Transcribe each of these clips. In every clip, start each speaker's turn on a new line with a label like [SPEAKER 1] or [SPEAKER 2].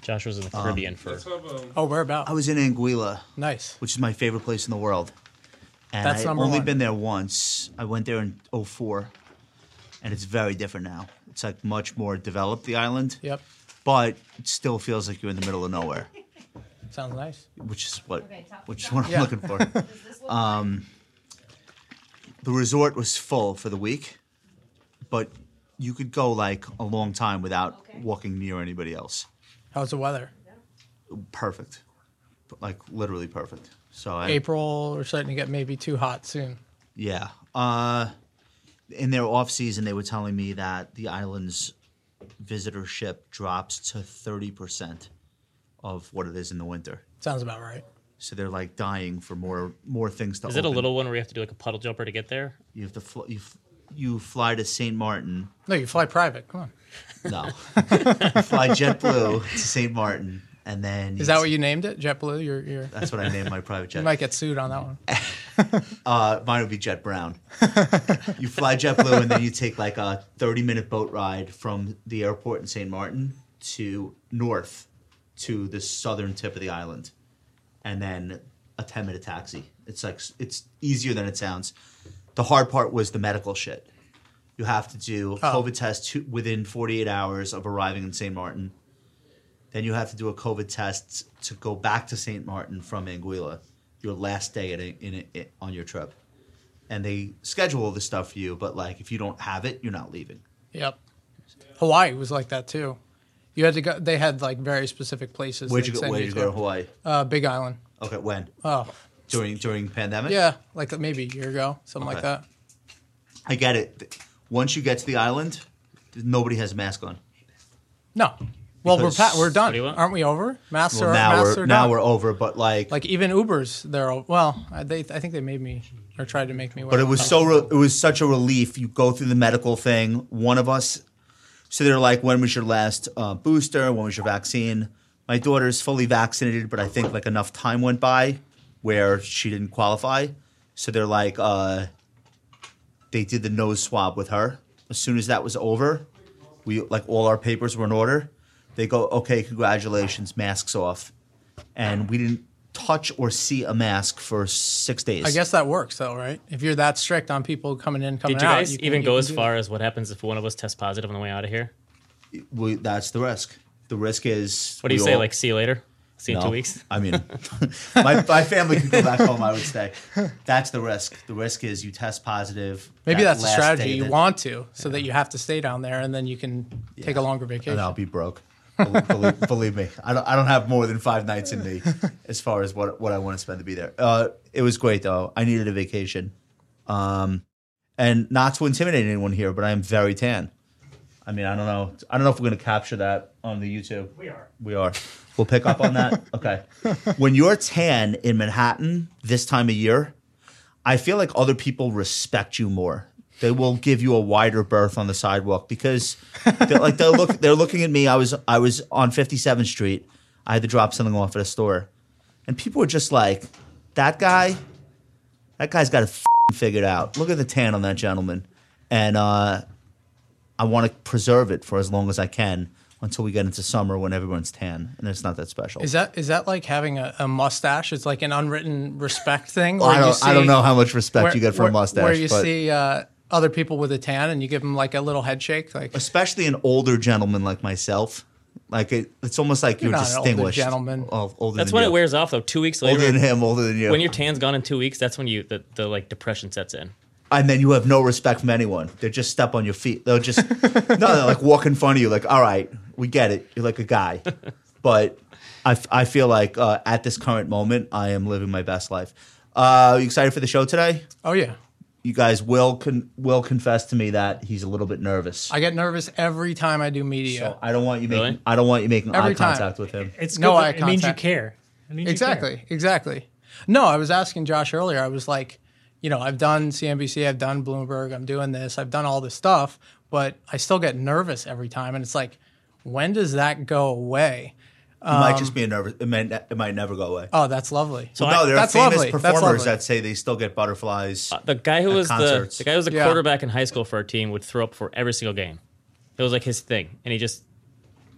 [SPEAKER 1] Josh was in the Caribbean for.
[SPEAKER 2] Let's have um,
[SPEAKER 3] Oh, where about?
[SPEAKER 4] I was in Anguilla,
[SPEAKER 3] Nice.
[SPEAKER 4] which is my favorite place in the world. And
[SPEAKER 3] That's
[SPEAKER 4] I've
[SPEAKER 3] number
[SPEAKER 4] only
[SPEAKER 3] one.
[SPEAKER 4] been there once. I went there in '04, and it's very different now. It's like much more developed, the island.
[SPEAKER 3] Yep.
[SPEAKER 4] But it still feels like you're in the middle of nowhere,
[SPEAKER 3] Sounds nice.
[SPEAKER 4] which is what
[SPEAKER 5] Okay, top-
[SPEAKER 4] which is what I'm
[SPEAKER 3] Yeah.
[SPEAKER 4] looking for.
[SPEAKER 5] Does this look like-
[SPEAKER 4] the resort was full for the week, but you could go like a long time without
[SPEAKER 5] Okay.
[SPEAKER 4] walking near anybody else.
[SPEAKER 3] How's the weather?
[SPEAKER 4] Perfect, like literally perfect. So I,
[SPEAKER 3] April, we're starting to get maybe too hot soon.
[SPEAKER 4] yeah, uh, in their off season, they were telling me that the island's visitorship drops to thirty percent of what it is in the winter.
[SPEAKER 3] Sounds about right.
[SPEAKER 4] So they're like dying for more more things to.
[SPEAKER 1] Is it a
[SPEAKER 4] open.
[SPEAKER 1] little one where you have to do like a puddle jumper to get there?
[SPEAKER 4] You have to fl- you, f- you fly to Saint Martin.
[SPEAKER 3] No, you fly private. Come on.
[SPEAKER 4] No. Fly JetBlue to St. Martin, and then
[SPEAKER 3] Is that what you named it? JetBlue? You're, you're,
[SPEAKER 4] That's what I named my private
[SPEAKER 3] you
[SPEAKER 4] jet.
[SPEAKER 3] might get sued on that one.
[SPEAKER 4] uh, mine would be Jet Brown. you fly JetBlue, and then you take like a thirty-minute boat ride from the airport in St. Martin to north to the southern tip of the island, and then a ten-minute taxi. It's like it's easier than it sounds. The hard part was the medical shit. You have to do a
[SPEAKER 3] Oh.
[SPEAKER 4] COVID test to, within 48 hours of arriving in St. Martin. Then you have to do a COVID test to go back to St. Martin from Anguilla, your last day at, in, in, on your trip. And they schedule all this stuff for you, but like if you don't have it, you're not leaving.
[SPEAKER 3] Yep. Hawaii was like that too. You had to go. They had like very specific places.
[SPEAKER 4] Where'd
[SPEAKER 3] they'd
[SPEAKER 4] you go?
[SPEAKER 3] send
[SPEAKER 4] Where'd you go to Hawaii?
[SPEAKER 3] Uh, Big Island.
[SPEAKER 4] Okay, when
[SPEAKER 3] Oh,
[SPEAKER 4] during during pandemic?
[SPEAKER 3] yeah, like maybe a year ago, something like
[SPEAKER 4] Okay.
[SPEAKER 3] that.
[SPEAKER 4] I get it. Once you get to the island, nobody has a mask on.
[SPEAKER 3] No. Well,
[SPEAKER 4] Because-
[SPEAKER 3] we're pa- we're
[SPEAKER 1] What do
[SPEAKER 3] done,
[SPEAKER 1] you want?
[SPEAKER 3] aren't we? Over master,
[SPEAKER 4] Well, now
[SPEAKER 3] master.
[SPEAKER 4] we're now we're over, but like
[SPEAKER 3] like even Ubers. They're all, well. I- They I think they made me or tried to make me. Wear
[SPEAKER 4] But it was so re- it was such a relief. You go through the medical thing. One of us, so they're like, when was your last uh, booster? When was your vaccine? My daughter's fully vaccinated, but I think like enough time went by where she didn't qualify. So they're like, uh, they did the nose swab with her. As soon as that was over, we like all our papers were in order. They go, okay, congratulations, masks off, and we didn't touch or see a mask for six days.
[SPEAKER 3] I guess that works though, right? If you're that strict on people coming in, coming
[SPEAKER 1] Did you
[SPEAKER 3] out,
[SPEAKER 1] guys
[SPEAKER 3] you can-
[SPEAKER 1] even
[SPEAKER 3] you
[SPEAKER 1] go
[SPEAKER 3] can
[SPEAKER 1] as
[SPEAKER 3] do
[SPEAKER 1] far as what happens if one of us tests positive on the way out of here?
[SPEAKER 4] we, that's the risk. The risk is.
[SPEAKER 1] What do you
[SPEAKER 4] we
[SPEAKER 1] say?
[SPEAKER 4] all-
[SPEAKER 1] Like, see you later. See you in
[SPEAKER 4] No.
[SPEAKER 1] two weeks.
[SPEAKER 4] I mean, my, my family can go back home. I would stay. That's the risk. The risk is you test positive.
[SPEAKER 3] that. Maybe
[SPEAKER 4] that
[SPEAKER 3] that's the
[SPEAKER 4] last
[SPEAKER 3] strategy.
[SPEAKER 4] day
[SPEAKER 3] You
[SPEAKER 4] that-
[SPEAKER 3] want to, so that you have to stay down there, and then you can take a longer vacation.
[SPEAKER 4] And I'll be broke. Believe, believe, believe me, I don't. I don't have more than five nights in me as far as what what I want to spend to be there. Uh, it was great though. I needed a vacation, um, and not to intimidate anyone here, but I am very tan. I mean, I don't know. I don't know if we're going to capture that on the YouTube. We are. We are. We'll pick up on that. Okay. When you're tan in Manhattan this time of year, I feel like other people respect you more. They will give you a wider berth on the sidewalk because, they're, like, they're look they're looking at me. I was I was on 57th Street. I had to drop something off at a store, and people were just like, "That guy, that guy's got it f***ing figured out. Look at the tan on that gentleman." And uh, I want to preserve it for as long as I can until we get into summer when everyone's tan and it's not that special.
[SPEAKER 3] Is that is that like having a, a mustache? It's like an unwritten respect thing.
[SPEAKER 4] Well, Oh, I
[SPEAKER 3] where you
[SPEAKER 4] don't, I don't
[SPEAKER 3] see-
[SPEAKER 4] know how much respect
[SPEAKER 3] where-
[SPEAKER 4] you get for
[SPEAKER 3] where-
[SPEAKER 4] a mustache.
[SPEAKER 3] Where you
[SPEAKER 4] but
[SPEAKER 3] see uh, other people with a tan and you give them like a little head shake, like
[SPEAKER 4] especially an older gentleman like myself, like it, it's almost like you're,
[SPEAKER 3] You're not an older
[SPEAKER 4] distinguished.
[SPEAKER 3] gentleman.
[SPEAKER 4] Oh, older
[SPEAKER 1] That's
[SPEAKER 4] than
[SPEAKER 1] when
[SPEAKER 4] you.
[SPEAKER 1] it wears off though. Two weeks
[SPEAKER 4] Older
[SPEAKER 1] later,
[SPEAKER 4] than him, older than you.
[SPEAKER 1] when your tan's gone in two weeks, that's when you the, the like depression sets in.
[SPEAKER 4] and then you have no respect from anyone. They just step on your feet. They'll just no, they're like walk in front of you. Like, all right, we get it. You're like a guy, but I, f- I feel like uh, at this current moment, I am living my best life. Uh, you excited for the show today?
[SPEAKER 3] oh yeah.
[SPEAKER 4] You guys will con- will confess to me that he's a little bit nervous.
[SPEAKER 3] I get nervous every time I do media.
[SPEAKER 4] so I don't want you making
[SPEAKER 1] Really?
[SPEAKER 4] I don't want you making
[SPEAKER 3] Every
[SPEAKER 4] eye
[SPEAKER 3] time.
[SPEAKER 4] contact with him.
[SPEAKER 6] It's
[SPEAKER 3] No
[SPEAKER 6] good
[SPEAKER 3] eye
[SPEAKER 6] that- It means you
[SPEAKER 3] contact.
[SPEAKER 6] care. It means you care.
[SPEAKER 3] exactly, exactly. No, I was asking Josh earlier. I was like, you know, I've done CNBC, I've done Bloomberg, I'm doing this, I've done all this stuff, but I still get nervous every time, and it's like, when does that go away?
[SPEAKER 4] it might just be a nervous. It might ne- it might never go away.
[SPEAKER 3] Um, Oh, that's lovely.
[SPEAKER 4] Well, no, there are
[SPEAKER 3] that's
[SPEAKER 4] famous
[SPEAKER 3] lovely. That's
[SPEAKER 4] performers
[SPEAKER 3] lovely. Uh,
[SPEAKER 4] that say they still get butterflies.
[SPEAKER 1] The guy who
[SPEAKER 4] At
[SPEAKER 1] was the,
[SPEAKER 4] concerts.
[SPEAKER 1] the guy who was the
[SPEAKER 3] Yeah.
[SPEAKER 1] quarterback in high school for our team would throw up for every single game. It was like his thing, and he just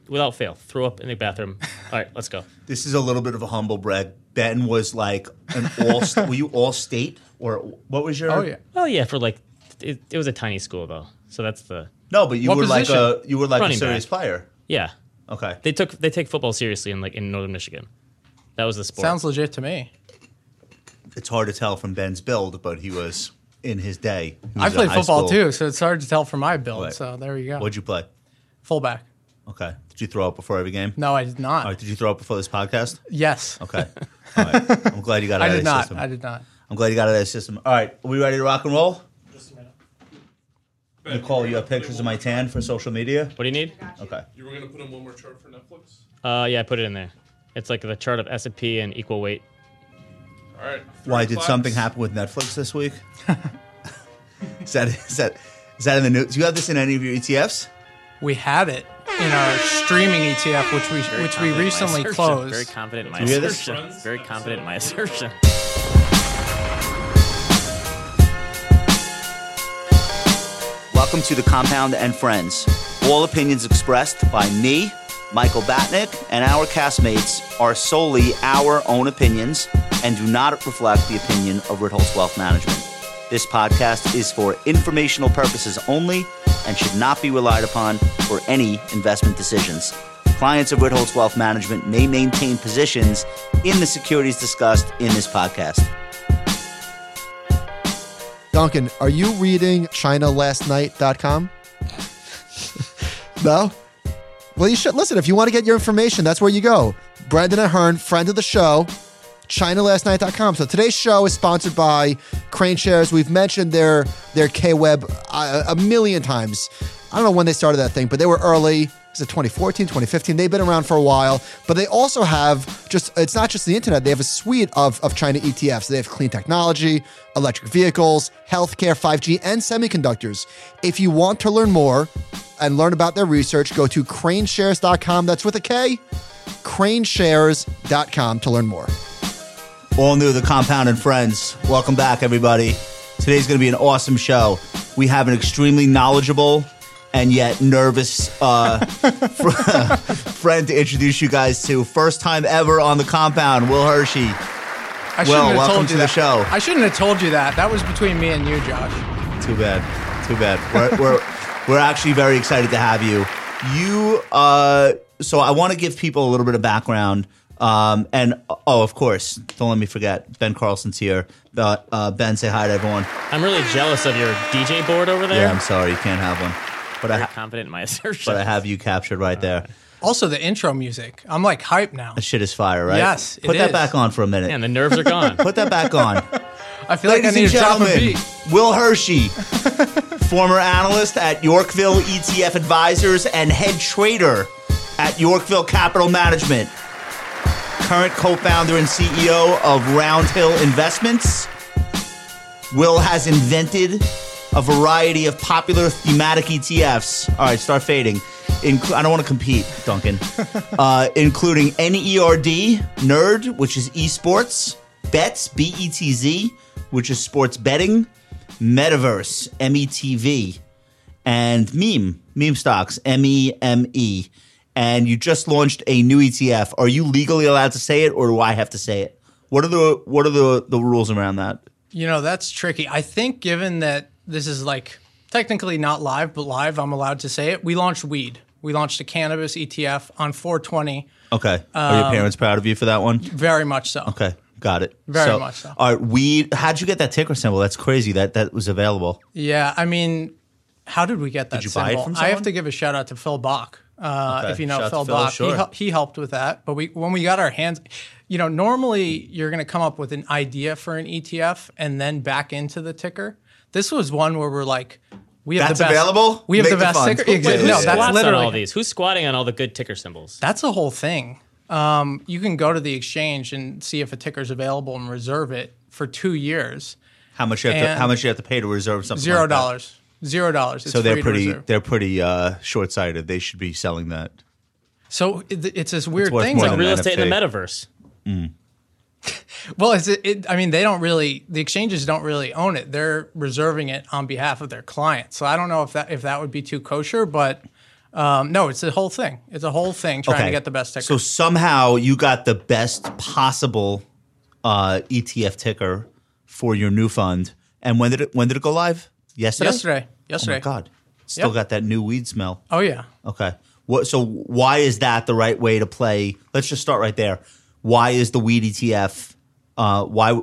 [SPEAKER 1] without fail, throw up in the bathroom. All right, let's go.
[SPEAKER 4] This is a little bit of a humble brag. Ben was like an all. were you all state or what was your?
[SPEAKER 3] Oh yeah.
[SPEAKER 1] Well, yeah, for like, it, it was a tiny school though, so that's the
[SPEAKER 4] No, but you
[SPEAKER 3] What
[SPEAKER 4] were like a
[SPEAKER 3] position?
[SPEAKER 4] you were like
[SPEAKER 1] Running
[SPEAKER 4] a
[SPEAKER 1] back.
[SPEAKER 4] serious player.
[SPEAKER 1] yeah.
[SPEAKER 4] Okay.
[SPEAKER 1] They took they take football seriously in like in northern Michigan. That was the sport.
[SPEAKER 3] Sounds legit to me.
[SPEAKER 4] It's hard to tell from Ben's build, but he was in his day. he
[SPEAKER 3] I
[SPEAKER 4] was in
[SPEAKER 3] played
[SPEAKER 4] high
[SPEAKER 3] football
[SPEAKER 4] school.
[SPEAKER 3] too, so it's hard to tell from my build.
[SPEAKER 4] Right.
[SPEAKER 3] So there you go.
[SPEAKER 4] What'd you play?
[SPEAKER 3] Fullback.
[SPEAKER 4] Okay. Did you throw up before every game?
[SPEAKER 3] No, I did not.
[SPEAKER 4] All right. Did you throw up before this podcast?
[SPEAKER 3] Yes,
[SPEAKER 4] Okay. All right. I'm glad you got it
[SPEAKER 3] I
[SPEAKER 4] out of
[SPEAKER 3] did
[SPEAKER 4] the
[SPEAKER 3] not.
[SPEAKER 4] system.
[SPEAKER 3] I did not.
[SPEAKER 4] I'm glad you got out of the system. All right. Are we ready to rock and roll?
[SPEAKER 2] Just a minute.
[SPEAKER 4] Nicole, you have pictures of my tan for social media?
[SPEAKER 1] what do you need?
[SPEAKER 4] Okay.
[SPEAKER 2] You were gonna put in one more chart for Netflix.
[SPEAKER 1] Uh, yeah, I put it in there. It's like the chart of S and P and equal weight.
[SPEAKER 2] All right.
[SPEAKER 4] Why
[SPEAKER 2] three
[SPEAKER 4] did
[SPEAKER 2] o'clock.
[SPEAKER 4] something happen with Netflix this week? is that is that is that in the news? Do you have this in any of your E ETFs?
[SPEAKER 3] We had it in our streaming ETF, which we which we recently closed.
[SPEAKER 5] Very confident in my
[SPEAKER 4] you hear this?
[SPEAKER 5] assertion. Very confident in my assertion.
[SPEAKER 4] Welcome to the Compound and Friends. All opinions expressed by me, Michael Batnick, and our castmates are solely our own opinions and do not reflect the opinion of Ritholtz Wealth Management. This podcast is for informational purposes only and should not be relied upon for any investment decisions. Clients of Ritholtz Wealth Management may maintain positions in the securities discussed in this podcast.
[SPEAKER 6] Duncan, are you reading ChinaLastNight.com? no? Well, you should. Listen, if you want to get your information, that's where you go. Brendan Ahern, friend of the show, ChinaLastNight.com. So today's show is sponsored by Crane Shares. We've mentioned their, their K-Web uh, a, a million times. I don't know when they started that thing, but they were early. Is it 2014, 2015? They've been around for a while, but they also have just, it's not just the internet. They have a suite of, of China ETFs. They have clean technology, electric vehicles, healthcare, 5G, and semiconductors. If you want to learn more and learn about their research, go to craneshares.com. That's with a K, craneshares.com to learn more.
[SPEAKER 4] all new the compound and friends welcome back everybody today's going to be an awesome show we have an extremely knowledgeable and yet nervous uh, fr- friend to introduce you guys to first time ever on the compound will hershey
[SPEAKER 3] I shouldn't
[SPEAKER 4] Well,
[SPEAKER 3] have
[SPEAKER 4] welcome
[SPEAKER 3] told
[SPEAKER 4] to
[SPEAKER 3] you
[SPEAKER 4] the
[SPEAKER 3] that.
[SPEAKER 4] show.
[SPEAKER 3] I shouldn't have told you that. That was between me and you, Josh.
[SPEAKER 4] too bad too bad we're, we're, we're actually very excited to have you you uh, so i want to give people a little bit of background um, and oh of course don't let me forget ben carlson's here uh, uh, ben say hi to everyone
[SPEAKER 1] I'm really jealous of your DJ board over there.
[SPEAKER 4] Yeah, I'm sorry, you can't have one. But I,
[SPEAKER 5] Very
[SPEAKER 4] ha-
[SPEAKER 5] confident in my assertion.
[SPEAKER 4] but I have you captured right there.
[SPEAKER 3] Also, the intro music. I'm like hype now.
[SPEAKER 4] That shit is fire, right?
[SPEAKER 3] Yes, it
[SPEAKER 4] Put that
[SPEAKER 3] is.
[SPEAKER 4] back on for a minute.
[SPEAKER 1] Man, the nerves are gone.
[SPEAKER 4] Put that back on.
[SPEAKER 3] I feel like I
[SPEAKER 4] Ladies
[SPEAKER 3] need
[SPEAKER 4] and
[SPEAKER 3] to drop a
[SPEAKER 4] gentlemen,
[SPEAKER 3] beat.
[SPEAKER 4] Will Hershey, former analyst at Yorkville ETF Advisors and head trader at Yorkville Capital Management, current co founder and CEO of Roundhill Investments. Will has invented a variety of popular thematic ETFs. All right, start fading. Inclu- I don't want to compete, Duncan. uh, including NERD, Nerd, which is esports, Bets, B E T Z, which is sports betting, Metaverse, M E T V, and Meme, Meme Stocks, M E M E. And you just launched a new ETF. Are you legally allowed to say it, or do I have to say it? What are the what are the, the rules around that?
[SPEAKER 3] You know, that's tricky. I think given that this is like technically not live, but live, I'm allowed to say it. We launched weed. We launched a cannabis ETF on 420.
[SPEAKER 4] Okay. Are
[SPEAKER 3] Um,
[SPEAKER 4] your parents proud of you for that one?
[SPEAKER 3] Very much so.
[SPEAKER 4] Okay. Got it.
[SPEAKER 3] Very much so.
[SPEAKER 4] All right. We. How'd you get that ticker symbol? That's crazy. That that was available.
[SPEAKER 3] Yeah, I mean, how did we get that
[SPEAKER 4] you buy it
[SPEAKER 3] symbol?
[SPEAKER 4] from
[SPEAKER 3] I have
[SPEAKER 4] someone?
[SPEAKER 3] to give a shout out to Phil Bach. Uh,
[SPEAKER 4] Okay,
[SPEAKER 3] If you know
[SPEAKER 4] shout out
[SPEAKER 3] Phil,
[SPEAKER 4] to Phil,
[SPEAKER 3] Bach,
[SPEAKER 4] sure.
[SPEAKER 3] he, hel- he helped with that. But we when we got our hands, you know, normally you're going to come up with an idea for an ETF and then back into the ticker. This was one where we're like, we have
[SPEAKER 4] That's
[SPEAKER 3] the best,
[SPEAKER 4] available?
[SPEAKER 3] We have
[SPEAKER 4] Make
[SPEAKER 3] the
[SPEAKER 4] the
[SPEAKER 3] best
[SPEAKER 4] funds.
[SPEAKER 3] ticker. Exactly.
[SPEAKER 4] Wait,
[SPEAKER 3] no,
[SPEAKER 4] who
[SPEAKER 1] Who
[SPEAKER 3] that's
[SPEAKER 1] squats on all
[SPEAKER 3] literally
[SPEAKER 1] these? Who's squatting on all the good ticker symbols?
[SPEAKER 3] that's a whole thing. Um, you can go to the exchange and see if a ticker's available and reserve it for two years.
[SPEAKER 4] How much you have to
[SPEAKER 3] And-
[SPEAKER 4] How much you have to pay to reserve something?
[SPEAKER 3] Zero
[SPEAKER 4] like that?
[SPEAKER 3] dollars. Zero dollars. It's
[SPEAKER 4] So they're
[SPEAKER 3] free to
[SPEAKER 4] pretty.
[SPEAKER 3] reserve.
[SPEAKER 4] They're pretty uh, short sighted. They should be selling that.
[SPEAKER 3] So it, it's this weird
[SPEAKER 4] worth
[SPEAKER 3] thing.
[SPEAKER 4] more
[SPEAKER 3] though.
[SPEAKER 4] than
[SPEAKER 1] Real
[SPEAKER 4] an
[SPEAKER 1] estate in the
[SPEAKER 4] NFT.
[SPEAKER 1] metaverse.
[SPEAKER 3] Well, it's, it, it, I mean, they don't really. The exchanges don't really own it. They're reserving it on behalf of their clients. So I don't know if that if that would be too kosher, but Um, no, it's a whole thing. It's a whole thing trying to get the best ticker.
[SPEAKER 4] So somehow you got the best possible uh, ETF ticker for your new fund. And when did it when did it go live? Yesterday.
[SPEAKER 3] yesterday,
[SPEAKER 4] Oh
[SPEAKER 3] yesterday.
[SPEAKER 4] my god. Still
[SPEAKER 3] Yep.
[SPEAKER 4] got that new weed smell.
[SPEAKER 3] Oh, yeah.
[SPEAKER 4] Okay. What so why is that the right way to play? Let's just start right there. Why is the weed ETF uh, why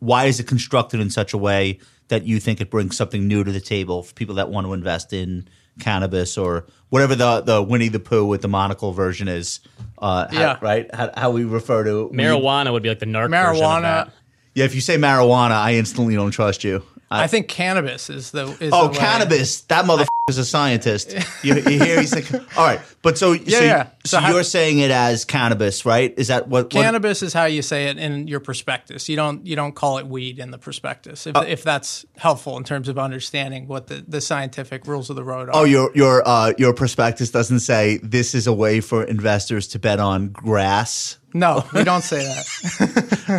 [SPEAKER 4] why is it constructed in such a way that you think it brings something new to the table for people that want to invest in cannabis or whatever the the Winnie the Pooh with the monocle version is? Uh, how-
[SPEAKER 3] Yeah.
[SPEAKER 4] right. How, how we refer to weed.
[SPEAKER 1] Marijuana would be like the narc. version of
[SPEAKER 3] Marijuana.
[SPEAKER 1] that.
[SPEAKER 4] Yeah, if you say marijuana, I instantly don't trust you.
[SPEAKER 3] I think cannabis is the. Is
[SPEAKER 4] Oh,
[SPEAKER 3] the way.
[SPEAKER 4] cannabis! That motherfucker is a scientist. You, you hear? He's like, all right, but so so,
[SPEAKER 3] yeah.
[SPEAKER 4] so,
[SPEAKER 3] So how-
[SPEAKER 4] you're saying it as cannabis, right? Is that what? what-
[SPEAKER 3] Cannabis is how you say it in your prospectus. You don't you don't call it weed in the prospectus.
[SPEAKER 4] Uh,
[SPEAKER 3] If, if that's helpful in terms of understanding what the, the scientific rules of the road are.
[SPEAKER 4] oh, your your uh, your prospectus doesn't say this is a way for investors to bet on grass.
[SPEAKER 3] no, we don't say that.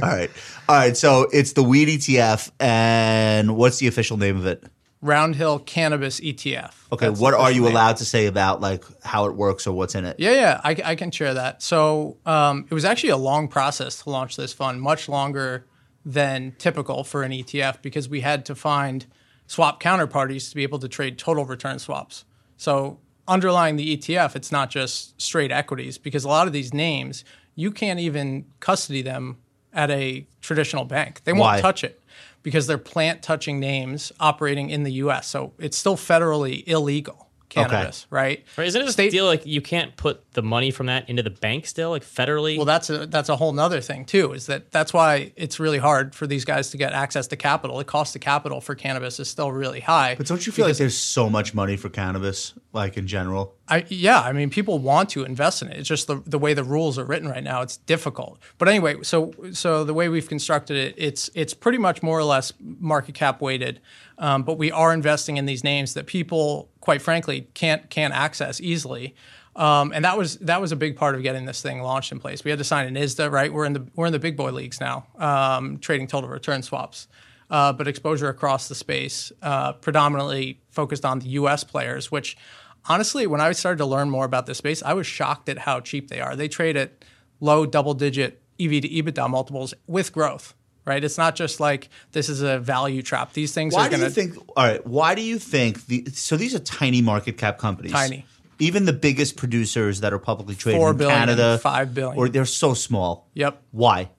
[SPEAKER 4] all right, all right. So it's the weed ETF, and what's the official name of it?
[SPEAKER 3] Round Hill Cannabis ETF.
[SPEAKER 4] Okay,
[SPEAKER 3] That's
[SPEAKER 4] what
[SPEAKER 3] the
[SPEAKER 4] are you
[SPEAKER 3] official name.
[SPEAKER 4] allowed to say about like how it works or what's in it?
[SPEAKER 3] Yeah, yeah, I, I can share that. So um, it was actually a long process to launch this fund, much longer than typical for an ETF because we had to find swap counterparties to be able to trade total return swaps. So underlying the ETF, it's not just straight equities because a lot of these names you can't even custody them at a traditional bank. They won't
[SPEAKER 4] Why?
[SPEAKER 3] touch it because they're plant touching names operating in the U.S. So it's still federally illegal cannabis, right?
[SPEAKER 1] Right, Isn't it a
[SPEAKER 3] State-
[SPEAKER 1] deal like you can't put the money from that into the bank still, like federally?
[SPEAKER 3] Well, that's a that's a whole nother thing too. Is that that's why it's really hard for these guys to get access to capital. The cost of capital for cannabis is still really high.
[SPEAKER 4] But don't you feel like there's so much money for cannabis, like in general?
[SPEAKER 3] I, yeah, I mean, people want to invest in it. It's just the, the way the rules are written right now. It's difficult. But anyway, so so the way we've constructed it, it's it's pretty much more or less market cap weighted. Um, but we are investing in these names that people, quite frankly, can't can't access easily. Um, and that was that was a big part of getting this thing launched in place. We had to sign an ISDA, right? We're in the we're in the big boy leagues now, um, trading total return swaps uh, but exposure across the space, uh, predominantly focused on the US players, which honestly, when I started to learn more about this space, I was shocked at how cheap they are. They trade at low double digit EV to EBITDA multiples with growth, right? It's not just like this is a value trap. These things
[SPEAKER 4] Why
[SPEAKER 3] are going
[SPEAKER 4] do you think? All right. Why do you think the? So these are tiny market cap companies.
[SPEAKER 3] Tiny.
[SPEAKER 4] Even the biggest producers that are publicly traded
[SPEAKER 3] Four
[SPEAKER 4] in
[SPEAKER 3] billion,
[SPEAKER 4] Canada,
[SPEAKER 3] five billion.
[SPEAKER 4] or they're so small.
[SPEAKER 3] Yep.
[SPEAKER 4] Why?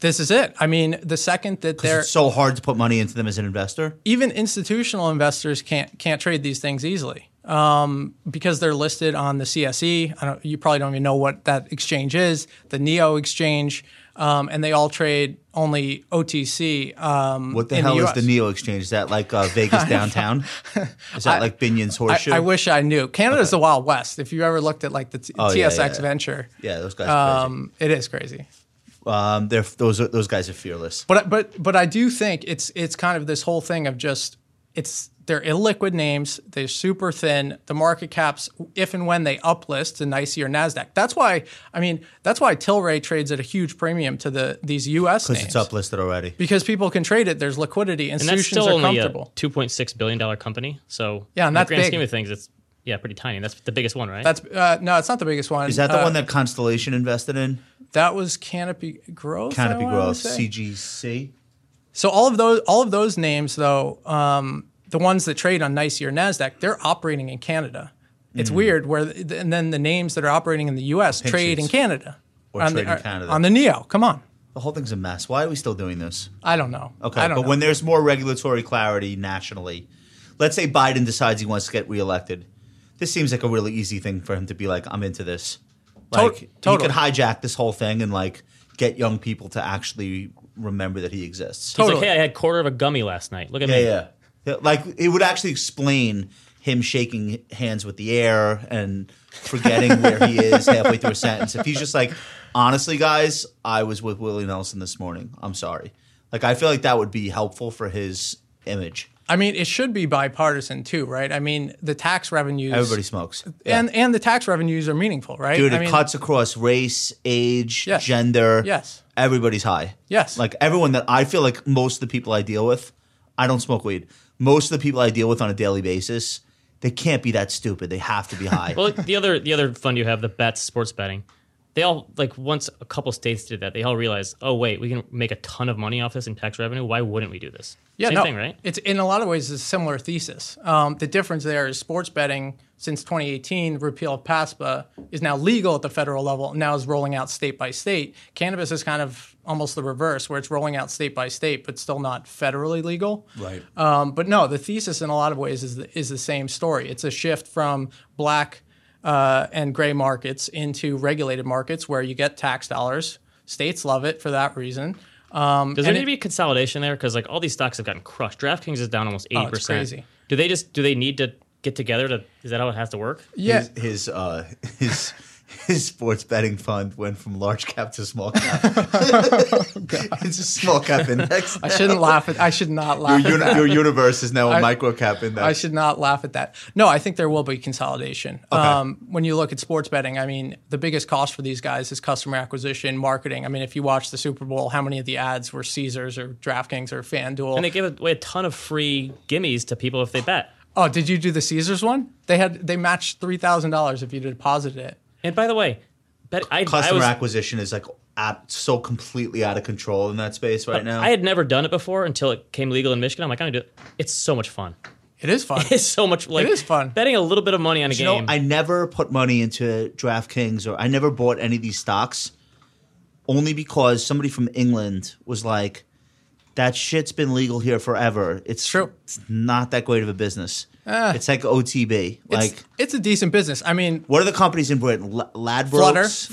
[SPEAKER 3] This is it. I mean, the second that they're
[SPEAKER 4] It's so hard to put money into them as an investor.
[SPEAKER 3] even institutional investors can't can't trade these things easily um, because they're listed on the CSE. I don't, you probably don't even know what that exchange is, the Neo exchange, um, and they all trade only OTC. Um,
[SPEAKER 4] What the
[SPEAKER 3] in
[SPEAKER 4] hell is
[SPEAKER 3] US.
[SPEAKER 4] the Neo Exchange? Is that like uh, Vegas downtown? Is that like Binion's Horseshoe?
[SPEAKER 3] I, I wish I knew. Canada's the Wild West. If you ever looked at like the t-
[SPEAKER 4] Oh, yeah,
[SPEAKER 3] TSX
[SPEAKER 4] yeah.
[SPEAKER 3] venture,
[SPEAKER 4] Yeah, those guys. Are crazy.
[SPEAKER 3] um, it is crazy.
[SPEAKER 4] Um, they're those are, those guys are fearless.
[SPEAKER 3] But but but I do think it's it's kind of this whole thing of just it's they're illiquid names. They're super thin. The market caps, if and when they uplist to NYSE or Nasdaq, that's why I mean that's why Tilray trades at a huge premium to the these U.S.
[SPEAKER 4] Because
[SPEAKER 3] names
[SPEAKER 4] it's uplisted already.
[SPEAKER 3] because people can trade it. There's liquidity.
[SPEAKER 1] and that's
[SPEAKER 3] Institutions
[SPEAKER 1] still
[SPEAKER 3] are
[SPEAKER 1] only a
[SPEAKER 3] comfortable.
[SPEAKER 1] two point six billion dollar company. So
[SPEAKER 3] Yeah, and
[SPEAKER 1] in the
[SPEAKER 3] that's
[SPEAKER 1] grand
[SPEAKER 3] big.
[SPEAKER 1] scheme of things, it's yeah, pretty tiny. That's the biggest one, right?
[SPEAKER 3] that's uh, no, it's not the biggest one.
[SPEAKER 4] Is that the
[SPEAKER 3] Uh,
[SPEAKER 4] one that Constellation invested in?
[SPEAKER 3] that was Canopy Growth? I
[SPEAKER 4] Canopy
[SPEAKER 3] wanna
[SPEAKER 4] Growth,
[SPEAKER 3] say?
[SPEAKER 4] CGC.
[SPEAKER 3] So all of those all of those names though, um, the ones that trade on NYSE or Nasdaq, they're operating in Canada. It's
[SPEAKER 4] Hmm.
[SPEAKER 3] weird where th- and then the names that are operating in the U.S. trade in
[SPEAKER 4] sheets.
[SPEAKER 3] Canada
[SPEAKER 4] Or
[SPEAKER 3] on
[SPEAKER 4] trade
[SPEAKER 3] the, uh,
[SPEAKER 4] in Canada.
[SPEAKER 3] on the Neo. Come on,
[SPEAKER 4] The whole thing's a mess. Why are we still doing this?
[SPEAKER 3] I don't know.
[SPEAKER 4] Okay,
[SPEAKER 3] I don't
[SPEAKER 4] but
[SPEAKER 3] know.
[SPEAKER 4] when there's more regulatory clarity nationally, let's say Biden decides he wants to get reelected. This seems like a really easy thing for him to be like, I'm into this.
[SPEAKER 3] To-
[SPEAKER 4] Like
[SPEAKER 3] totally.
[SPEAKER 4] he could hijack this whole thing and like get young people to actually remember that he exists.
[SPEAKER 1] He's
[SPEAKER 3] totally.
[SPEAKER 1] like, hey, I had quarter of a gummy last night. Look at
[SPEAKER 4] Yeah,
[SPEAKER 1] me.
[SPEAKER 4] yeah, Yeah, Like it would actually explain him shaking hands with the air and forgetting where he is halfway through a sentence. If he's just like, honestly, guys, I was with Willie Nelson this morning. I'm sorry. Like I feel like that would be helpful for his image.
[SPEAKER 3] I mean, it should be bipartisan too, right? I mean, the tax revenues
[SPEAKER 4] Everybody smokes. Yeah.
[SPEAKER 3] and and the tax revenues are meaningful, right?
[SPEAKER 4] Dude,
[SPEAKER 3] I
[SPEAKER 4] it
[SPEAKER 3] mean,
[SPEAKER 4] cuts across race, age,
[SPEAKER 3] Yes.
[SPEAKER 4] gender.
[SPEAKER 3] Yes.
[SPEAKER 4] Everybody's high.
[SPEAKER 3] Yes.
[SPEAKER 4] Like everyone that I feel like most of the people I deal with, I don't smoke weed. Most of the people I deal with on a daily basis, They can't be that stupid. They have to be high.
[SPEAKER 1] Well, the other the other fund you have the bets sports betting. They all like once a couple states did that. They all realized, oh wait, we can make a ton of money off this in tax revenue. Why wouldn't we do this?
[SPEAKER 3] Yeah,
[SPEAKER 1] Same
[SPEAKER 3] no, Mm,
[SPEAKER 1] thing, right?
[SPEAKER 3] It's in a lot of ways a similar thesis. Um, the difference there is sports betting since 2018 repeal of PASPA is now legal at the federal level. and Now is rolling out state by state. Cannabis is kind of almost the reverse, where it's rolling out state by state, but still not federally legal.
[SPEAKER 4] Right.
[SPEAKER 3] Um, but no, the thesis in a lot of ways is the, is the same story. It's a shift from black uh, and gray markets into regulated markets where you get tax dollars. States love it for that reason. Um,
[SPEAKER 1] Does there
[SPEAKER 3] and
[SPEAKER 1] need
[SPEAKER 3] it-
[SPEAKER 1] to be consolidation there? Because like all these stocks have gotten crushed. DraftKings is down almost eighty
[SPEAKER 3] Oh, it's
[SPEAKER 1] percent.
[SPEAKER 3] crazy.
[SPEAKER 1] Do they just do they need to get together to? Is that how it has to work?
[SPEAKER 3] yeah,
[SPEAKER 4] His his, uh, his his sports betting fund went from large cap to small cap. it's a small cap index.
[SPEAKER 3] I shouldn't laugh at. I should not
[SPEAKER 4] Your,
[SPEAKER 3] laugh. At
[SPEAKER 4] uni-
[SPEAKER 3] that.
[SPEAKER 4] your universe is now a micro cap index.
[SPEAKER 3] I should not laugh at that. No, I think there will be consolidation. Um, when you look at sports betting, I mean, the biggest cost for these guys is customer acquisition, marketing. I mean, if you watch the Super Bowl, how many of the ads were Caesars or DraftKings or FanDuel?
[SPEAKER 1] And they give away a ton of free gimmies to people if they bet.
[SPEAKER 3] oh, did you do the Caesars one? They had they matched three thousand dollars if you deposited it.
[SPEAKER 1] And by the way, bet I, I
[SPEAKER 4] Customer
[SPEAKER 1] was
[SPEAKER 4] acquisition is like ab- so completely out of control in that space right now.
[SPEAKER 1] I had never done it before until it came legal in Michigan. I'm like, I'm gonna do it. It's so much fun.
[SPEAKER 3] It is fun.
[SPEAKER 1] It's so much like
[SPEAKER 3] is fun.
[SPEAKER 1] betting a little bit of money on a
[SPEAKER 4] you
[SPEAKER 1] game.
[SPEAKER 4] know, I never put money into DraftKings or I never bought any of these stocks only because somebody from England was like, that shit's been legal here forever. It's
[SPEAKER 3] True. Ah.
[SPEAKER 4] It's not that great of a business. it's like OTB.
[SPEAKER 3] It's-
[SPEAKER 4] Like,
[SPEAKER 3] it's a decent business. I mean,
[SPEAKER 4] what are the companies in Britain? L- Ladbrokes?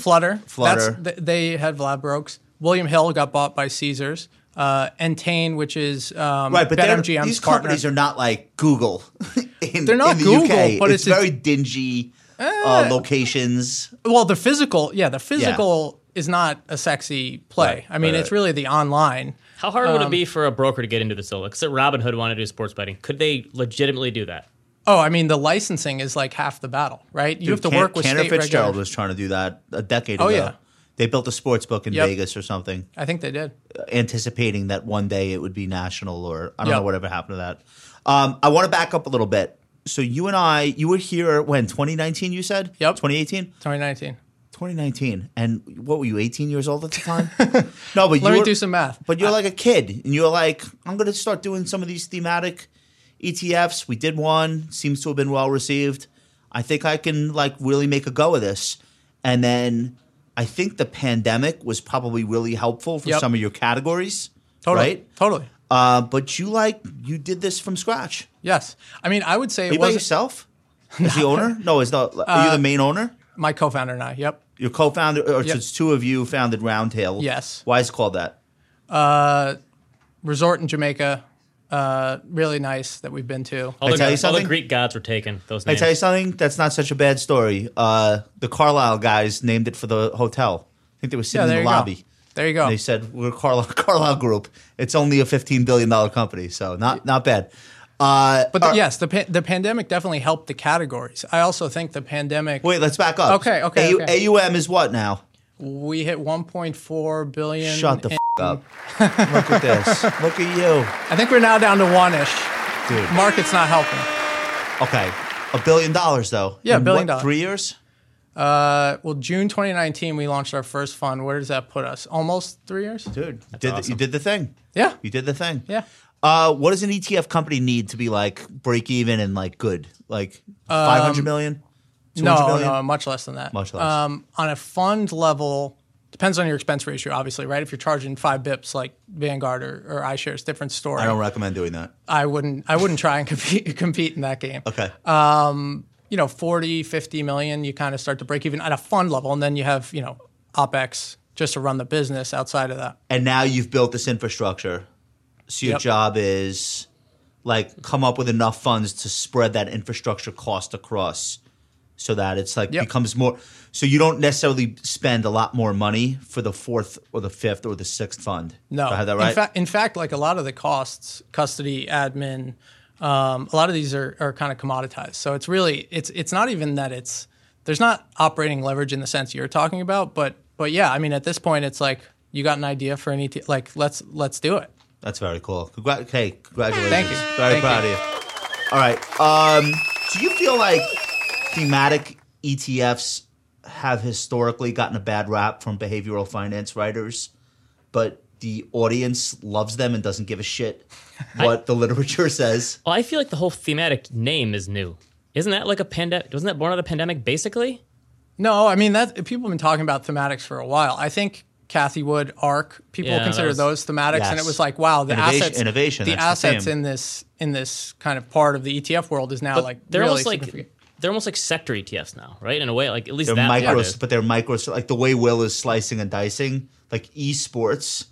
[SPEAKER 3] Flutter, Flutter,
[SPEAKER 4] Flutter.
[SPEAKER 3] That's, th- they had Ladbrokes. William Hill got bought by Caesars. Uh, Entain, which is um,
[SPEAKER 4] Right, but they're-
[SPEAKER 3] BetMGM's
[SPEAKER 4] these
[SPEAKER 3] partner.
[SPEAKER 4] companies are not like Google. In,
[SPEAKER 3] They're not
[SPEAKER 4] in the
[SPEAKER 3] Google,
[SPEAKER 4] UK.
[SPEAKER 3] but
[SPEAKER 4] it's,
[SPEAKER 3] it's a- Ah.
[SPEAKER 4] very dingy uh, locations.
[SPEAKER 3] Well, the physical, yeah, the physical is not a sexy play.
[SPEAKER 4] Right,
[SPEAKER 3] I mean,
[SPEAKER 4] right,
[SPEAKER 3] it's
[SPEAKER 4] right.
[SPEAKER 3] really the online.
[SPEAKER 1] How hard
[SPEAKER 4] um,
[SPEAKER 1] would it be for a broker to get into this? Because Robinhood wanted to do sports betting. Could they legitimately do that?
[SPEAKER 3] Oh, I mean, the licensing is like half the battle, right? You have to
[SPEAKER 4] Can-
[SPEAKER 3] work with
[SPEAKER 4] Cantor
[SPEAKER 3] state
[SPEAKER 4] Fitzgerald
[SPEAKER 3] regulators.
[SPEAKER 4] was trying to do that a decade
[SPEAKER 3] Oh,
[SPEAKER 4] ago.
[SPEAKER 3] yeah.
[SPEAKER 4] They built a sports book in
[SPEAKER 3] Yep.
[SPEAKER 4] Vegas or something,
[SPEAKER 3] I think they did.
[SPEAKER 4] anticipating that one day it would be national or I don't know
[SPEAKER 3] Yep.
[SPEAKER 4] whatever happened to that. Um, I want to back up a little bit. So you and I, you were here when 2019, you said?
[SPEAKER 3] Yep.
[SPEAKER 4] 2018?
[SPEAKER 3] 2019.
[SPEAKER 4] 2019. And what were you, 18 years old at the time? no, but you
[SPEAKER 3] Let me
[SPEAKER 4] were-
[SPEAKER 3] do some math. Uh,
[SPEAKER 4] But you're like a kid, and you're like, I'm going to start doing some of these thematic ETFs. We did one; seems to have been well received. I think I can like really make a go of this. And then I think the pandemic was probably really helpful for
[SPEAKER 3] Yep.
[SPEAKER 4] some of your categories,
[SPEAKER 3] Totally.
[SPEAKER 4] right?
[SPEAKER 3] Totally.
[SPEAKER 4] Uh, but you like you did this from scratch.
[SPEAKER 3] Yes. I mean, I would say
[SPEAKER 4] Are
[SPEAKER 3] it
[SPEAKER 4] you by
[SPEAKER 3] was
[SPEAKER 4] yourself? As the owner? No, is the are
[SPEAKER 3] Uh,
[SPEAKER 4] you the main owner?
[SPEAKER 3] my co founder and I. Yep.
[SPEAKER 4] Your co-founder, or
[SPEAKER 3] Yep.
[SPEAKER 4] it's two of you founded Roundtail.
[SPEAKER 3] Yes.
[SPEAKER 4] Why is it called that?
[SPEAKER 3] Resort in Jamaica. Uh, really nice that we've been to.
[SPEAKER 1] All, the,
[SPEAKER 4] tell you
[SPEAKER 1] all the
[SPEAKER 4] something?
[SPEAKER 1] Greek gods were taken. Those
[SPEAKER 4] I
[SPEAKER 1] names.
[SPEAKER 4] tell you something, that's not such a bad story. Uh, the Carlisle guys named it for the hotel. I think they were
[SPEAKER 3] Yeah,
[SPEAKER 4] sitting
[SPEAKER 3] there
[SPEAKER 4] in
[SPEAKER 3] you
[SPEAKER 4] the lobby.
[SPEAKER 3] go. There you go.
[SPEAKER 4] They said we're Carlisle, Carlisle Group. It's only a fifteen billion dollar company, so not not bad. Uh,
[SPEAKER 3] But the,
[SPEAKER 4] all right,
[SPEAKER 3] yes, the pa- the pandemic definitely helped the categories. I also think the pandemic.
[SPEAKER 4] wait, let's back up.
[SPEAKER 3] Okay, okay,
[SPEAKER 4] AU-
[SPEAKER 3] okay.
[SPEAKER 4] AUM is what now?
[SPEAKER 3] We hit 1.4 billion.
[SPEAKER 4] Shut the
[SPEAKER 3] in-
[SPEAKER 4] f- up. Look at this. Look at you,
[SPEAKER 3] I think we're now down to one ish.
[SPEAKER 4] dude.
[SPEAKER 3] Market's not helping.
[SPEAKER 4] Okay, a billion dollars though.
[SPEAKER 3] Yeah,
[SPEAKER 4] In
[SPEAKER 3] billion
[SPEAKER 4] what,
[SPEAKER 3] dollars.
[SPEAKER 4] Three years.
[SPEAKER 3] Uh, well, June 2019, we launched our first fund. Where does that put us? Almost three years?
[SPEAKER 4] Dude, you did the, you did the thing.
[SPEAKER 3] Yeah.
[SPEAKER 4] You did the thing.
[SPEAKER 3] Yeah.
[SPEAKER 4] Uh, what does an ETF company need to be like break even and like good? Like five hundred million?
[SPEAKER 3] Um, No,
[SPEAKER 4] 200 million?
[SPEAKER 3] no, um, much less than that.
[SPEAKER 4] Much less.
[SPEAKER 3] Um, on a fund level, depends on your expense ratio, obviously, right? If you're charging five bips like Vanguard or, or iShares, different story.
[SPEAKER 4] I don't recommend doing that.
[SPEAKER 3] I wouldn't I wouldn't try and compete compete in that game.
[SPEAKER 4] Okay.
[SPEAKER 3] you know 40 50 million you kind of start to break even at a fund level and then you have you know opex just to run the business outside of that
[SPEAKER 4] and now you've built this infrastructure. So your
[SPEAKER 3] Yep.
[SPEAKER 4] job is like come up with enough funds to spread that infrastructure cost across so that it's like
[SPEAKER 3] Yep.
[SPEAKER 4] becomes more so you don't necessarily spend a lot more money for the fourth or the fifth or the sixth fund.
[SPEAKER 3] no
[SPEAKER 4] Do I have that right?
[SPEAKER 3] in, fa- in fact like a lot of the costs custody admin um, a lot of these are, are kind of commoditized so it's really it's it's not even that it's there's not operating leverage in the sense you're talking about but but yeah i mean at this point it's like you got an idea for any t- like let's let's do it
[SPEAKER 4] That's very cool. Congra- hey, congratulations.
[SPEAKER 3] Thank you.
[SPEAKER 4] Very
[SPEAKER 3] Thank
[SPEAKER 4] proud
[SPEAKER 3] you.
[SPEAKER 4] of you. All right. Um, Do you feel like thematic ETFs have historically gotten a bad rap from behavioral finance writers, but the audience loves them and doesn't give a shit what the literature says?
[SPEAKER 1] Well, I feel like the whole thematic name is new. Isn't that like a pandemic? Wasn't that born out of the pandemic, basically?
[SPEAKER 3] No, I mean that people have been talking about thematics for a while. I think Kathy Wood, Arc, people
[SPEAKER 1] Yeah,
[SPEAKER 3] consider
[SPEAKER 1] that was-
[SPEAKER 3] those thematics, and
[SPEAKER 4] Yes.
[SPEAKER 3] it was like, wow, the
[SPEAKER 4] Innovation-
[SPEAKER 3] assets,
[SPEAKER 4] innovation,
[SPEAKER 3] the
[SPEAKER 4] that's the
[SPEAKER 3] assets
[SPEAKER 4] theme.
[SPEAKER 3] in this in this kind of part of the ETF world is now
[SPEAKER 1] But
[SPEAKER 3] like
[SPEAKER 1] they're
[SPEAKER 3] really
[SPEAKER 1] almost like
[SPEAKER 3] significant.
[SPEAKER 1] they're almost like sector ETFs now, right? In a way, like at least
[SPEAKER 4] They're
[SPEAKER 1] that part
[SPEAKER 4] micro,
[SPEAKER 1] is.
[SPEAKER 4] but they're micro. so, Like the way Will is slicing and dicing, like esports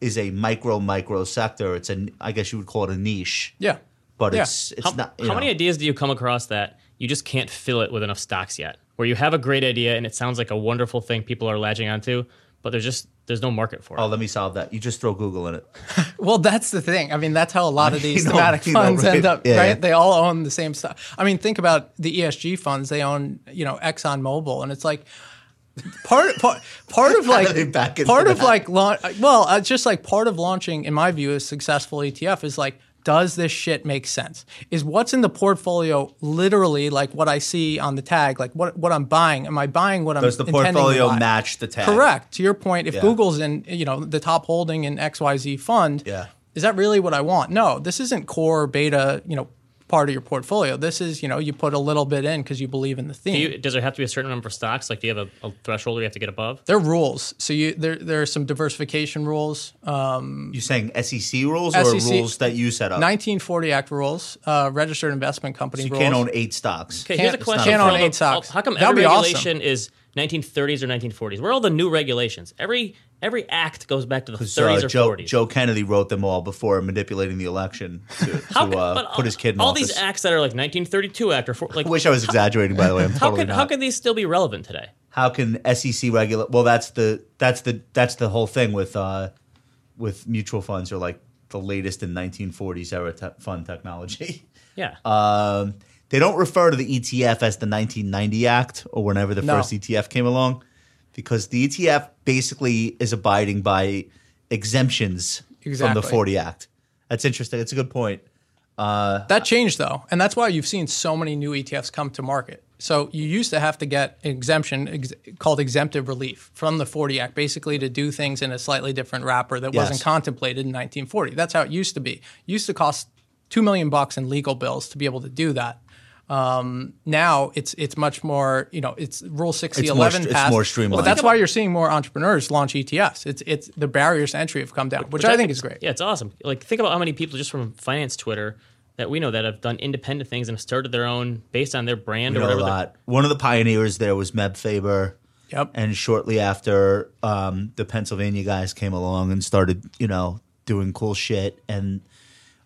[SPEAKER 4] is a micro micro sector. It's an I guess you would call it a niche.
[SPEAKER 3] yeah,
[SPEAKER 4] But
[SPEAKER 3] Yeah.
[SPEAKER 4] it's it's
[SPEAKER 1] How,
[SPEAKER 4] not. you
[SPEAKER 1] how
[SPEAKER 4] know.
[SPEAKER 1] many ideas do you come across that you just can't fill it with enough stocks yet? Where you have a great idea and it sounds like a wonderful thing people are latching onto, but there's just there's no market for it.
[SPEAKER 4] Oh, let me solve that. You just throw Google in it.
[SPEAKER 3] Well, that's the thing. I mean, that's how a lot of these
[SPEAKER 4] know,
[SPEAKER 3] thematic
[SPEAKER 4] you know,
[SPEAKER 3] funds
[SPEAKER 4] right?
[SPEAKER 3] end up,
[SPEAKER 4] Yeah,
[SPEAKER 3] right?
[SPEAKER 4] yeah.
[SPEAKER 3] They all own the same stuff. I mean, think about the ESG funds. They own, you know, ExxonMobil, and it's like part part, part of like
[SPEAKER 4] they back into
[SPEAKER 3] part of
[SPEAKER 4] that?
[SPEAKER 3] like launch. Well, it's just like part of launching, in my view, a successful ETF is like. Does this shit make sense? Is what's in the portfolio literally like what I see on the tag? Like what, what I'm buying? Am I buying what I'm
[SPEAKER 4] Does the
[SPEAKER 3] intending to
[SPEAKER 4] portfolio
[SPEAKER 3] buy?
[SPEAKER 4] match the tag?
[SPEAKER 3] Correct. To your point, if
[SPEAKER 4] Yeah.
[SPEAKER 3] Google's in, you know, the top holding in XYZ fund,
[SPEAKER 4] Yeah.
[SPEAKER 3] is that really what I want? No, this isn't core beta, you know, part of your portfolio. This is, you know, you put a little bit in because you believe in the theme.
[SPEAKER 1] Do you, does there have to be a certain number of stocks? Like, do you have a, a threshold you have to get above?
[SPEAKER 3] there are rules. So you there there are some diversification rules.
[SPEAKER 4] Oh. You saying SEC rules
[SPEAKER 1] E
[SPEAKER 4] or
[SPEAKER 3] SEC
[SPEAKER 4] rules that you set up?
[SPEAKER 3] 1940 Act rules, uh, registered investment company
[SPEAKER 4] you
[SPEAKER 3] rules.
[SPEAKER 4] can't own eight stocks.
[SPEAKER 1] Okay, here's a
[SPEAKER 3] Can't-
[SPEAKER 1] question.
[SPEAKER 3] can't
[SPEAKER 1] for
[SPEAKER 3] own
[SPEAKER 1] all the-
[SPEAKER 3] eight stocks.
[SPEAKER 1] How come
[SPEAKER 3] That'd
[SPEAKER 1] every
[SPEAKER 3] be awesome.
[SPEAKER 1] regulation is 1930s or 1940s? Where are all the new regulations? Every every act goes back to the 30s
[SPEAKER 4] So, uh,
[SPEAKER 1] or
[SPEAKER 4] Joe,
[SPEAKER 1] 40s.
[SPEAKER 4] Joe Kennedy wrote them all before manipulating the election to, to
[SPEAKER 1] How c- but
[SPEAKER 4] uh,
[SPEAKER 1] all-
[SPEAKER 4] put his kid in
[SPEAKER 1] all
[SPEAKER 4] office.
[SPEAKER 1] these acts that are like 1932 act or four, like
[SPEAKER 4] I wish I was exaggerating, by the way. I'm
[SPEAKER 1] how
[SPEAKER 4] totally
[SPEAKER 1] could
[SPEAKER 4] not.
[SPEAKER 1] how could these still be relevant today?
[SPEAKER 4] how can SEC regulate? Well, that's the that's the that's the whole thing with uh, with mutual funds are like the latest in 1940s era te- fund technology.
[SPEAKER 1] Yeah,
[SPEAKER 4] Um, they don't refer to the ETF as the 1990 Act or whenever the
[SPEAKER 3] No.
[SPEAKER 4] first ETF came along, because the ETF basically is abiding by exemptions from
[SPEAKER 3] Exactly.
[SPEAKER 4] the 40 Act. That's interesting. It's a good point.
[SPEAKER 3] That changed though, and that's why you've seen so many new ETFs come to market. So you used to have to get an exemption ex- called exemptive relief from the 40 Act, basically to do things in a slightly different wrapper that wasn't
[SPEAKER 4] Yes.
[SPEAKER 3] contemplated in 1940. That's how it used to be. It used to cost two million bucks in legal bills to be able to do that. Um, now it's it's much more you know it's Rule 6011
[SPEAKER 4] It's more str- it's
[SPEAKER 3] passed,
[SPEAKER 4] more
[SPEAKER 3] But
[SPEAKER 4] streamlined.
[SPEAKER 3] that's why you're seeing more entrepreneurs launch ETFs. It's it's the barriers to entry have come down, which, I think is great.
[SPEAKER 1] Yeah, it's awesome. Like think about how many people just from finance Twitter that we know that have done independent things and have started their own based on their brand
[SPEAKER 4] You
[SPEAKER 1] or
[SPEAKER 4] know, a
[SPEAKER 1] whatever. the-
[SPEAKER 4] lot. One of the pioneers there was Meb Faber.
[SPEAKER 3] Yep.
[SPEAKER 4] And shortly after, um, the Pennsylvania guys came along and started, you know, doing cool shit. And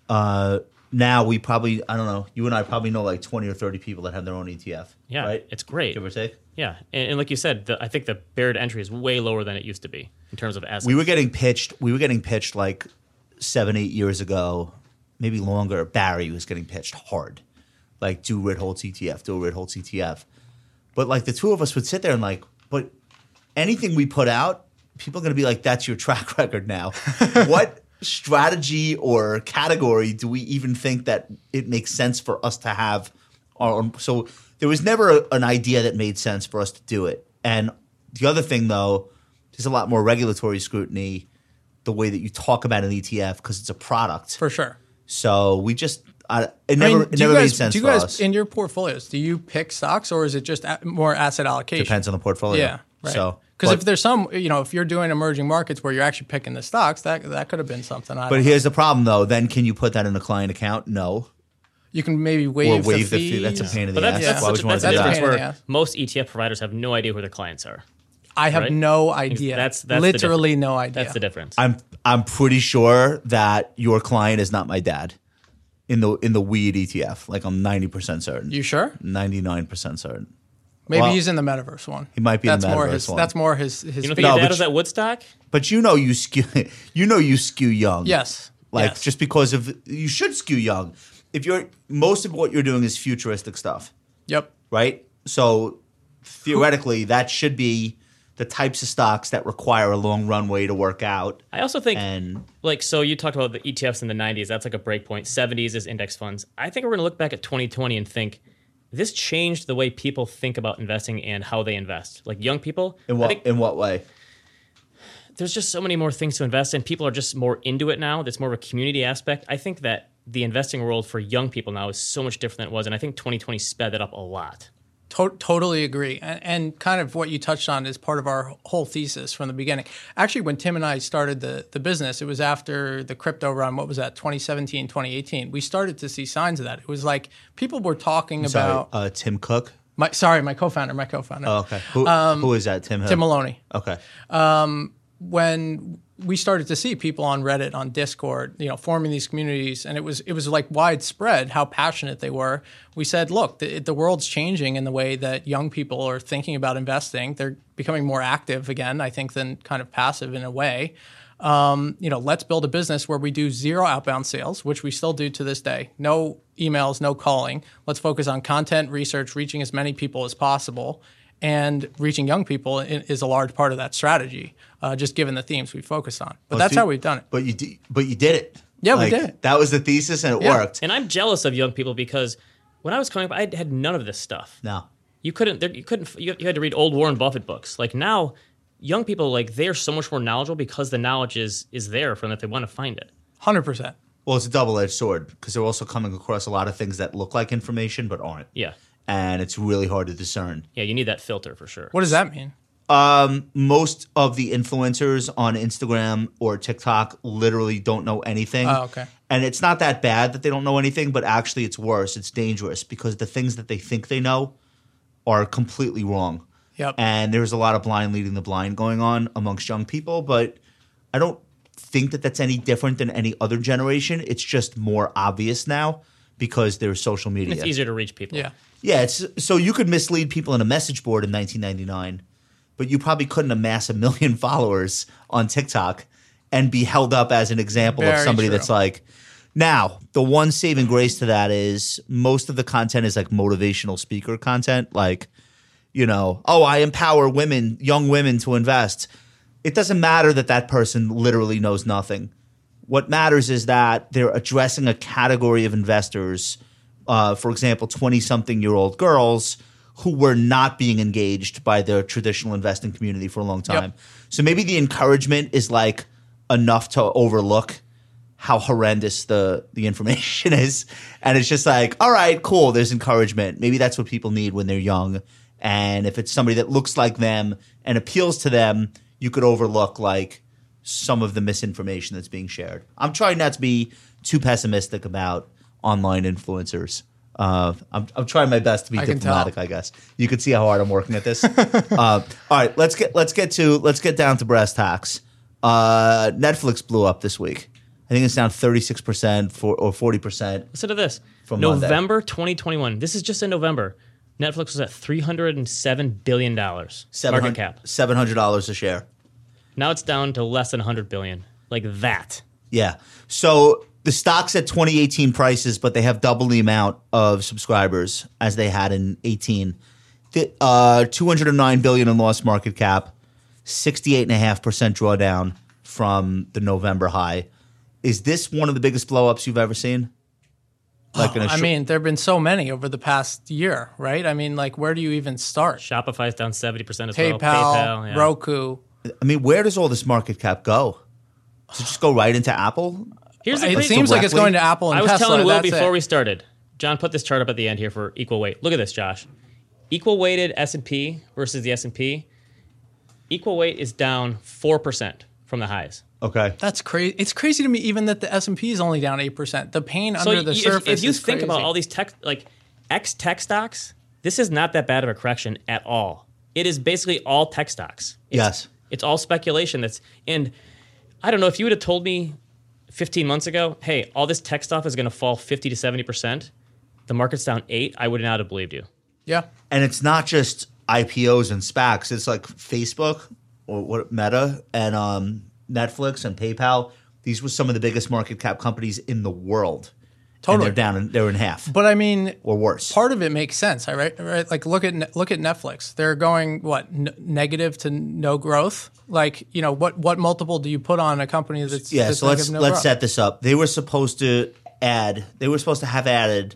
[SPEAKER 4] uh, now we probably, I don't know, you and I probably know like 20 or 30 people that have their own ETF.
[SPEAKER 1] yeah,
[SPEAKER 4] Right?
[SPEAKER 1] it's great.
[SPEAKER 4] Give or take.
[SPEAKER 1] Yeah, and, and like you said, the, I think the barrier to entry is way lower than it used to be in terms of assets.
[SPEAKER 4] we were getting pitched we were getting pitched like seven eight years ago maybe longer barry was getting pitched hard like do ritholtz etf do a ritholtz etf but like the two of us would sit there and like but anything we put out people are going to be like that's your track record now what strategy or category do we even think that it makes sense for us to have our own so there was never a- an idea that made sense for us to do it and the other thing though there's a lot more regulatory scrutiny the way that you talk about an E ETF because it's a product.
[SPEAKER 3] for sure.
[SPEAKER 4] so we just I, it
[SPEAKER 3] I
[SPEAKER 4] never
[SPEAKER 3] mean,
[SPEAKER 4] it never
[SPEAKER 3] you
[SPEAKER 4] made
[SPEAKER 3] guys,
[SPEAKER 4] sense
[SPEAKER 3] do you
[SPEAKER 4] for
[SPEAKER 3] guys
[SPEAKER 4] us.
[SPEAKER 3] in your portfolios? Do you pick stocks or is it just a- more asset allocation?
[SPEAKER 4] Depends on the portfolio.
[SPEAKER 3] Yeah, right.
[SPEAKER 4] So
[SPEAKER 3] because
[SPEAKER 4] but-
[SPEAKER 3] if there's some, you know, if you're doing emerging markets where you're actually picking the stocks, that that could have been something. I
[SPEAKER 4] but
[SPEAKER 3] don't
[SPEAKER 4] here's the problem though. Then can you put that in a client account? No.
[SPEAKER 3] know. you can maybe
[SPEAKER 4] Or
[SPEAKER 3] waive,
[SPEAKER 4] waive
[SPEAKER 3] the,
[SPEAKER 4] the fee. That's a
[SPEAKER 3] fees.
[SPEAKER 4] pain in the
[SPEAKER 1] but that's, that's,
[SPEAKER 4] ass. Why would
[SPEAKER 1] such,
[SPEAKER 4] you want
[SPEAKER 1] that's
[SPEAKER 4] to
[SPEAKER 1] the
[SPEAKER 4] do
[SPEAKER 3] a
[SPEAKER 4] that?
[SPEAKER 1] difference
[SPEAKER 3] pain in the
[SPEAKER 1] where
[SPEAKER 3] ass.
[SPEAKER 1] most ETF providers have no idea who their clients are.
[SPEAKER 3] I have
[SPEAKER 1] right?
[SPEAKER 3] no idea.
[SPEAKER 1] That's- that's the
[SPEAKER 3] literally
[SPEAKER 1] difference.
[SPEAKER 3] no idea.
[SPEAKER 1] That's the difference.
[SPEAKER 4] I'm I'm pretty sure that your client is not my dad in the in the weed ETF. Like I'm ninety percent certain.
[SPEAKER 3] You sure?
[SPEAKER 4] Ninety nine percent certain.
[SPEAKER 3] Maybe
[SPEAKER 4] Well,
[SPEAKER 3] he's in the metaverse one. He
[SPEAKER 4] might be in
[SPEAKER 3] that's
[SPEAKER 4] the
[SPEAKER 3] more
[SPEAKER 4] metaverse
[SPEAKER 3] his,
[SPEAKER 4] one.
[SPEAKER 3] That's more his his.
[SPEAKER 1] You don't
[SPEAKER 3] fee.
[SPEAKER 1] think
[SPEAKER 4] No,
[SPEAKER 1] your
[SPEAKER 4] but
[SPEAKER 1] dad was
[SPEAKER 4] you-
[SPEAKER 1] at Woodstock?
[SPEAKER 4] But you know you skew you know you skew young.
[SPEAKER 3] Yes.
[SPEAKER 4] Like
[SPEAKER 3] Yes.
[SPEAKER 4] just because of you should skew young. If you're most of what you're doing is futuristic stuff,
[SPEAKER 3] Yep.
[SPEAKER 4] right? So theoretically that should be the types of stocks that require a long runway to work out
[SPEAKER 1] I also think
[SPEAKER 4] and
[SPEAKER 1] like so you talked about the E ETFs in the 90s, that's like a break point. 70s is index funds. I think we're going to look back at 2020 and think this changed the way people think about investing and how they invest. Like young people,
[SPEAKER 4] In
[SPEAKER 1] I
[SPEAKER 4] what
[SPEAKER 1] think
[SPEAKER 4] in what way?
[SPEAKER 1] there's just so many more things to invest in. People are just more into it now. That's more of a community aspect. I think that the investing world for young people now is so much different than it was, and I think 2020 sped that up a lot.
[SPEAKER 3] To- totally agree. And, and kind of what you touched on is part of our whole thesis from the beginning. Actually, when Tim and I started the, the business, it was after the crypto run. What was that, 2017, 2018? We started to see signs of that. It was like people were talking
[SPEAKER 4] Sorry,
[SPEAKER 3] about,
[SPEAKER 4] uh, Tim Cook.
[SPEAKER 3] my, sorry, my co founder, my co founder,
[SPEAKER 4] Oh, okay, who, who is that? Tim. Who?
[SPEAKER 3] Um, Tim Maloney.
[SPEAKER 4] Okay,
[SPEAKER 3] when we started to see people on Reddit, on Discord, you know, forming these communities, and it was it was like widespread how passionate they were. We said, look, the, the world's changing in the way that young people are thinking about investing. They're becoming more active again, I think, than kind of passive in a way. Um, you know, let's build a business where we do zero outbound sales, which we still do to this day. No emails, no calling. Let's focus on content, research, reaching as many people as possible, and reaching young people i- is a large part of that strategy. Uh, just given the themes we focus on, but that's
[SPEAKER 4] So you-
[SPEAKER 3] how we've done it.
[SPEAKER 4] But you did, but you did it.
[SPEAKER 3] Yeah, we did it.
[SPEAKER 4] That was the thesis, and it
[SPEAKER 3] Yeah.
[SPEAKER 4] worked.
[SPEAKER 1] And I'm jealous of young people because when I was coming up, I had none of this stuff.
[SPEAKER 4] No,
[SPEAKER 1] you couldn't there, you couldn't you, you had to read old warren buffett books like now young people like they're so much more knowledgeable because the knowledge is is there for them if they want to find it
[SPEAKER 3] Hundred percent.
[SPEAKER 4] well, it's a double-edged sword because they're also coming across a lot of things that look like information but aren't.
[SPEAKER 1] yeah
[SPEAKER 4] and it's really hard to discern.
[SPEAKER 1] yeah you need that filter for sure
[SPEAKER 3] What does that mean?
[SPEAKER 4] Um, most of the influencers on Instagram or TikTok literally don't know anything.
[SPEAKER 3] Oh, okay.
[SPEAKER 4] And it's not that bad that they don't know anything, but actually it's worse. It's dangerous because the things that they think they know are completely wrong.
[SPEAKER 3] Yep.
[SPEAKER 4] And there's a lot of blind leading the blind going on amongst young people, but I don't think that that's any different than any other generation. It's just more obvious now because there's social media.
[SPEAKER 1] it's easier to reach people
[SPEAKER 3] Yeah.
[SPEAKER 4] Yeah, it's so you could mislead people in a message board in 1999, but you probably couldn't amass a million followers on TikTok and be held up as an example of
[SPEAKER 3] Very
[SPEAKER 4] somebody
[SPEAKER 3] true.
[SPEAKER 4] that's like. Now, the one saving grace to that is most of the content is like motivational speaker content, like you know, oh, I empower women, young women to invest. It doesn't matter that that person literally knows nothing. What matters is that they're addressing a category of investors, uh, for example, 20 something year old girls who were not being engaged by the traditional investing community for a long time. So maybe the encouragement is like enough to overlook how horrendous the the information is and it's just like all right cool there's encouragement maybe that's what people need when they're young and if it's somebody that looks like them and appeals to them you could overlook like some of the misinformation that's being shared i'm trying not to be too pessimistic about online influencers uh, I'm, I'm trying my best to be
[SPEAKER 3] I can tell.
[SPEAKER 4] diplomatic, I guess. You can see how hard I'm working at this. uh, all right, let's get let's get to let's get down to brass tacks. Uh, Netflix blew up this week. I think it's down 36 percent for or 40 percent.
[SPEAKER 1] listen to this
[SPEAKER 4] From Monday.
[SPEAKER 1] november 2021 this is just in november netflix was at 307 billion dollars market cap
[SPEAKER 4] seven hundred dollars a share.
[SPEAKER 1] now it's down to less than 100 billion like that
[SPEAKER 4] Yeah. So the stock's at 2018 prices, but they have double the amount of subscribers as they had in 18. Th- uh, 209 billion in lost market cap, 68.5% drawdown from the November high. Is this one of the biggest blowups you've ever seen? Like in a
[SPEAKER 3] Uh, I
[SPEAKER 4] short-
[SPEAKER 3] mean, there have been so many over the past year, right? I mean, like, where do you even start?
[SPEAKER 1] shopify's down 70% as well
[SPEAKER 3] PayPal,
[SPEAKER 1] PayPal yeah.
[SPEAKER 3] Roku.
[SPEAKER 4] I mean, where does all this market cap go? Does it just go right into Apple?
[SPEAKER 1] here's a
[SPEAKER 3] It
[SPEAKER 1] great
[SPEAKER 3] seems like it's
[SPEAKER 4] directly-
[SPEAKER 3] going to Apple and
[SPEAKER 1] I was
[SPEAKER 3] Tesla.
[SPEAKER 1] telling Will
[SPEAKER 3] that's
[SPEAKER 1] before
[SPEAKER 3] it.
[SPEAKER 1] we started. John put this chart up at the end here for equal weight. Look at this, Josh. Equal weighted S and P versus the S and P. Equal weight is down four percent from the highs.
[SPEAKER 4] Okay.
[SPEAKER 3] That's crazy. It's crazy to me even that the S and P is only down eight percent. The pain
[SPEAKER 1] So
[SPEAKER 3] under
[SPEAKER 1] y-
[SPEAKER 3] the
[SPEAKER 1] if,
[SPEAKER 3] surface.
[SPEAKER 1] if you
[SPEAKER 3] is
[SPEAKER 1] think about
[SPEAKER 3] crazy.
[SPEAKER 1] all these tech, like X tech stocks, this is not that bad of a correction at all. It is basically all tech stocks. It's,
[SPEAKER 4] Yes.
[SPEAKER 1] it's all speculation. That's and I don't know if you would have told me 15 months ago, hey, all this tech stuff is going to fall 50 to 70 percent. The market's down eight. I would not have believed you.
[SPEAKER 3] yeah,
[SPEAKER 4] and it's not just IPOs and SPACs. It's like Facebook or what Meta and um, Netflix and PayPal. These were some of the biggest market cap companies in the world.
[SPEAKER 3] Totally.
[SPEAKER 4] and they're down. In, they're in half
[SPEAKER 3] but I mean,
[SPEAKER 4] or worse.
[SPEAKER 3] part of it makes sense. I right, right. Like look at Ne- look at Netflix. They're going what n- negative to no growth. Like you know what what multiple do you put on a company that's
[SPEAKER 4] yeah.
[SPEAKER 3] That's
[SPEAKER 4] So let's
[SPEAKER 3] negative, no
[SPEAKER 4] let's
[SPEAKER 3] growth?
[SPEAKER 4] set this up. They were supposed to add. They were supposed to have added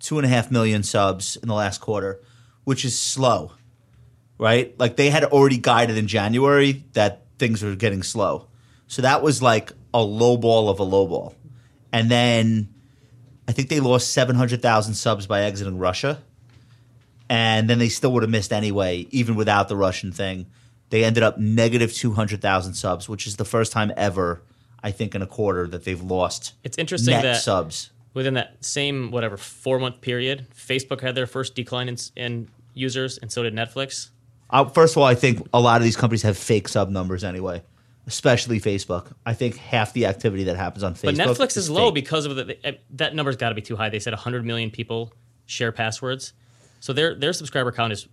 [SPEAKER 4] two and a half million subs in the last quarter, which is slow, right? Like they had already guided in January that things were getting slow. So that was like a low ball of a low ball. And then I think they lost 700,000 subs by exiting Russia. And then they still would have missed anyway, even without the Russian thing. They ended up negative 200,000 subs, which is the first time ever, I think, in a quarter that they've lost
[SPEAKER 1] It's interesting
[SPEAKER 4] net
[SPEAKER 1] that
[SPEAKER 4] subs.
[SPEAKER 1] within that same whatever four month period, Facebook had their first decline in, s- in users, and so did Netflix.
[SPEAKER 4] Uh, first of all, I think a lot of these companies have fake sub numbers anyway, especially Facebook. I think half the activity that happens on
[SPEAKER 1] But
[SPEAKER 4] Facebook.
[SPEAKER 1] Netflix is low
[SPEAKER 4] fake.
[SPEAKER 1] because of the eh, that number's got to be too high. They said 100 million people share passwords, so their their subscriber count is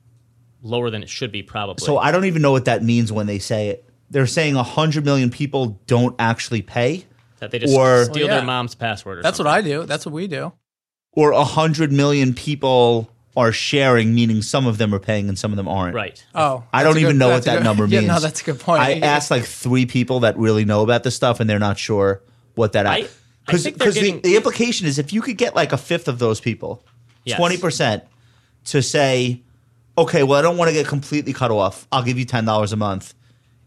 [SPEAKER 1] lower than it should be probably.
[SPEAKER 4] So I don't even know what that means when they say it. They're saying 100 million people don't actually pay,
[SPEAKER 1] that they just
[SPEAKER 4] or-
[SPEAKER 1] steal
[SPEAKER 3] Well, Oh, yeah.
[SPEAKER 1] their mom's password. Or
[SPEAKER 3] That's
[SPEAKER 1] something.
[SPEAKER 3] what I do. That's what we do.
[SPEAKER 4] or 100 million people are sharing, meaning some of them are paying and some of them aren't.
[SPEAKER 1] right.
[SPEAKER 3] Oh,
[SPEAKER 4] I
[SPEAKER 3] that's
[SPEAKER 4] don't
[SPEAKER 3] a
[SPEAKER 4] even
[SPEAKER 3] good-
[SPEAKER 4] know what
[SPEAKER 3] that's a
[SPEAKER 4] that
[SPEAKER 3] good-
[SPEAKER 4] number
[SPEAKER 3] yeah,
[SPEAKER 4] means.
[SPEAKER 3] No, that's a good point.
[SPEAKER 4] I asked like three people that really know about this stuff, and they're not sure what that.
[SPEAKER 1] I- I
[SPEAKER 4] because
[SPEAKER 1] think they're
[SPEAKER 4] the,
[SPEAKER 1] getting-
[SPEAKER 4] the implication is if you could get like a fifth of those people,
[SPEAKER 1] Yes.
[SPEAKER 4] twenty percent, to say, okay, well, I don't want to get completely cut off. I'll give you ten dollars a month.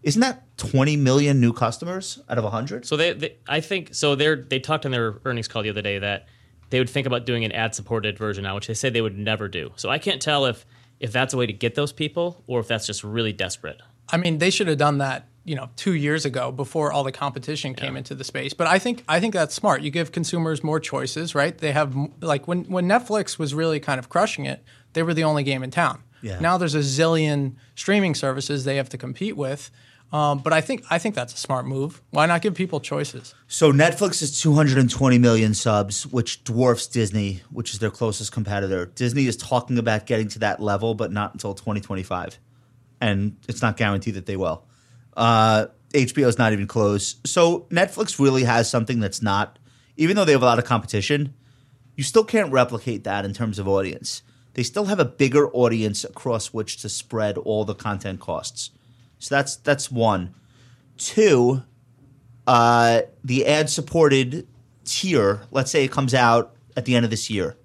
[SPEAKER 4] Isn't that twenty million new customers out of hundred?
[SPEAKER 1] So they, they I think so they're they talked on their earnings call the other day that they would think about doing an ad supported version now, which they said they would never do. So I can't tell if if that's a way to get those people or if that's just really desperate.
[SPEAKER 3] I mean, they should have done that, you know, two years ago before all the competition came into the space. But I think I think that's smart. You give consumers more choices, right? They have m- like when when Netflix was really kind of crushing it, they were the only game in town.
[SPEAKER 4] Yeah.
[SPEAKER 3] Now there's a zillion streaming services they have to compete with. Um, but I think I think that's a smart move. Why not give people choices?
[SPEAKER 4] So Netflix is 220 million subs, which dwarfs Disney, which is their closest competitor. Disney is talking about getting to that level, but not until 2025, and it's not guaranteed that they will. Uh, HBO is not even close. So Netflix really has something that's not, even though they have a lot of competition, you still can't replicate that in terms of audience. They still have a bigger audience across which to spread all the content costs. So that's that's one. Two, uh, the ad supported tier, let's say it comes out at the end of this year,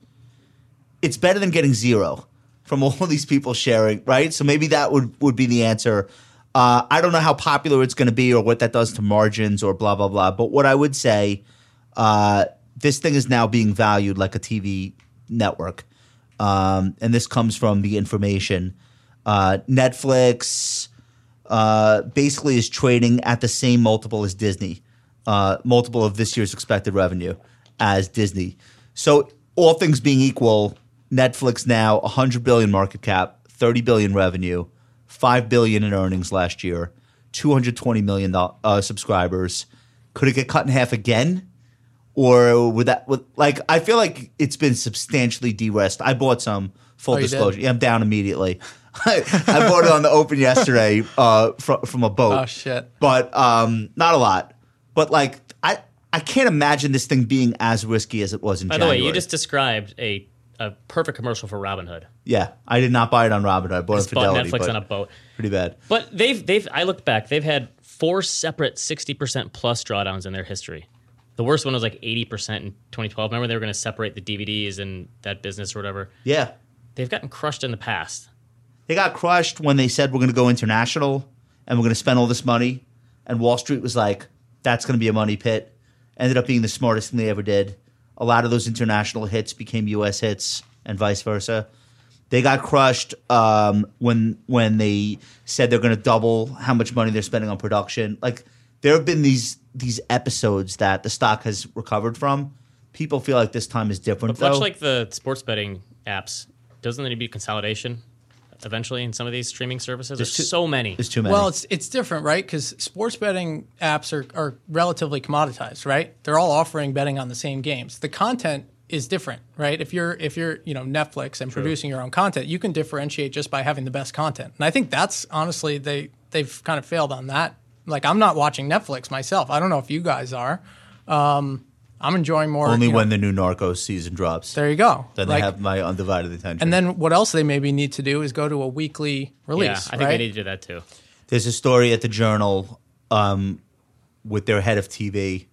[SPEAKER 4] it's better than getting zero from all of these people sharing, right? So maybe that would, would be the answer. Uh, I don't know how popular it's going to be or what that does to margins or blah, blah, blah. But what I would say, uh, this thing is now being valued like a TV network. Um, and this comes from the information. Uh, Netflix, uh, basically is trading at the same multiple as Disney, uh, multiple of this year's expected revenue as Disney. So all things being equal, Netflix now 100 billion market cap, 30 billion revenue, 5 billion in earnings last year, 220 million doll- uh, subscribers. Could it get cut in half again? Or would that would, like I feel like it's been substantially de-risked. I bought some full
[SPEAKER 3] Oh, you did?
[SPEAKER 4] disclosure. Yeah, I'm down immediately. I, I bought it on the open yesterday uh, from from a boat.
[SPEAKER 3] Oh, shit.
[SPEAKER 4] But um, not a lot. But like I I can't imagine this thing being as risky as it was in
[SPEAKER 1] By
[SPEAKER 4] January.
[SPEAKER 1] the way, you just described a a perfect commercial for Robinhood.
[SPEAKER 4] yeah. I did not buy it on Robinhood. I bought it on
[SPEAKER 1] Just bought
[SPEAKER 4] Fidelity.
[SPEAKER 1] Netflix
[SPEAKER 4] but
[SPEAKER 1] on a boat.
[SPEAKER 4] pretty bad.
[SPEAKER 1] But they've they've I looked back, they've had four separate 60% plus drawdowns in their history. The worst one was like 80% in 2012. Remember they were going to separate the DVDs and that business or whatever.
[SPEAKER 4] Yeah,
[SPEAKER 1] They've gotten crushed in the past.
[SPEAKER 4] they got crushed when they said we're going to go international and we're going to spend all this money. And Wall Street was like, that's going to be a money pit. Ended up being the smartest thing they ever did. A lot of those international hits became U.S. hits and vice versa. They got crushed um, when when they said they're going to double how much money they're spending on production. Like there have been these these episodes that the stock has recovered from. People feel like this time is different.
[SPEAKER 1] Much
[SPEAKER 4] though.
[SPEAKER 1] like the sports betting apps, doesn't there need to be consolidation eventually in some of these streaming services? There's,
[SPEAKER 4] too-
[SPEAKER 1] so many.
[SPEAKER 4] there's too many.
[SPEAKER 3] Well, it's it's different, right? Because sports betting apps are, are relatively commoditized, right? They're all offering betting on the same games. The content is different, right? If you're if you're you know Netflix and producing your own content, you can differentiate just by having the best content. And I think that's honestly they they've kind of failed on that. Like I'm not watching Netflix myself. I don't know if you guys are. Um, I'm enjoying more.
[SPEAKER 4] only
[SPEAKER 3] you know-
[SPEAKER 4] when the new Narcos season drops.
[SPEAKER 3] there you go.
[SPEAKER 4] then
[SPEAKER 3] Like,
[SPEAKER 4] they have my undivided attention.
[SPEAKER 3] And then what else they maybe need to do is go to a weekly release.
[SPEAKER 1] yeah, I think
[SPEAKER 3] right?
[SPEAKER 1] they need to do that too.
[SPEAKER 4] there's a story at the Journal um, with their head of TV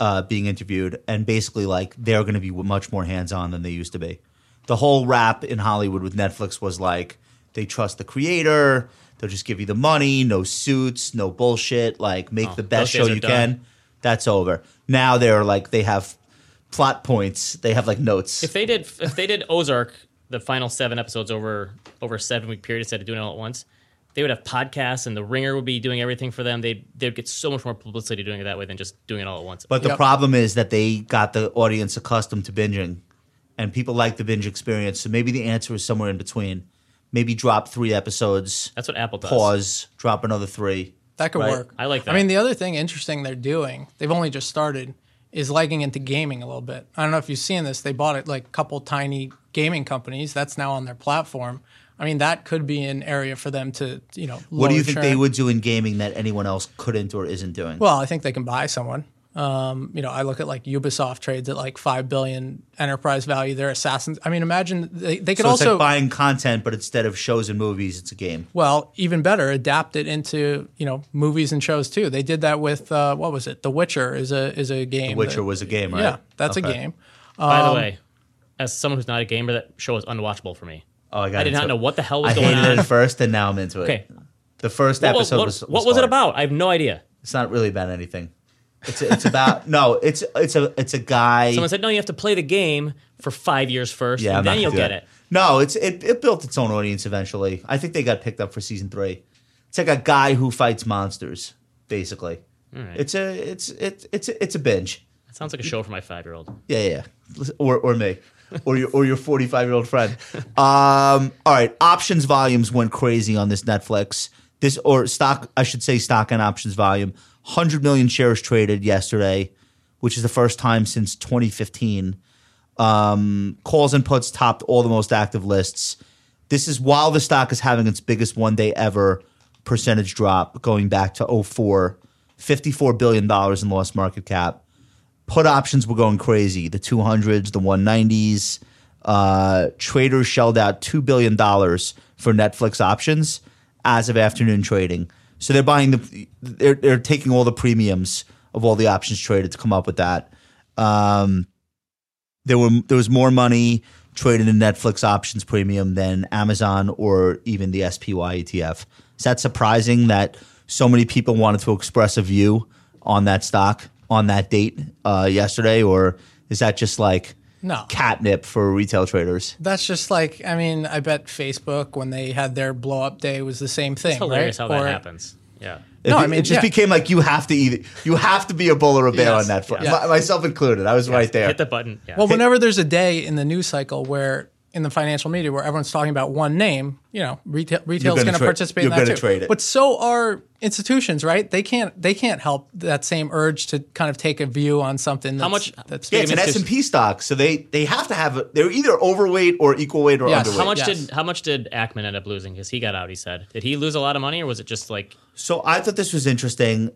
[SPEAKER 4] uh, being interviewed, and basically like they're going to be much more hands on than they used to be. The whole rap in Hollywood with Netflix was like they trust the creator. They'll just give you the money, no suits, no bullshit. Like make the best
[SPEAKER 1] Oh, those days
[SPEAKER 4] show
[SPEAKER 1] are
[SPEAKER 4] you
[SPEAKER 1] done.
[SPEAKER 4] can. That's over. Now they're like they have plot points. They have like notes.
[SPEAKER 1] If they did, if they did Ozark, the final seven episodes over over a seven week period instead of doing it all at once, they would have podcasts, and The Ringer would be doing everything for them. They they'd get so much more publicity doing it that way than just doing it all at once.
[SPEAKER 4] But the
[SPEAKER 3] Yep.
[SPEAKER 4] problem is that they got the audience accustomed to binging, and people like the binge experience. So maybe the answer is somewhere in between. Maybe drop three episodes,
[SPEAKER 1] that's what Apple does.
[SPEAKER 4] pause, drop another three.
[SPEAKER 3] That could
[SPEAKER 4] Right.
[SPEAKER 3] work.
[SPEAKER 1] I like
[SPEAKER 3] I mean,
[SPEAKER 1] that.
[SPEAKER 3] the other thing interesting they're doing, they've only just started, is legging into gaming a little bit. I don't know if you've seen this. They bought it like a couple tiny gaming companies. That's now on their platform. I mean, that could be an area for them to, you know,
[SPEAKER 4] What
[SPEAKER 3] lower
[SPEAKER 4] do you think they
[SPEAKER 3] churn.
[SPEAKER 4] would do in gaming that anyone else couldn't or isn't doing?
[SPEAKER 3] Well, I think they can buy someone. Um, you know, I look at like Ubisoft trades at like five billion enterprise value. They're assassins. I mean, imagine they, they could
[SPEAKER 4] so it's
[SPEAKER 3] also
[SPEAKER 4] like buying content, but instead of shows and movies, it's a game.
[SPEAKER 3] well, even better, adapt it into you know movies and shows too. They did that with uh, what was it? The Witcher is a is a game.
[SPEAKER 4] Witcher
[SPEAKER 3] that-
[SPEAKER 4] was a game, right?
[SPEAKER 3] yeah, that's a
[SPEAKER 4] Okay.
[SPEAKER 3] game.
[SPEAKER 1] By
[SPEAKER 3] Um,
[SPEAKER 1] the way, as someone who's not a gamer, that show is unwatchable for me.
[SPEAKER 4] Oh, I, got
[SPEAKER 1] I did not
[SPEAKER 4] into
[SPEAKER 1] know
[SPEAKER 4] it.
[SPEAKER 1] what the hell was
[SPEAKER 4] I
[SPEAKER 1] going
[SPEAKER 4] hated
[SPEAKER 1] on.
[SPEAKER 4] it at first, and now I'm into it.
[SPEAKER 1] Okay.
[SPEAKER 4] The first
[SPEAKER 1] What-
[SPEAKER 4] episode
[SPEAKER 1] what,
[SPEAKER 4] was.
[SPEAKER 1] what was it
[SPEAKER 4] hard.
[SPEAKER 1] about? I have no idea.
[SPEAKER 4] It's not really about anything. It's it's about no. It's it's a it's a guy.
[SPEAKER 1] Someone said, "No, you have to play the game for five years first,
[SPEAKER 4] Yeah, I'm
[SPEAKER 1] and
[SPEAKER 4] not
[SPEAKER 1] then
[SPEAKER 4] gonna
[SPEAKER 1] you'll
[SPEAKER 4] do
[SPEAKER 1] get
[SPEAKER 4] that.
[SPEAKER 1] it."
[SPEAKER 4] No, it's it, it built its own audience eventually. I think they got picked up for season three. It's like a guy who fights monsters, basically.
[SPEAKER 1] right.
[SPEAKER 4] It's a it's it, it's a, it's a binge.
[SPEAKER 1] That sounds like a show for my five-year-old.
[SPEAKER 4] Yeah, yeah, yeah. Listen- Or or me, or your or your forty five year old friend. Um, all right, options volumes went crazy on this Netflix. This or stock, I should say, stock and options volume. Hundred million shares traded yesterday, which is the first time since twenty fifteen. Um, calls and puts topped all the most active lists. This is while the stock is having its biggest one day ever percentage drop going back to 04, $54 billion in lost market cap. Put options were going crazy the 200s, the 190s. Uh, traders shelled out $2 billion for Netflix options as of afternoon trading. So they're buying the, they're, they're taking all the premiums of all the options traded to come up with that. Um, there were there was more money traded in Netflix options premium than Amazon or even the SPY ETF. E Is that surprising that so many people wanted to express a view on that stock on that date uh, yesterday, or is that just like
[SPEAKER 3] No.
[SPEAKER 4] catnip for retail traders?
[SPEAKER 3] That's just like I mean, I bet Facebook when they had their blow up day was the same thing.
[SPEAKER 1] It's hilarious
[SPEAKER 3] right?
[SPEAKER 1] how
[SPEAKER 3] Or-
[SPEAKER 1] that happens. Yeah,
[SPEAKER 4] It,
[SPEAKER 3] No,
[SPEAKER 4] be-
[SPEAKER 3] I mean,
[SPEAKER 4] it just
[SPEAKER 3] yeah.
[SPEAKER 4] became like you have to either you have to be a bull or a bear
[SPEAKER 3] Yes,
[SPEAKER 4] on Netflix,
[SPEAKER 3] yeah.
[SPEAKER 4] My- myself included. I was right there.
[SPEAKER 1] hit the button. Yeah.
[SPEAKER 3] Well, whenever there's a day in the news cycle where in the financial media where everyone's talking about one name, you know, retail retail's
[SPEAKER 4] gonna
[SPEAKER 3] going to
[SPEAKER 4] trade-
[SPEAKER 3] participate in
[SPEAKER 4] you're
[SPEAKER 3] that
[SPEAKER 4] gonna
[SPEAKER 3] too.
[SPEAKER 4] trade it.
[SPEAKER 3] But so are institutions, right? They can't they can't help that same urge to kind of take a view on something. That's,
[SPEAKER 1] much-
[SPEAKER 3] That's
[SPEAKER 4] yeah, it's an S and P stock, so they they have to have a, they're either overweight or equal weight or
[SPEAKER 3] Yes.
[SPEAKER 4] underweight.
[SPEAKER 1] how much
[SPEAKER 3] yes.
[SPEAKER 1] did how much did Ackman end up losing? Because he got out. He said, did he lose a lot of money, or was it just like
[SPEAKER 4] So I thought this was interesting.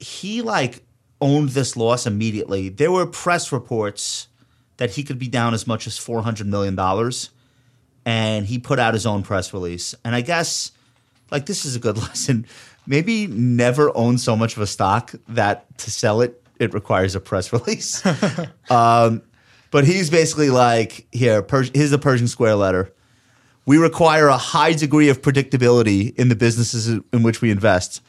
[SPEAKER 4] He like owned this loss immediately. There were press reports that he could be down as much as four hundred million dollars, and he put out his own press release. And I guess like this is a good lesson. Maybe never own so much of a stock that to sell it it requires a press release. um, but he's basically like, here, Pers- here's the Persian Square letter. We require a high degree of predictability in the businesses in which we invest.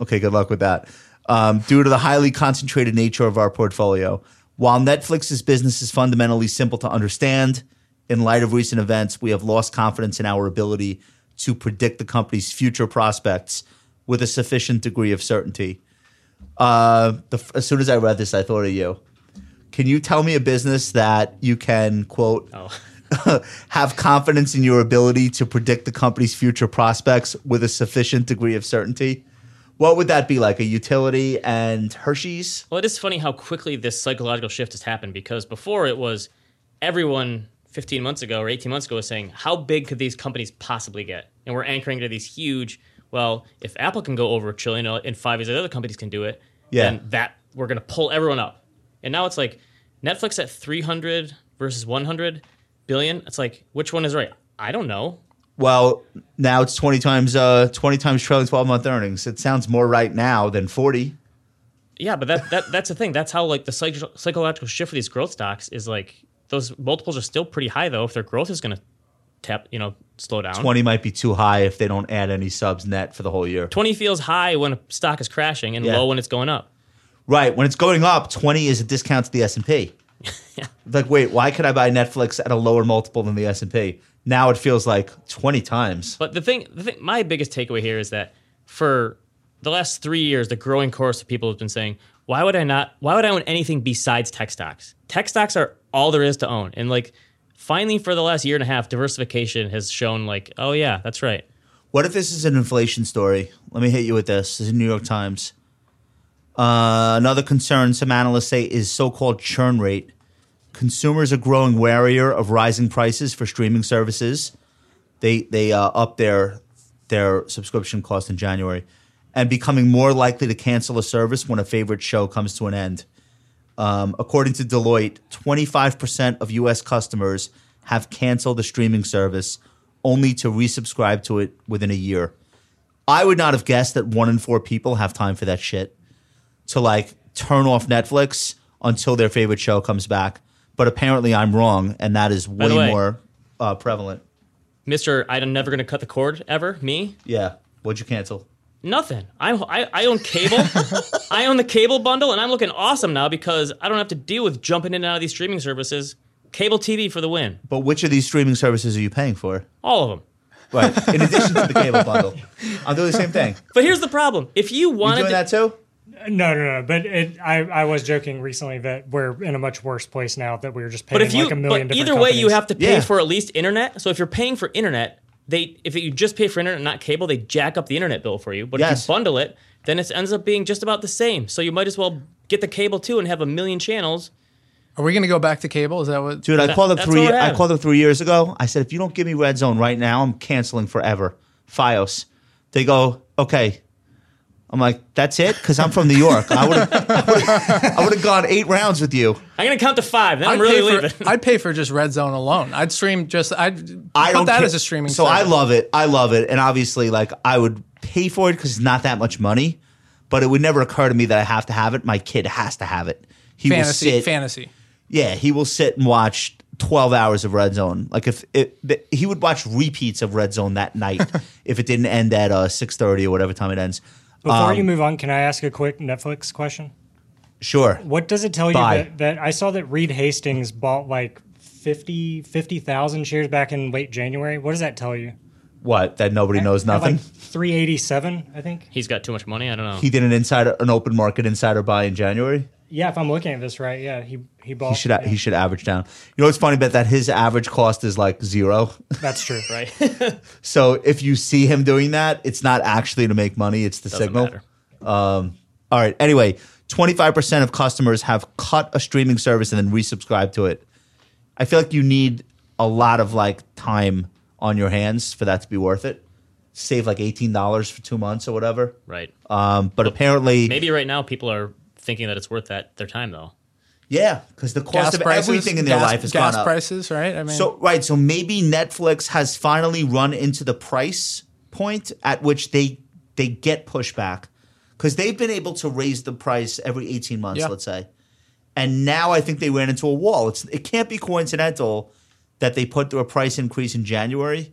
[SPEAKER 4] Okay, good luck with that. Um, due to the highly concentrated nature of our portfolio, while Netflix's business is fundamentally simple to understand, in light of recent events, we have lost confidence in our ability to predict the company's future prospects with a sufficient degree of certainty. Uh, the, f- as soon as I read this, I thought of you. Can you tell me a business that you can quote? have confidence in your ability to predict the company's future prospects with a sufficient degree of certainty? What would that be like? A utility and Hershey's?
[SPEAKER 1] Well, it is funny how quickly this psychological shift has happened because before it was everyone 15 months ago or 18 months ago was saying, how big could these companies possibly get? And we're anchoring to these huge, well, if Apple can go over a trillion in five years and other companies can do it,
[SPEAKER 4] Yeah.
[SPEAKER 1] then that we're going to pull everyone up. And now it's like Netflix at 300 versus 100 billion. It's like, which one is right? I don't know.
[SPEAKER 4] Well, now it's twenty times uh, twenty times trailing twelve month earnings. It sounds more right now than forty.
[SPEAKER 1] Yeah, but that, that that's the thing. That's how like the psych- psychological shift for these growth stocks is like those multiples are still pretty high though. If their growth is going to tap, you know, slow down.
[SPEAKER 4] 20 might be too high if they don't add any subs net for the whole year.
[SPEAKER 1] 20 feels high when a stock is crashing and
[SPEAKER 4] Yeah.
[SPEAKER 1] low when it's going up.
[SPEAKER 4] Right. When it's going up, 20 is a discount to the S&P. Like, wait, why could I buy Netflix at a lower multiple than the S&P? Now it feels like 20 times.
[SPEAKER 1] But the thing, the thing, my biggest takeaway here is that for the last three years, the growing chorus of people have been saying, "Why would I not? Why would I own anything besides tech stocks? Tech stocks are all there is to own." And like, finally, for the last year and a half, diversification has shown like, "Oh yeah, that's right."
[SPEAKER 4] What if this is an inflation story? Let me hit you with this. This is New York Times. Uh, another concern some analysts say is so-called churn rate. Consumers are growing warier of rising prices for streaming services. They they uh, up their their subscription cost in January, and becoming more likely to cancel a service when a favorite show comes to an end. Um, according to Deloitte, 25% of U.S. customers have canceled a streaming service only to resubscribe to it within a year. I would not have guessed that one in four people have time for that shit to like turn off Netflix until their favorite show comes back. But apparently, I'm wrong, and that is way
[SPEAKER 1] the way-
[SPEAKER 4] more uh, prevalent.
[SPEAKER 1] Mister, I'm never gonna cut the cord ever. Me,
[SPEAKER 4] Yeah. What'd you cancel?
[SPEAKER 1] nothing. I'm, I I own cable. I own the cable bundle, and I'm looking awesome now because I don't have to deal with jumping in and out of these streaming services. Cable TV for the win.
[SPEAKER 4] But which of these streaming services are you paying for?
[SPEAKER 1] All of them.
[SPEAKER 4] Right. In addition to the cable bundle, I'm doing the same thing.
[SPEAKER 1] But here's the problem: if you
[SPEAKER 4] You
[SPEAKER 1] wanted
[SPEAKER 4] doing
[SPEAKER 1] to,
[SPEAKER 4] that too?
[SPEAKER 7] No, no, no. But it, I, I was joking recently that we're in a much worse place now that we are just paying
[SPEAKER 1] But if you,
[SPEAKER 7] like a million
[SPEAKER 1] but
[SPEAKER 7] different
[SPEAKER 1] either way, you
[SPEAKER 7] companies.
[SPEAKER 1] have to pay
[SPEAKER 4] Yeah.
[SPEAKER 1] for at least internet. So if you're paying for internet, they if you just pay for internet and not cable, they jack up the internet bill for you. But
[SPEAKER 4] Yes.
[SPEAKER 1] if you bundle it, then it ends up being just about the same. So you might as well get the cable too and have a million channels.
[SPEAKER 3] Are we going to go back to cable? Is that what?
[SPEAKER 4] Dude, I called them
[SPEAKER 1] that's
[SPEAKER 4] three.
[SPEAKER 1] what
[SPEAKER 4] I
[SPEAKER 1] happened.
[SPEAKER 4] called them three years ago. I said, if you don't give me Red Zone right now, I'm canceling forever. FiOS. They go, okay. I'm like, that's it, because I'm from New York. I would have, I would have gone eight rounds with you.
[SPEAKER 1] I'm gonna count to five. Then I'm
[SPEAKER 3] I'd
[SPEAKER 1] really
[SPEAKER 3] pay for-
[SPEAKER 1] leaving.
[SPEAKER 3] I'd pay for just Red Zone alone. I'd stream just. I'd
[SPEAKER 4] I
[SPEAKER 3] put
[SPEAKER 4] don't
[SPEAKER 3] that
[SPEAKER 4] care.
[SPEAKER 3] as a streaming.
[SPEAKER 4] So I
[SPEAKER 3] service.
[SPEAKER 4] love it. I love it, and obviously, like, I would pay for it because it's not that much money. But it would never occur to me that I have to have it. My kid has to have it. He will
[SPEAKER 3] fantasy.
[SPEAKER 4] sit.
[SPEAKER 3] Fantasy.
[SPEAKER 4] Yeah, he will sit and watch 12 hours of Red Zone. Like if it, th- he would watch repeats of Red Zone that night if it didn't end at uh, 6:30 or whatever time it ends.
[SPEAKER 7] Before
[SPEAKER 4] Um,
[SPEAKER 7] you move on, can I ask a quick Netflix question?
[SPEAKER 4] Sure.
[SPEAKER 7] What does it tell
[SPEAKER 4] Buy.
[SPEAKER 7] you that, that I saw that Reed Hastings bought like 50 50,000 shares back in late January? What does that tell you?
[SPEAKER 4] What? That nobody knows
[SPEAKER 7] At,
[SPEAKER 4] nothing.
[SPEAKER 7] Like 387, I think.
[SPEAKER 1] He's got too much money. I don't know.
[SPEAKER 4] he did an insider an open market insider buy in January.
[SPEAKER 7] Yeah, if I'm looking at this right, yeah, he he bought.
[SPEAKER 4] He should a
[SPEAKER 7] yeah.
[SPEAKER 4] he should average down. You know what's funny about that his average cost is like 0.
[SPEAKER 7] That's true.
[SPEAKER 1] right?
[SPEAKER 4] so if you see him doing that, it's not actually to make money, it's the
[SPEAKER 1] Doesn't
[SPEAKER 4] signal. Um,
[SPEAKER 1] matter.
[SPEAKER 4] All right. Anyway, 25% of customers have cut a streaming service and then resubscribed to it. I feel like you need a lot of like time on your hands for that to be worth it. Save like $18 for two months or whatever.
[SPEAKER 1] Right.
[SPEAKER 4] Um, but apparently,
[SPEAKER 1] Maybe right now people are thinking that it's worth that their time though.
[SPEAKER 4] yeah, because the cost
[SPEAKER 3] Gas
[SPEAKER 4] of
[SPEAKER 3] prices.
[SPEAKER 4] everything in their
[SPEAKER 3] gas,
[SPEAKER 4] life has
[SPEAKER 3] gas
[SPEAKER 4] gone up.
[SPEAKER 3] prices, right? I mean,
[SPEAKER 4] So right, so maybe Netflix has finally run into the price point at which they they get pushback because they've been able to raise the price every eighteen months,
[SPEAKER 3] Yeah.
[SPEAKER 4] let's say, and now I think they ran into a wall. It's it can't be coincidental that they put through a price increase in January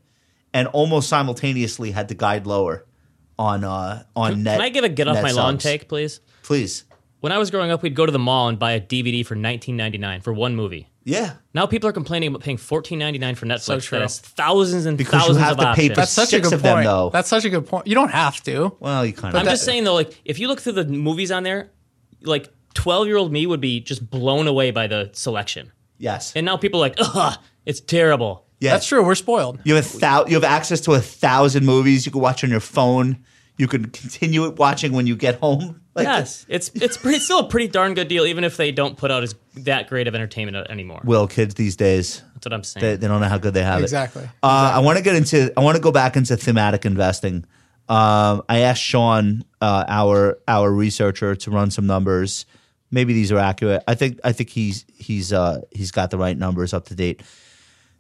[SPEAKER 4] and almost simultaneously had the guide lower on uh on net.
[SPEAKER 1] Can I give a get off
[SPEAKER 4] net
[SPEAKER 1] my lawn
[SPEAKER 4] subs.
[SPEAKER 1] take, please?
[SPEAKER 4] please?
[SPEAKER 1] When I was growing up, we'd go to the mall and buy a DVD for 19.99 for one movie.
[SPEAKER 4] Yeah,
[SPEAKER 1] Now people are complaining about paying fourteen ninety nine for Netflix.
[SPEAKER 3] true.
[SPEAKER 1] That is thousands and
[SPEAKER 4] Because you
[SPEAKER 1] thousands
[SPEAKER 4] have
[SPEAKER 1] of
[SPEAKER 4] to
[SPEAKER 1] options.
[SPEAKER 4] pay for
[SPEAKER 3] that's such a
[SPEAKER 4] six
[SPEAKER 3] good
[SPEAKER 4] of them,
[SPEAKER 3] point.
[SPEAKER 4] though.
[SPEAKER 3] That's such a good point. You don't have to.
[SPEAKER 4] well, you kind of.
[SPEAKER 1] I'm just saying though, like if you look through the movies on there, like twelve year old me would be just blown away by the selection.
[SPEAKER 4] yes,
[SPEAKER 1] And now people are like, ugh, it's terrible.
[SPEAKER 4] yeah.
[SPEAKER 3] That's true. We're spoiled.
[SPEAKER 4] You have a thou- you have access to a thousand movies you can watch on your phone. You can continue it watching when you get home. Like,
[SPEAKER 1] yes, it's it's pretty still a pretty darn good deal, even if they don't put out as that great of entertainment anymore.
[SPEAKER 4] Will kids these days
[SPEAKER 1] That's what I'm saying.
[SPEAKER 4] they, they don't know how good they have it.
[SPEAKER 3] Exactly.
[SPEAKER 4] Uh, I want to get into I want to go back into thematic investing. Um, I asked Sean, uh, our our researcher, to run some numbers. Maybe these are accurate. I think I think he's he's uh, he's got the right numbers up to date.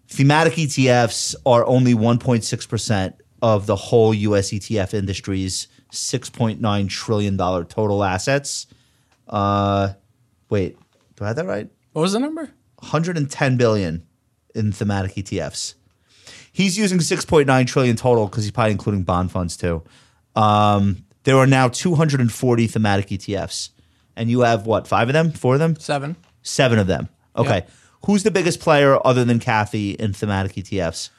[SPEAKER 4] Thematic ETFs are only 1.6 percent of the whole E U.S. ETF industry's 6.9 trillion dollar total assets. Uh, wait, do I have that right?
[SPEAKER 3] What was the number?
[SPEAKER 4] 110 billion in thematic ETFs. He's using 6.9 trillion total because he's probably including bond funds too. Um, there are now 240 thematic ETFs, and you have what? Five of them? Four of them?
[SPEAKER 3] Seven.
[SPEAKER 4] Seven of them. Okay. Who's the biggest player other than Kathy in thematic E ETFs?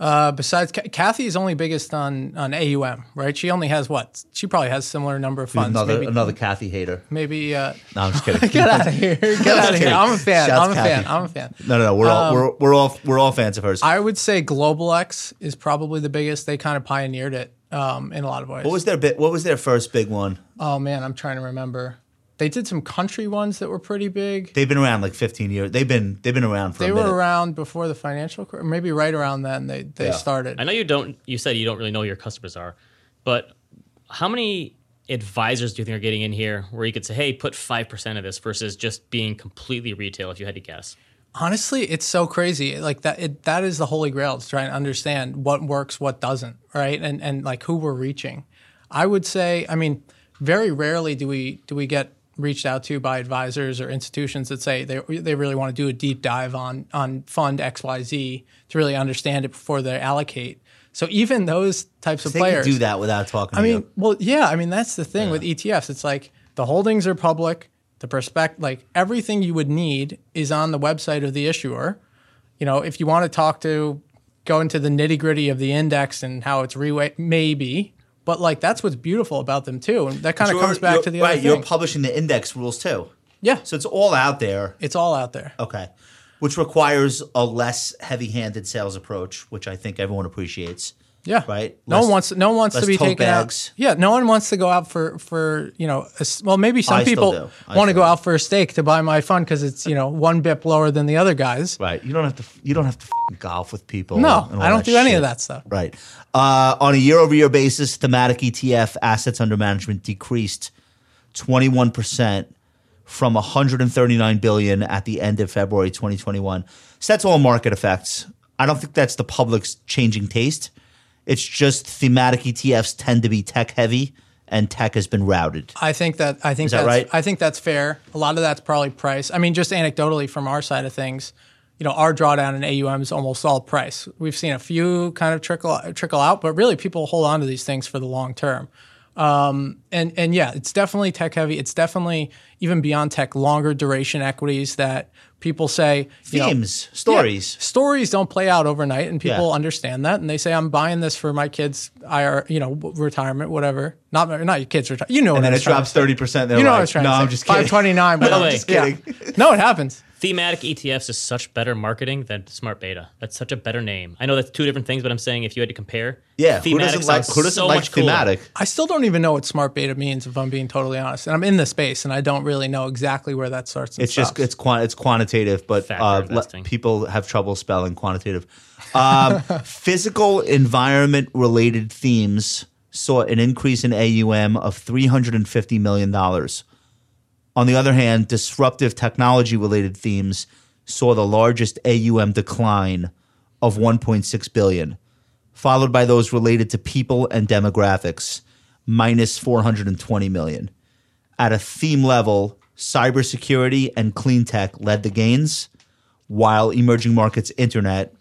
[SPEAKER 3] Uh, besides, Ca- Kathy is only biggest on on AUM, right? She only has what? She probably has similar number of funds.
[SPEAKER 4] another
[SPEAKER 3] maybe,
[SPEAKER 4] another Kathy hater.
[SPEAKER 3] Maybe. Uh,
[SPEAKER 4] No, I'm just kidding.
[SPEAKER 3] get out of here! Get out of here! I'm a fan.
[SPEAKER 4] Shouts
[SPEAKER 3] I'm a fan.
[SPEAKER 4] Kathy.
[SPEAKER 3] I'm a fan.
[SPEAKER 4] No, no, no. We're all we're, we're all we're all fans of hers.
[SPEAKER 3] Um, I would say Global X is probably the biggest. They kind of pioneered it um, in a lot of ways.
[SPEAKER 4] what was their bit? What was their first big one?
[SPEAKER 3] oh man, I'm trying to remember. They did some country ones that were pretty big.
[SPEAKER 4] They've been around like 15 years. They've been they've been around for
[SPEAKER 3] They
[SPEAKER 4] a
[SPEAKER 3] were
[SPEAKER 4] minute.
[SPEAKER 3] around before the financial, cri- maybe right around then they they
[SPEAKER 4] Yeah.
[SPEAKER 3] started.
[SPEAKER 1] I know you don't. You said you don't really know who your customers are, but how many advisors do you think are getting in here where you could say, "Hey, put five percent of this," versus just being completely retail? If you had to guess,
[SPEAKER 3] honestly it's so crazy like that it, that is the holy grail is trying to understand what works what doesn't right and and like who we're reaching i would say i mean very rarely do we do we get reached out to by advisors or institutions that say they, they really want to do a deep dive on on fund xyz to really understand it before they allocate so even those types of
[SPEAKER 4] They could
[SPEAKER 3] players
[SPEAKER 4] do that without talking.
[SPEAKER 3] I
[SPEAKER 4] to
[SPEAKER 3] mean,
[SPEAKER 4] you.
[SPEAKER 3] well, yeah. I mean, that's the thing with ETFs. It's like the holdings are public. The perspect, like everything you would need, is on the website of the issuer. You know, if you want to talk to, go into the nitty gritty of the index and how it's reweight, maybe. But like that's what's beautiful about them too, and that kind of
[SPEAKER 4] You're-
[SPEAKER 3] comes back
[SPEAKER 4] you're-
[SPEAKER 3] to the
[SPEAKER 4] right.
[SPEAKER 3] other
[SPEAKER 4] You're
[SPEAKER 3] thing.
[SPEAKER 4] publishing the index rules too,
[SPEAKER 3] yeah,
[SPEAKER 4] so it's all out there.
[SPEAKER 3] it's all out there.
[SPEAKER 4] Okay, which requires a less heavy-handed sales approach, which I think everyone appreciates.
[SPEAKER 3] Yeah.
[SPEAKER 4] Right?
[SPEAKER 3] No one
[SPEAKER 4] Less-
[SPEAKER 3] wants no one wants
[SPEAKER 4] less
[SPEAKER 3] to be
[SPEAKER 4] tote
[SPEAKER 3] taken
[SPEAKER 4] bags.
[SPEAKER 3] out. Yeah. No one wants to go out for for you know. a s well, maybe some
[SPEAKER 4] I still
[SPEAKER 3] people
[SPEAKER 4] do. I
[SPEAKER 3] want to go
[SPEAKER 4] still do.
[SPEAKER 3] out for a steak to buy my fund because it's you know one bip lower than the other guys.
[SPEAKER 4] Right. You don't have to. You don't have to f golf with people.
[SPEAKER 3] No,
[SPEAKER 4] and all
[SPEAKER 3] I don't
[SPEAKER 4] that
[SPEAKER 3] do any
[SPEAKER 4] shit.
[SPEAKER 3] of that stuff.
[SPEAKER 4] Right. Uh, on a year-over-year basis, thematic ETF assets under management decreased 21 percent from 139 billion at the end of February 2021. So that's all market effects. I don't think that's the public's changing taste. It's just thematic ETFs tend to be tech heavy, and tech has been routed.
[SPEAKER 3] I think that I think
[SPEAKER 4] that
[SPEAKER 3] that's
[SPEAKER 4] right?
[SPEAKER 3] I think that's fair. A lot of that's probably price. I mean, just anecdotally from our side of things, you know, our drawdown in AUM is almost all price. We've seen a few kind of trickle trickle out, but really people hold on to these things for the long term. Um, and and yeah, it's definitely tech heavy. It's definitely even beyond tech, longer duration equities that people say you know,
[SPEAKER 4] Themes, stories.
[SPEAKER 3] yeah, stories don't play out overnight, and people
[SPEAKER 4] Yeah.
[SPEAKER 3] understand that, and they say, "I'm buying this for my kids' IR, you know, w- retirement, whatever." Not my- not your kids' retirement. You know, what
[SPEAKER 4] And then
[SPEAKER 3] I
[SPEAKER 4] it
[SPEAKER 3] was trying
[SPEAKER 4] drops
[SPEAKER 3] to say.
[SPEAKER 4] thirty percent.
[SPEAKER 3] You know what I was trying
[SPEAKER 4] no,
[SPEAKER 3] to say.
[SPEAKER 4] I'm just kidding.
[SPEAKER 3] Five twenty nine. By
[SPEAKER 1] the
[SPEAKER 3] the way,
[SPEAKER 1] way.
[SPEAKER 3] Yeah. no, it happens.
[SPEAKER 1] thematic ETFs is such better marketing than smart beta. That's such a better name. I know that's two different things, but I'm saying if you had to compare,
[SPEAKER 4] Yeah, who
[SPEAKER 1] thematic
[SPEAKER 4] doesn't like
[SPEAKER 1] sounds
[SPEAKER 4] who doesn't
[SPEAKER 1] so
[SPEAKER 4] like
[SPEAKER 1] much cooler.
[SPEAKER 4] thematic?
[SPEAKER 3] I still don't even know what smart beta means, if I'm being totally honest. And I'm in the space, and I don't really know exactly where that starts. And
[SPEAKER 4] It's just
[SPEAKER 3] stops.
[SPEAKER 4] it's quan- it's quantitative, but
[SPEAKER 1] Factor
[SPEAKER 4] uh, le-
[SPEAKER 1] investing.
[SPEAKER 4] people have trouble spelling quantitative. Um, physical environment related themes saw an increase in AUM of three hundred and fifty million dollars. On the other hand, disruptive technology related themes saw the largest AUM decline of 1.6 billion, followed by those related to people and demographics, minus 420 million. At a theme level, cybersecurity and clean tech led the gains, while emerging markets internet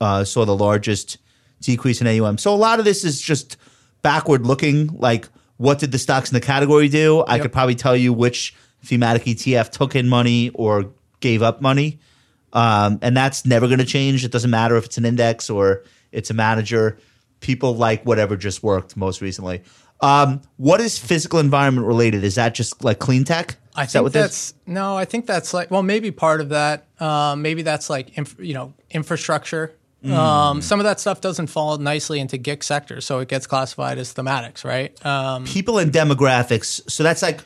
[SPEAKER 4] uh, saw the largest decrease in AUM. So a lot of this is just backward looking. Like, what did the stocks in the category do? I could probably tell you which thematic ETF took in money or gave up money. Um, and that's never going to change. It doesn't matter if it's an index or it's a manager. People like whatever just worked most recently. Um, what is physical environment related? Is that just like clean tech?
[SPEAKER 3] I
[SPEAKER 4] is
[SPEAKER 3] think
[SPEAKER 4] that what this-
[SPEAKER 3] that's no. I think that's like well, maybe part of that. Um, maybe that's like inf- you know infrastructure.
[SPEAKER 4] Hmm.
[SPEAKER 3] Um, some of that stuff doesn't fall nicely into GIC sectors, so it gets classified as thematics, right? Um,
[SPEAKER 4] people and demographics? So that's like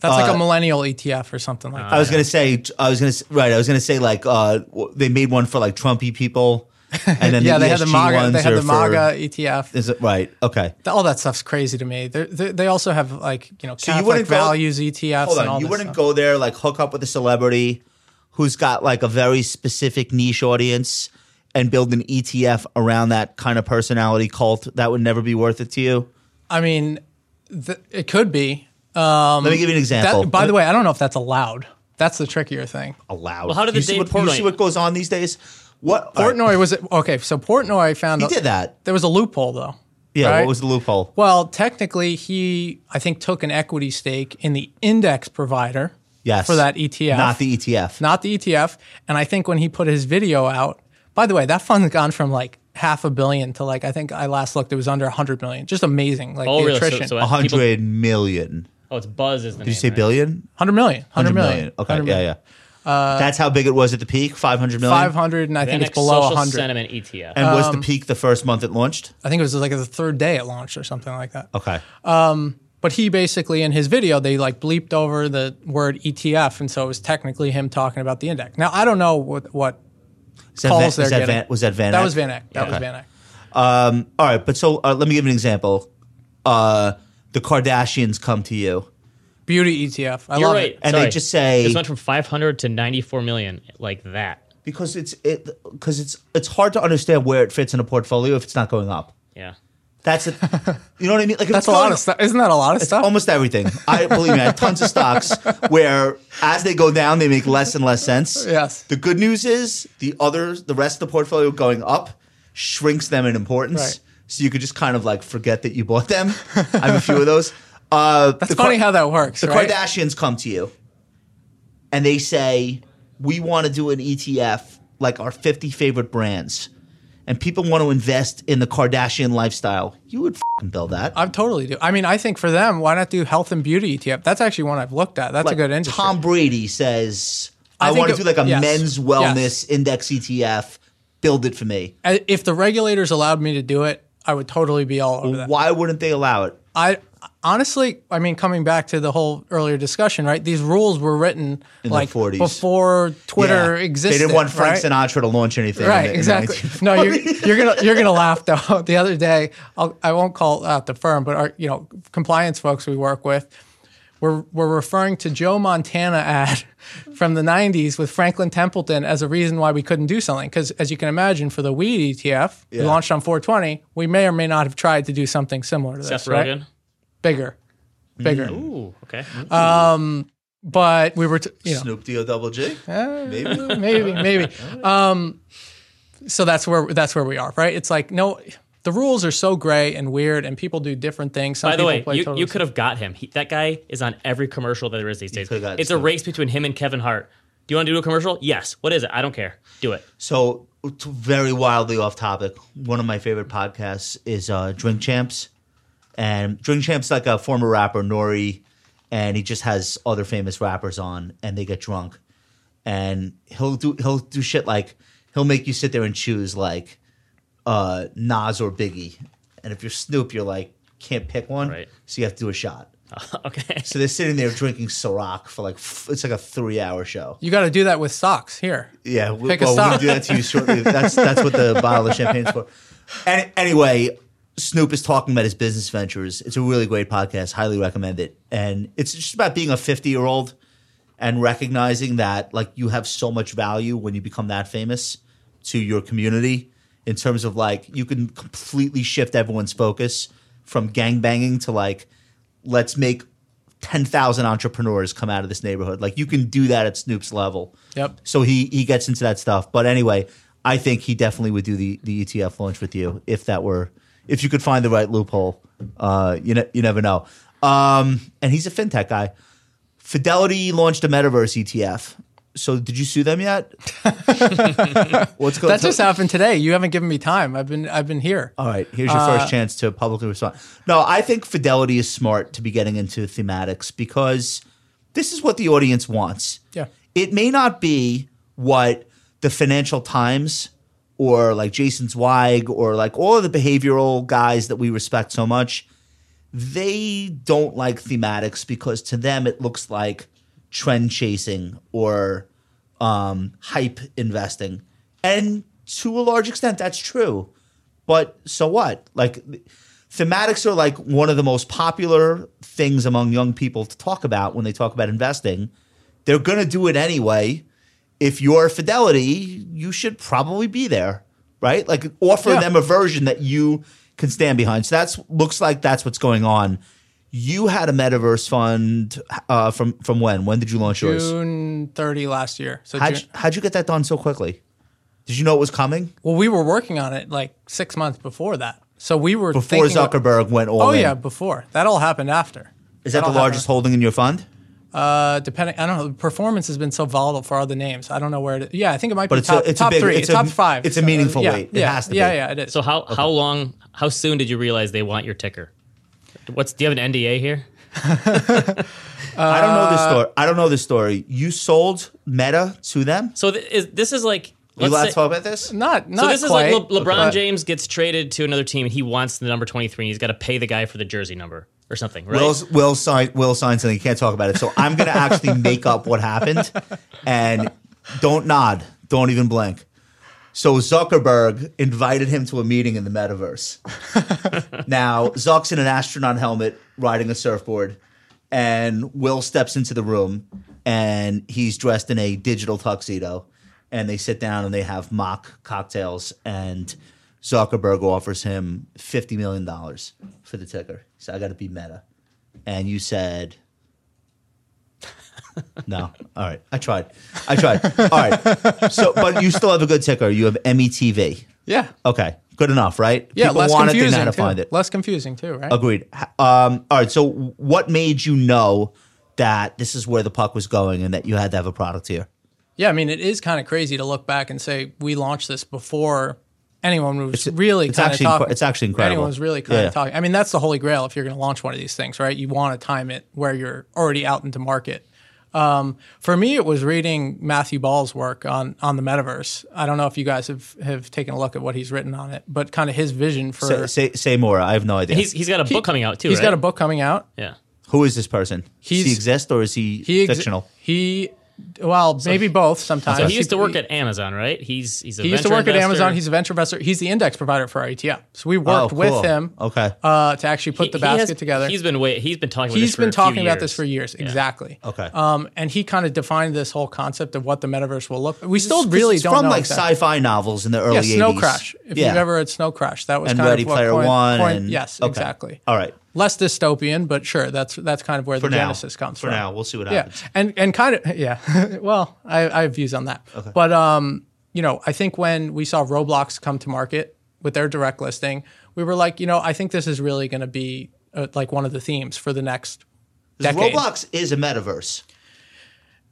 [SPEAKER 3] that's like
[SPEAKER 4] Uh,
[SPEAKER 3] a millennial ETF or something like
[SPEAKER 4] I
[SPEAKER 3] that.
[SPEAKER 4] was gonna say I was gonna s- right. I was gonna say like uh, w- they made one for like Trumpy people, and then
[SPEAKER 3] yeah,
[SPEAKER 4] the
[SPEAKER 3] they had the
[SPEAKER 4] ESG
[SPEAKER 3] MAGA.
[SPEAKER 4] ones
[SPEAKER 3] They had
[SPEAKER 4] are
[SPEAKER 3] the
[SPEAKER 4] for-
[SPEAKER 3] MAGA E ETF.
[SPEAKER 4] Is it right? Okay,
[SPEAKER 3] All that stuff's crazy to me. They're, they they also have like you know
[SPEAKER 4] you
[SPEAKER 3] Catholic
[SPEAKER 4] wouldn't go-
[SPEAKER 3] values ETFs
[SPEAKER 4] hold
[SPEAKER 3] and all
[SPEAKER 4] on. You
[SPEAKER 3] this
[SPEAKER 4] wouldn't
[SPEAKER 3] stuff.
[SPEAKER 4] go there like hook up with a celebrity who's got like a very specific niche audience and build an ETF around that kind of personality cult. That would never be worth it to you.
[SPEAKER 3] I mean, th- it could be.
[SPEAKER 4] Let me give
[SPEAKER 3] Um,
[SPEAKER 4] you an
[SPEAKER 3] That,
[SPEAKER 4] example.
[SPEAKER 3] by the way, I don't know if that's allowed. That's the trickier thing.
[SPEAKER 4] allowed.
[SPEAKER 1] Well, how did
[SPEAKER 4] you
[SPEAKER 1] the
[SPEAKER 4] see
[SPEAKER 1] Dave
[SPEAKER 4] what, you
[SPEAKER 1] Portnoy-
[SPEAKER 4] see what goes on these days? What all right,
[SPEAKER 3] Portnoy was okay. So Portnoy found
[SPEAKER 4] he did that?
[SPEAKER 3] There was a loophole though.
[SPEAKER 4] Yeah.
[SPEAKER 3] right?
[SPEAKER 4] What was the loophole?
[SPEAKER 3] Well, technically, he I think took an equity stake in the index provider.
[SPEAKER 4] Yes.
[SPEAKER 3] For that E ETF,
[SPEAKER 4] Not the E ETF.
[SPEAKER 3] not the ETF. And I think when he put his video out, by the way, that fund's gone from like half a billion to like I think I last looked it was under hundred million. Just amazing, like
[SPEAKER 1] Oh,
[SPEAKER 3] the
[SPEAKER 1] really? So-
[SPEAKER 3] attrition.
[SPEAKER 1] so
[SPEAKER 4] A
[SPEAKER 1] people-
[SPEAKER 4] hundred million.
[SPEAKER 1] Oh, it's Buzz, isn't it?
[SPEAKER 4] Did you say billion?
[SPEAKER 3] hundred million, hundred
[SPEAKER 4] Hundred
[SPEAKER 3] million, Uh,
[SPEAKER 4] million. Okay. Yeah. Yeah. That's how big it was at the peak. Five hundred million.
[SPEAKER 3] Five um, hundred, and I think
[SPEAKER 1] Vanex
[SPEAKER 3] it's below
[SPEAKER 1] Social
[SPEAKER 3] hundred.
[SPEAKER 1] Sentiment E ETF.
[SPEAKER 4] And was the peak the first month it launched?
[SPEAKER 3] I think it was like the third day it launched or something like that.
[SPEAKER 4] Okay.
[SPEAKER 3] But he basically in his video they like bleeped over the word ETF, and so it was technically him talking about the index. Now I don't know what what
[SPEAKER 4] Is that
[SPEAKER 3] calls
[SPEAKER 4] Van,
[SPEAKER 3] they're
[SPEAKER 4] is that
[SPEAKER 3] getting.
[SPEAKER 4] Van, was that Van?
[SPEAKER 3] that
[SPEAKER 4] Eck?
[SPEAKER 3] was Van Eck. That was Van Eck.
[SPEAKER 4] Um, all right, but so uh, let me give you an example. Uh, the Kardashians come to you,
[SPEAKER 3] Beauty ETF. I
[SPEAKER 1] You're
[SPEAKER 3] love
[SPEAKER 1] right.
[SPEAKER 3] it.
[SPEAKER 4] and
[SPEAKER 1] Sorry.
[SPEAKER 4] they just say
[SPEAKER 1] This went from 500 to 94 million like that.
[SPEAKER 4] because it's it because it's it's hard to understand where it fits in a portfolio if it's not going up.
[SPEAKER 1] Yeah.
[SPEAKER 4] That's it. you know what I mean? Like if
[SPEAKER 3] That's
[SPEAKER 4] it's
[SPEAKER 3] a lot
[SPEAKER 4] going-
[SPEAKER 3] of stuff. Isn't that a lot of
[SPEAKER 4] It's
[SPEAKER 3] stuff?
[SPEAKER 4] almost everything. I believe me. I have tons of stocks where as they go down, they make less and less sense.
[SPEAKER 3] Yes.
[SPEAKER 4] The good news is the others, the rest of the portfolio going up, shrinks them in importance.
[SPEAKER 3] Right.
[SPEAKER 4] So you could just kind of like forget that you bought them. I have a few of those. Uh,
[SPEAKER 3] It's funny how that works.
[SPEAKER 4] the
[SPEAKER 3] right?
[SPEAKER 4] Kardashians come to you and they say, We want to do an ETF like our 50 favorite brands, and people want to invest in the Kardashian lifestyle. You would fing build that.
[SPEAKER 3] I totally do. I mean, I think for them, why not do health and beauty ETF? That's actually one I've looked at. That's a
[SPEAKER 4] Like,
[SPEAKER 3] good industry.
[SPEAKER 4] Tom Brady says,
[SPEAKER 3] I
[SPEAKER 4] I,
[SPEAKER 3] think
[SPEAKER 4] want to
[SPEAKER 3] it-
[SPEAKER 4] do like a
[SPEAKER 3] yes.
[SPEAKER 4] men's
[SPEAKER 3] Yes.
[SPEAKER 4] wellness index ETF. Build it for me.
[SPEAKER 3] I- Uh, if the regulators allowed me to do it, I would totally be all over that.
[SPEAKER 4] Why wouldn't they allow it?
[SPEAKER 3] I honestly, I mean, coming back to the whole earlier discussion, right? These rules were written
[SPEAKER 4] In the
[SPEAKER 3] like
[SPEAKER 4] 40s.
[SPEAKER 3] before Twitter
[SPEAKER 4] Yeah.
[SPEAKER 3] existed.
[SPEAKER 4] They didn't want Frank
[SPEAKER 3] right?
[SPEAKER 4] Sinatra to launch anything. in the-
[SPEAKER 3] Right,
[SPEAKER 4] in the
[SPEAKER 3] exactly.
[SPEAKER 4] 19-
[SPEAKER 3] No, you're, you're gonna you're gonna laugh though. The other day, I'll, I won't call out the firm, but our you know compliance folks we work with, we're we're referring to Joe Montana ad from the '90s with Franklin Templeton as a reason why we couldn't do something. Because as you can imagine, for the weed ETF, we
[SPEAKER 4] Yeah.
[SPEAKER 3] launched on 420. We may or may not have tried to do something similar to
[SPEAKER 1] Seth
[SPEAKER 3] this, right?
[SPEAKER 1] Rogen.
[SPEAKER 3] Bigger, bigger.
[SPEAKER 1] Ooh, okay.
[SPEAKER 3] Uh, But we were, t- you know, Uh,
[SPEAKER 4] Snoop D O double G. Maybe.
[SPEAKER 3] maybe, maybe. Um, so that's where that's where we are, right? It's like no, the rules are so gray and weird, and people do different things. Some
[SPEAKER 1] By the
[SPEAKER 3] people
[SPEAKER 1] way,
[SPEAKER 3] play
[SPEAKER 1] you,
[SPEAKER 3] totally
[SPEAKER 1] you could have got him. He, that guy is on every commercial that there is these days.
[SPEAKER 4] could have got
[SPEAKER 1] It's a
[SPEAKER 4] Snoop.
[SPEAKER 1] race between him and Kevin Hart. Do you want to do a commercial? Yes. What is it? I don't care. Do it.
[SPEAKER 4] So, t- very wildly off topic. One of my favorite podcasts is uh, Drink Champs, and Drink Champs like a former rapper Nori, and he just has other famous rappers on, and they get drunk, and he'll do he'll do shit like he'll make you sit there and choose like uh, Nas or Biggie, and if you're Snoop, you're like can't pick one,
[SPEAKER 1] Right.
[SPEAKER 4] so you have to do a shot.
[SPEAKER 1] okay.
[SPEAKER 4] So they're sitting there drinking Ciroc for like f- it's like a three hour show.
[SPEAKER 3] You got to do that with socks here.
[SPEAKER 4] Yeah, we,
[SPEAKER 3] Pick a
[SPEAKER 4] well, we're gonna
[SPEAKER 3] stock.
[SPEAKER 4] do that to you shortly. That's that's what the bottle of champagne's for. Any, anyway, Snoop is talking about his business ventures. It's a really great podcast. Highly recommend it. And it's just about being a fifty year old and recognizing that like you have so much value when you become that famous to your community in terms of like you can completely shift everyone's focus from gang banging to like let's make 10,000 entrepreneurs come out of this neighborhood. Like you can do that at Snoop's level.
[SPEAKER 3] Yep.
[SPEAKER 4] So he he gets into that stuff. But anyway, I think he definitely would do the the ETF launch with you if that were if you could find the right loophole. Uh, you know, you never know. Um, and he's a fintech guy. Fidelity launched a metaverse ETF. So did you sue them yet? What's going?
[SPEAKER 3] That just happened today. You haven't given me time. I've been I've been here.
[SPEAKER 4] All right, here's your first chance to publicly respond. No, I think Fidelity is smart to be getting into thematics because this is what the audience wants.
[SPEAKER 3] Yeah.
[SPEAKER 4] It may not be what the Financial Times or like Jason Zweig or like all of the behavioral guys that we respect so much. They don't like thematics because to them it looks like trend chasing or um, hype investing. And to a large extent, that's true. But so what? Like, thematics are like one of the most popular things among young people to talk about when they talk about investing. They're going to do it anyway. If you're Fidelity, you should probably be there, right? Like, offer
[SPEAKER 3] Yeah.
[SPEAKER 4] them a version that you can stand behind. So that's looks like that's what's going on. You had a metaverse fund uh, from from when? When did you launch yours?
[SPEAKER 3] June 30 last year. So
[SPEAKER 4] How'd
[SPEAKER 3] June,
[SPEAKER 4] you, how'd you get that done so quickly? Did you know it was coming
[SPEAKER 3] well, we were working on it like six months before that. So we were
[SPEAKER 4] before
[SPEAKER 3] thinking-
[SPEAKER 4] Zuckerberg went all
[SPEAKER 3] Oh
[SPEAKER 4] in?
[SPEAKER 3] yeah, before that all happened after.
[SPEAKER 4] Is that the
[SPEAKER 3] all
[SPEAKER 4] largest holding in your fund?
[SPEAKER 3] Uh, depending, I don't know. Performance has been so volatile for other names. I don't know where. it Yeah, I think it might
[SPEAKER 4] But
[SPEAKER 3] be
[SPEAKER 4] it's a-
[SPEAKER 3] top,
[SPEAKER 4] it's a
[SPEAKER 3] top
[SPEAKER 4] big-
[SPEAKER 3] three,
[SPEAKER 4] it's a-
[SPEAKER 3] top five.
[SPEAKER 4] it's a
[SPEAKER 3] So, uh,
[SPEAKER 4] meaningful
[SPEAKER 3] yeah,
[SPEAKER 4] weight. It
[SPEAKER 3] Yeah,
[SPEAKER 4] has to
[SPEAKER 3] yeah,
[SPEAKER 4] be.
[SPEAKER 3] yeah, it is.
[SPEAKER 1] So how how long how soon did you realize they want your ticker? What's do you have an NDA here?
[SPEAKER 4] I don't know this story. I don't know this story. You sold Meta to them.
[SPEAKER 1] So th- is, this is like
[SPEAKER 4] You
[SPEAKER 1] let's
[SPEAKER 4] want
[SPEAKER 1] say-
[SPEAKER 4] to talk about this?
[SPEAKER 3] not not
[SPEAKER 1] so this
[SPEAKER 3] quite,
[SPEAKER 1] is like Le- LeBron
[SPEAKER 3] but-
[SPEAKER 1] James gets traded to another team and he wants the number 23 and he's got to pay the guy for the jersey number or something, right?
[SPEAKER 4] Will Will sign Will sign something. He can't talk about it. So I'm going to actually make up what happened, and don't nod. Don't even blink. So Zuckerberg invited him to a meeting in the metaverse. now Zuck's in an astronaut helmet riding a surfboard, and Will steps into the room, and he's dressed in a digital tuxedo, and they sit down and they have mock cocktails, and Zuckerberg offers him fifty million dollars for the ticker. So I got to be Meta, and you said. No. All right. I tried. I tried. All right. So, but you still have a good ticker. You have METV.
[SPEAKER 3] Yeah,
[SPEAKER 4] Okay. Good enough, right?
[SPEAKER 3] yeah.
[SPEAKER 4] People
[SPEAKER 3] less
[SPEAKER 4] want it. They know
[SPEAKER 3] confusing
[SPEAKER 4] how to
[SPEAKER 3] too.
[SPEAKER 4] find it.
[SPEAKER 3] Less confusing too, right?
[SPEAKER 4] Agreed. H- Um, all right. So, what made you know that this is where the puck was going and that you had to have a product here?
[SPEAKER 3] Yeah, I mean, it is kind of crazy to look back and say we launched this before anyone was really
[SPEAKER 4] it's
[SPEAKER 3] kind
[SPEAKER 4] actually
[SPEAKER 3] of
[SPEAKER 4] inc-
[SPEAKER 3] talking.
[SPEAKER 4] it's actually incredible.
[SPEAKER 3] Anyone was really kind
[SPEAKER 4] Yeah.
[SPEAKER 3] of talking. I mean, that's the holy grail if you're going to launch one of these things, right? You want to time it where you're already out into market. Um, for me, it was reading Matthew Ball's work on on the metaverse. I don't know if you guys have have taken a look at what he's written on it, but kind of his vision for.
[SPEAKER 4] Say, say, say more. I have no idea.
[SPEAKER 1] He's he's got a book coming out too,
[SPEAKER 3] He's
[SPEAKER 1] right?
[SPEAKER 3] got a book coming out.
[SPEAKER 1] Yeah.
[SPEAKER 4] Who is this person? Does
[SPEAKER 3] He's-
[SPEAKER 4] he exist or is he,
[SPEAKER 3] He ex-
[SPEAKER 4] fictional?
[SPEAKER 3] He, well, maybe both. Sometimes
[SPEAKER 1] So he used to work at Amazon, right? He's he's a
[SPEAKER 3] He used to
[SPEAKER 1] venture
[SPEAKER 3] work at
[SPEAKER 1] investor.
[SPEAKER 3] Amazon. He's a venture investor. He's the index provider for our ETF. So we worked
[SPEAKER 4] Oh, cool.
[SPEAKER 3] with him
[SPEAKER 4] Okay.
[SPEAKER 3] uh, to actually put
[SPEAKER 1] He-
[SPEAKER 3] the
[SPEAKER 1] he has-
[SPEAKER 3] basket together.
[SPEAKER 1] He's been wait, he's been talking about
[SPEAKER 3] He's
[SPEAKER 1] this for a
[SPEAKER 3] been
[SPEAKER 1] few
[SPEAKER 3] talking about
[SPEAKER 1] years.
[SPEAKER 3] this for years. Exactly.
[SPEAKER 4] Okay.
[SPEAKER 3] Um, and he kind of defined this whole concept of what the metaverse will look. We still really
[SPEAKER 4] It's
[SPEAKER 3] don't
[SPEAKER 4] from
[SPEAKER 3] know
[SPEAKER 4] like
[SPEAKER 3] exactly.
[SPEAKER 4] sci-fi novels in the early
[SPEAKER 3] Yeah,
[SPEAKER 4] 80s.
[SPEAKER 3] Snow Crash. If
[SPEAKER 4] yeah.
[SPEAKER 3] you've ever had Snow Crash, that was
[SPEAKER 4] and
[SPEAKER 3] kind
[SPEAKER 4] Ready
[SPEAKER 3] of what
[SPEAKER 4] Player
[SPEAKER 3] point-
[SPEAKER 4] One.
[SPEAKER 3] point-
[SPEAKER 4] and-
[SPEAKER 3] yes,
[SPEAKER 4] okay.
[SPEAKER 3] exactly.
[SPEAKER 4] All right.
[SPEAKER 3] Less dystopian, but sure, that's that's kind of where
[SPEAKER 4] For
[SPEAKER 3] the
[SPEAKER 4] now.
[SPEAKER 3] genesis comes
[SPEAKER 4] For
[SPEAKER 3] from.
[SPEAKER 4] now, we'll see what
[SPEAKER 3] Yeah,
[SPEAKER 4] happens.
[SPEAKER 3] and and kind of yeah. well, I, I have views on that, but um, you know, I think when we saw Roblox come to market with their direct listing, we were like, you know, I think this is really going to be uh, like one of the themes for the next decade.
[SPEAKER 4] Roblox is a metaverse.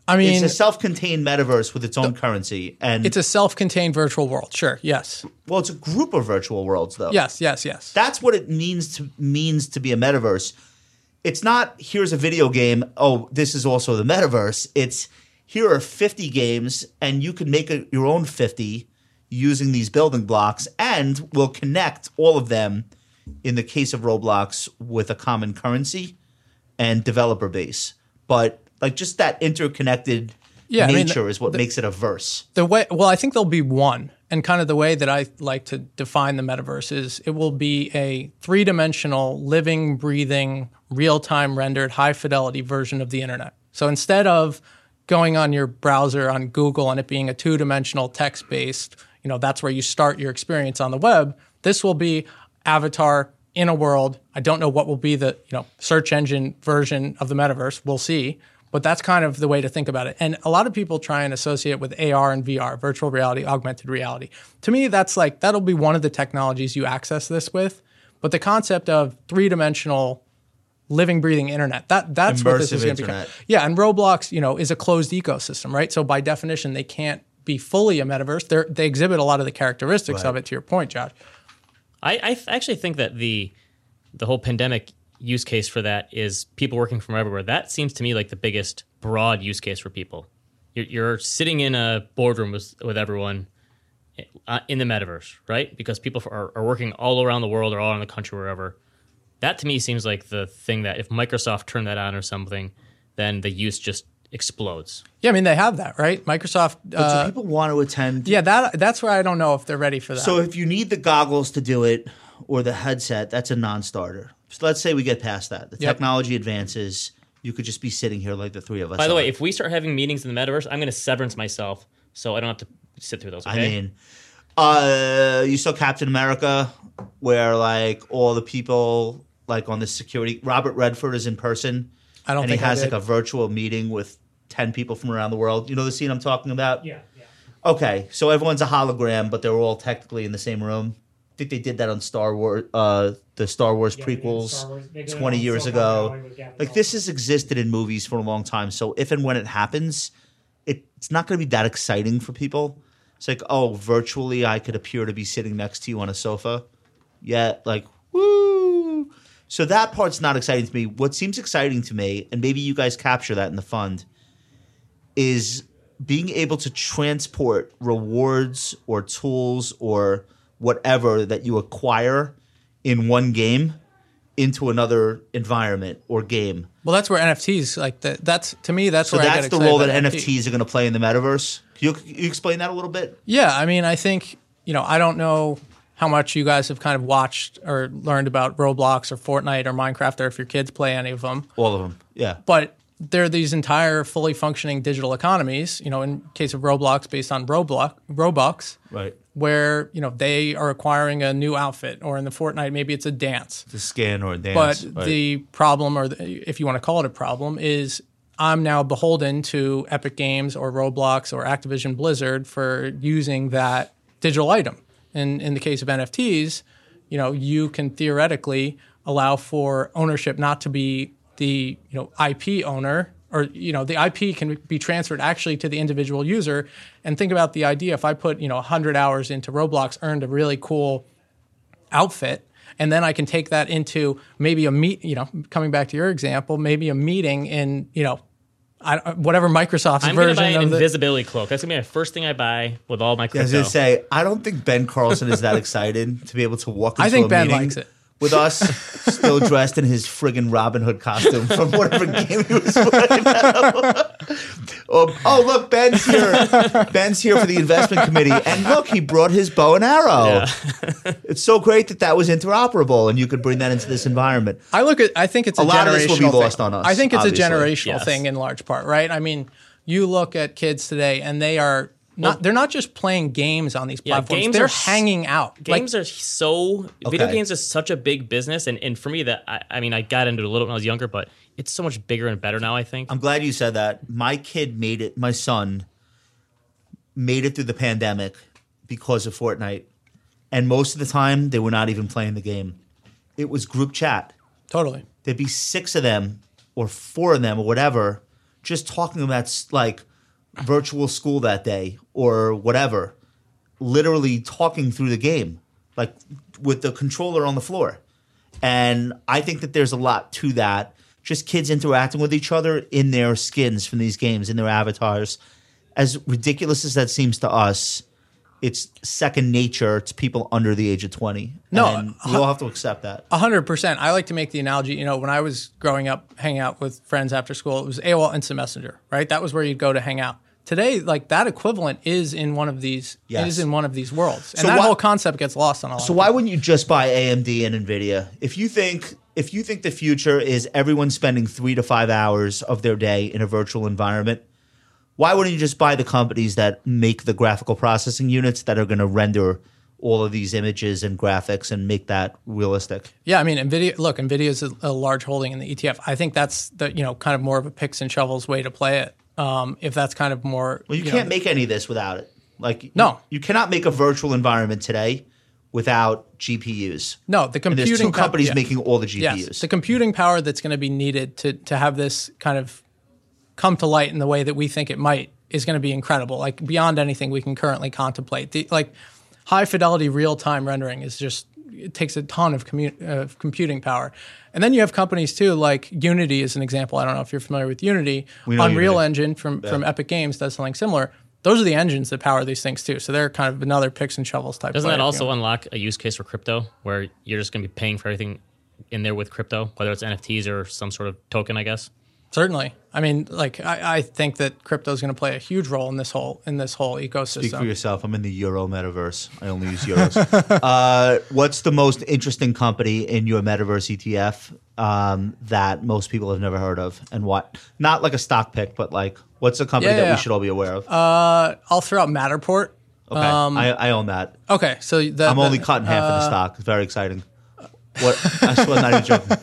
[SPEAKER 3] I mean,
[SPEAKER 4] it's a self-contained metaverse with its own currency, and
[SPEAKER 3] it's a self-contained virtual world. Sure. Yes.
[SPEAKER 4] well, it's a group of virtual worlds, though.
[SPEAKER 3] Yes. Yes. Yes.
[SPEAKER 4] that's what it means to means to be a metaverse. It's not here's a video game. Oh, this is also the metaverse. It's here are 50 games, and you can make a, your own 50 using these building blocks, and we'll connect all of them. In the case of Roblox, with a common currency and developer base, but like just that interconnected
[SPEAKER 3] Yeah, I mean,
[SPEAKER 4] nature is what makes it a verse.
[SPEAKER 3] the way well i think there'll be one and kind of the way that i like to define the metaverse is it will be a three-dimensional living breathing real-time rendered high fidelity version of the internet so instead of going on your browser on google and it being a two-dimensional text-based you know that's where you start your experience on the web this will be avatar in a world i don't know what will be the you know search engine version of the metaverse we'll see but that's kind of the way to think about it. And a lot of people try and associate with AR and VR, virtual reality, augmented reality. To me, that's like, that'll be one of the technologies you access this with. But the concept of three dimensional living, breathing internet, that, that's what this is
[SPEAKER 4] Immersive
[SPEAKER 3] going to become.
[SPEAKER 4] internet.
[SPEAKER 3] Yeah. And Roblox, you know, is a closed ecosystem, right? So by definition, they can't be fully a metaverse. They're, they exhibit a lot of the characteristics of it, to your point, Josh.
[SPEAKER 1] I, I th- actually think that the the whole pandemic use case for that is people working from everywhere. That seems to me like the biggest broad use case for people. You're, you're sitting in a boardroom with with everyone uh, in the metaverse, right? Because people are, are working all around the world or all around the country, wherever. That to me seems like the thing that if Microsoft turned that on or something, then the use just explodes.
[SPEAKER 3] Yeah. I mean, they have that, right? Microsoft. Uh,
[SPEAKER 4] Do people want to attend
[SPEAKER 3] yeah. That, that's where I don't know if they're ready for that.
[SPEAKER 4] So if you need the goggles to do it or the headset, that's a non-starter. So let's say we get past that. The
[SPEAKER 3] Yep.
[SPEAKER 4] technology advances. You could just be sitting here like the three of us.
[SPEAKER 1] By the
[SPEAKER 4] are.
[SPEAKER 1] way, if we start having meetings in the metaverse, I'm going to severance myself so I don't have to sit through those.
[SPEAKER 4] I
[SPEAKER 3] eh?
[SPEAKER 1] okay?
[SPEAKER 4] mean, uh, you saw Captain America, where like all the people like on the security. Robert Redford is in person.
[SPEAKER 3] I don't
[SPEAKER 4] and
[SPEAKER 3] think
[SPEAKER 4] he
[SPEAKER 3] I
[SPEAKER 4] has
[SPEAKER 3] did.
[SPEAKER 4] like a virtual meeting with ten people from around the world. You know the scene I'm talking about?
[SPEAKER 7] Yeah, yeah.
[SPEAKER 4] Okay, so everyone's a hologram, but they're all technically in the same room. I think they did that on Star Wars, uh, the Star Wars
[SPEAKER 7] Yeah, they did
[SPEAKER 4] prequels
[SPEAKER 7] Star Wars- they did it
[SPEAKER 4] 20
[SPEAKER 7] on
[SPEAKER 4] years
[SPEAKER 7] Silicon
[SPEAKER 4] ago.
[SPEAKER 7] Valley with Gavin
[SPEAKER 4] Like,
[SPEAKER 7] Newsom.
[SPEAKER 4] this has existed in movies for a long time. So, if and when it happens, it, it's not going to be that exciting for people. It's like, oh, virtually, I could appear to be sitting next to you on a sofa. Yeah, like, woo. So, that part's not exciting to me. What seems exciting to me, and maybe you guys capture that in the fund, is being able to transport rewards or tools or whatever that you acquire in one game into another environment or game.
[SPEAKER 3] Well, that's where NFTs like that. That's to me, that's
[SPEAKER 4] So
[SPEAKER 3] where I
[SPEAKER 4] that's
[SPEAKER 3] get
[SPEAKER 4] the
[SPEAKER 3] excited
[SPEAKER 4] role that
[SPEAKER 3] about
[SPEAKER 4] NFTs are going to play in the metaverse. Can you, you explain that a little bit?
[SPEAKER 3] Yeah, I mean, I think you know, I don't know how much you guys have kind of watched or learned about Roblox or Fortnite or Minecraft, or if your kids play any of them.
[SPEAKER 4] All of them. Yeah.
[SPEAKER 3] but there are these entire fully functioning digital economies, you know, in case of Roblox based on Roblox, Robux,
[SPEAKER 4] Right.
[SPEAKER 3] where, you know, they are acquiring a new outfit or in the Fortnite, maybe it's a dance.
[SPEAKER 4] The skin or a
[SPEAKER 3] But
[SPEAKER 4] dance. right.
[SPEAKER 3] the problem, or the, if you want to call it a problem, is I'm now beholden to Epic Games or Roblox or Activision Blizzard for using that digital item. And in the case of NFTs, you know, you can theoretically allow for ownership not to be the you know IP owner or you know the IP can be transferred actually to the individual user. And think about the idea: if I put you know 100 hours into Roblox, earned a really cool outfit and then i can take that into maybe a meet you know coming back to your example maybe a meeting in you know I, whatever microsoft's
[SPEAKER 1] I'm gonna
[SPEAKER 3] version
[SPEAKER 1] buy an
[SPEAKER 3] of the,
[SPEAKER 1] invisibility cloak. That's gonna be my first thing I buy with all my
[SPEAKER 4] I was
[SPEAKER 1] crypto.
[SPEAKER 4] going to say, I don't think Ben Carlson is that excited to be able to walk into
[SPEAKER 3] I think
[SPEAKER 4] a
[SPEAKER 3] Ben
[SPEAKER 4] meeting
[SPEAKER 3] likes it.
[SPEAKER 4] with us still dressed in his friggin' Robin Hood costume from whatever game he was playing. oh, oh, look, Ben's here. Ben's here for the investment committee. And look, he brought his bow and arrow. it's so great that that was interoperable and you could bring that into this environment.
[SPEAKER 3] i look at i think it's a,
[SPEAKER 4] A lot of this will be
[SPEAKER 3] generational thing.
[SPEAKER 4] lost on us,
[SPEAKER 3] i think it's
[SPEAKER 4] obviously.
[SPEAKER 3] a generational
[SPEAKER 1] Yes.
[SPEAKER 3] thing in large part right i mean you look at kids today and they are not they're not just playing games on these platforms
[SPEAKER 1] games
[SPEAKER 3] they're
[SPEAKER 1] are s-
[SPEAKER 3] hanging out
[SPEAKER 1] Games are so video
[SPEAKER 4] Okay.
[SPEAKER 1] games is such a big business, and, and for me that I, I mean I got into it a little when I was younger, but it's so much bigger and better now. I think
[SPEAKER 4] I'm glad you said that. My kid made it, my son made it through the pandemic because of Fortnite. And most of the time, they were not even playing the game. It was group chat.
[SPEAKER 3] totally
[SPEAKER 4] There'd be six of them or four of them or whatever just talking about s- like virtual school that day or whatever, literally talking through the game, like with the controller on the floor. And I think that there's a lot to that. Just kids interacting with each other in their skins from these games, in their avatars. As ridiculous as that seems to us, it's second nature to people under the age of 20.
[SPEAKER 3] No,
[SPEAKER 4] and we all have to accept that.
[SPEAKER 3] A hundred percent. I like to make the analogy. You know, when I was growing up, hanging out with friends after school, it was AOL Instant Messenger, right? That was where you'd go to hang out. Today, like that equivalent is in one of these
[SPEAKER 4] Yes.
[SPEAKER 3] is in one of these worlds, and
[SPEAKER 4] So
[SPEAKER 3] that
[SPEAKER 4] why-
[SPEAKER 3] whole concept gets lost on a lot.
[SPEAKER 4] So why wouldn't you just buy AMD and Nvidia? If you think if you think the future is everyone spending 3 to 5 hours of their day in a virtual environment, why wouldn't you just buy the companies that make the graphical processing units that are going to render all of these images and graphics and make that realistic?
[SPEAKER 3] Yeah, I mean, Nvidia. Look, Nvidia is a, a large holding in the ETF. I think that's the you know kind of more of a picks and shovels way to play it. Um, if that's kind of more,
[SPEAKER 4] Well, you,
[SPEAKER 3] know,
[SPEAKER 4] can't make any of this without it. Like
[SPEAKER 3] No.
[SPEAKER 4] you, you cannot make a virtual environment today without GPUs.
[SPEAKER 3] no the
[SPEAKER 4] And there's
[SPEAKER 3] computing
[SPEAKER 4] two
[SPEAKER 3] pow-
[SPEAKER 4] companies
[SPEAKER 3] yeah.
[SPEAKER 4] making all the GPUs.
[SPEAKER 3] Yes, the computing power that's going to be needed to to have this kind of come to light in the way that we think it might is going to be incredible. Like beyond anything we can currently contemplate. The, like high fidelity real time rendering is just it takes a ton of commu- uh, of computing power. And then you have companies too, like Unity is an example. I don't know if you're familiar with Unity.
[SPEAKER 4] know
[SPEAKER 3] Unreal
[SPEAKER 4] Unity.
[SPEAKER 3] Engine from from Epic Games does something similar. Those are the engines that power these things too. So they're kind of another picks and shovels type.
[SPEAKER 1] doesn't
[SPEAKER 3] play,
[SPEAKER 1] that
[SPEAKER 3] you
[SPEAKER 1] also
[SPEAKER 3] know.
[SPEAKER 1] unlock a use case for crypto where you're just gonna be paying for everything in there with crypto, whether it's NFTs or some sort of token, I guess.
[SPEAKER 3] Certainly. I mean, like I, I think that crypto is going to play a huge role in this whole in this whole ecosystem.
[SPEAKER 4] Speak for yourself. I'm in the Euro metaverse. I only use euros. uh, what's the most interesting company in your metaverse ETF um, that most people have never heard of, and what? Not like a stock pick, but like what's a company
[SPEAKER 3] Yeah,
[SPEAKER 4] that
[SPEAKER 3] yeah. Uh,
[SPEAKER 4] we should all be aware of?
[SPEAKER 3] I'll throw out Matterport. um,
[SPEAKER 4] okay, I, I own that.
[SPEAKER 3] Okay, so the,
[SPEAKER 4] I'm
[SPEAKER 3] the-
[SPEAKER 1] Uh,
[SPEAKER 4] only cutting half of the stock. It's very exciting. What I swear, I'm not even joking.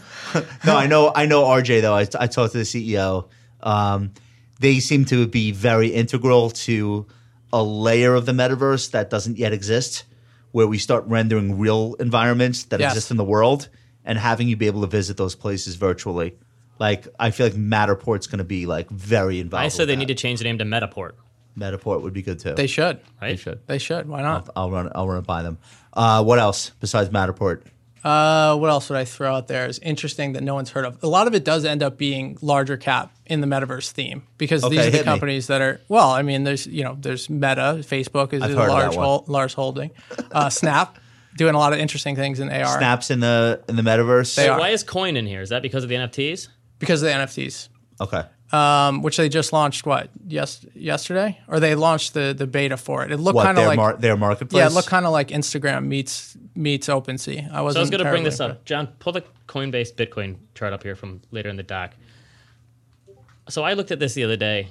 [SPEAKER 4] no, I know, I know RJ though. I, I talked to the CEO. Um, they seem to be very integral to a layer of the metaverse that doesn't yet exist, where we start rendering real environments that
[SPEAKER 3] Yes.
[SPEAKER 4] exist in the world and having you be able to visit those places virtually. Like I feel like Matterport's going to be like very involved.
[SPEAKER 1] I said they
[SPEAKER 4] with
[SPEAKER 1] need to change the name to Metaport.
[SPEAKER 4] that. Matterport would be good too.
[SPEAKER 3] They should.
[SPEAKER 1] Right?
[SPEAKER 4] should.
[SPEAKER 3] They should. Why not?
[SPEAKER 4] I'll run. I'll run it by them. Uh, what else besides Matterport?
[SPEAKER 3] Uh, what else would I throw out there? Is interesting that no one's heard of. A lot of it does end up being larger cap in the metaverse theme because
[SPEAKER 4] Okay,
[SPEAKER 3] these are
[SPEAKER 4] hit
[SPEAKER 3] the
[SPEAKER 4] me.
[SPEAKER 3] companies that are. Well, I mean, there's you know, there's Meta, Facebook is,
[SPEAKER 4] I've
[SPEAKER 3] a
[SPEAKER 4] heard of that
[SPEAKER 3] large
[SPEAKER 4] one.
[SPEAKER 3] hol- large holding, uh, Snap doing a lot of interesting things in AR
[SPEAKER 4] Snaps in the in the metaverse.
[SPEAKER 3] They are.
[SPEAKER 1] Why is coin in here? Is that because of the NFTs?
[SPEAKER 3] because of the NFTs,
[SPEAKER 4] Okay.
[SPEAKER 3] um, which they just launched what yes yesterday or they launched the the beta for it. It looked
[SPEAKER 4] What
[SPEAKER 3] kind of
[SPEAKER 4] their
[SPEAKER 3] like
[SPEAKER 4] mar- their marketplace?
[SPEAKER 3] yeah, it looked kind of like Instagram meets meets OpenSea. I wasn't.
[SPEAKER 1] So I was going to bring
[SPEAKER 3] terribly
[SPEAKER 1] this up. John, pull the Coinbase Bitcoin chart up here from later in the doc. So I looked at this the other day.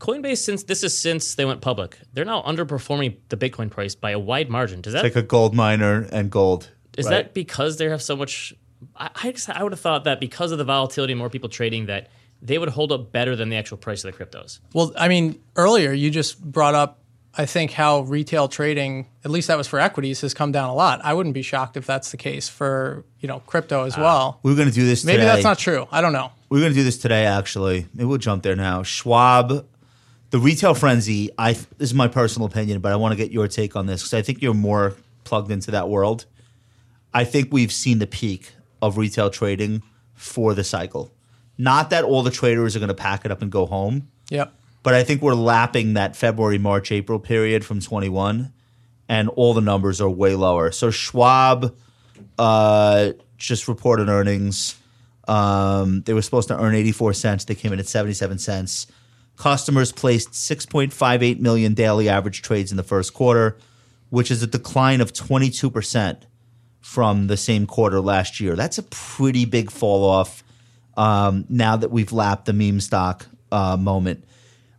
[SPEAKER 1] Coinbase, since this is since they went public, they're now underperforming the Bitcoin price by a wide margin. Does that
[SPEAKER 4] like a gold miner and gold.
[SPEAKER 1] is
[SPEAKER 4] right?
[SPEAKER 1] that because they have so much? I I, just, I would have thought that because of the volatility and more people trading that they would hold up better than the actual price of the cryptos.
[SPEAKER 3] Well, I mean, earlier you just brought up, I think, how retail trading, at least that was for equities, has come down a lot. I wouldn't be shocked if that's the case for you know crypto
[SPEAKER 1] Ah.
[SPEAKER 3] as well.
[SPEAKER 4] we were going to do this?
[SPEAKER 3] Maybe
[SPEAKER 4] today.
[SPEAKER 3] that's not true. I don't know.
[SPEAKER 4] We were going to do this today. Actually, maybe we'll jump there now. Schwab, the retail frenzy. I this is my personal opinion, but I want to get your take on this because I think you're more plugged into that world. I think we've seen the peak of retail trading for the cycle. Not that all the traders are going to pack it up and go home.
[SPEAKER 3] Yep.
[SPEAKER 4] but I think we're lapping that February, March, April period from 21, and all the numbers are way lower. So Schwab uh, just reported earnings. Um, they were supposed to earn 84 cents. They came in at 77 cents. Customers placed 6.58 million daily average trades in the first quarter, which is a decline of 22% from the same quarter last year. That's a pretty big fall off um, now that we've lapped the meme stock uh, moment.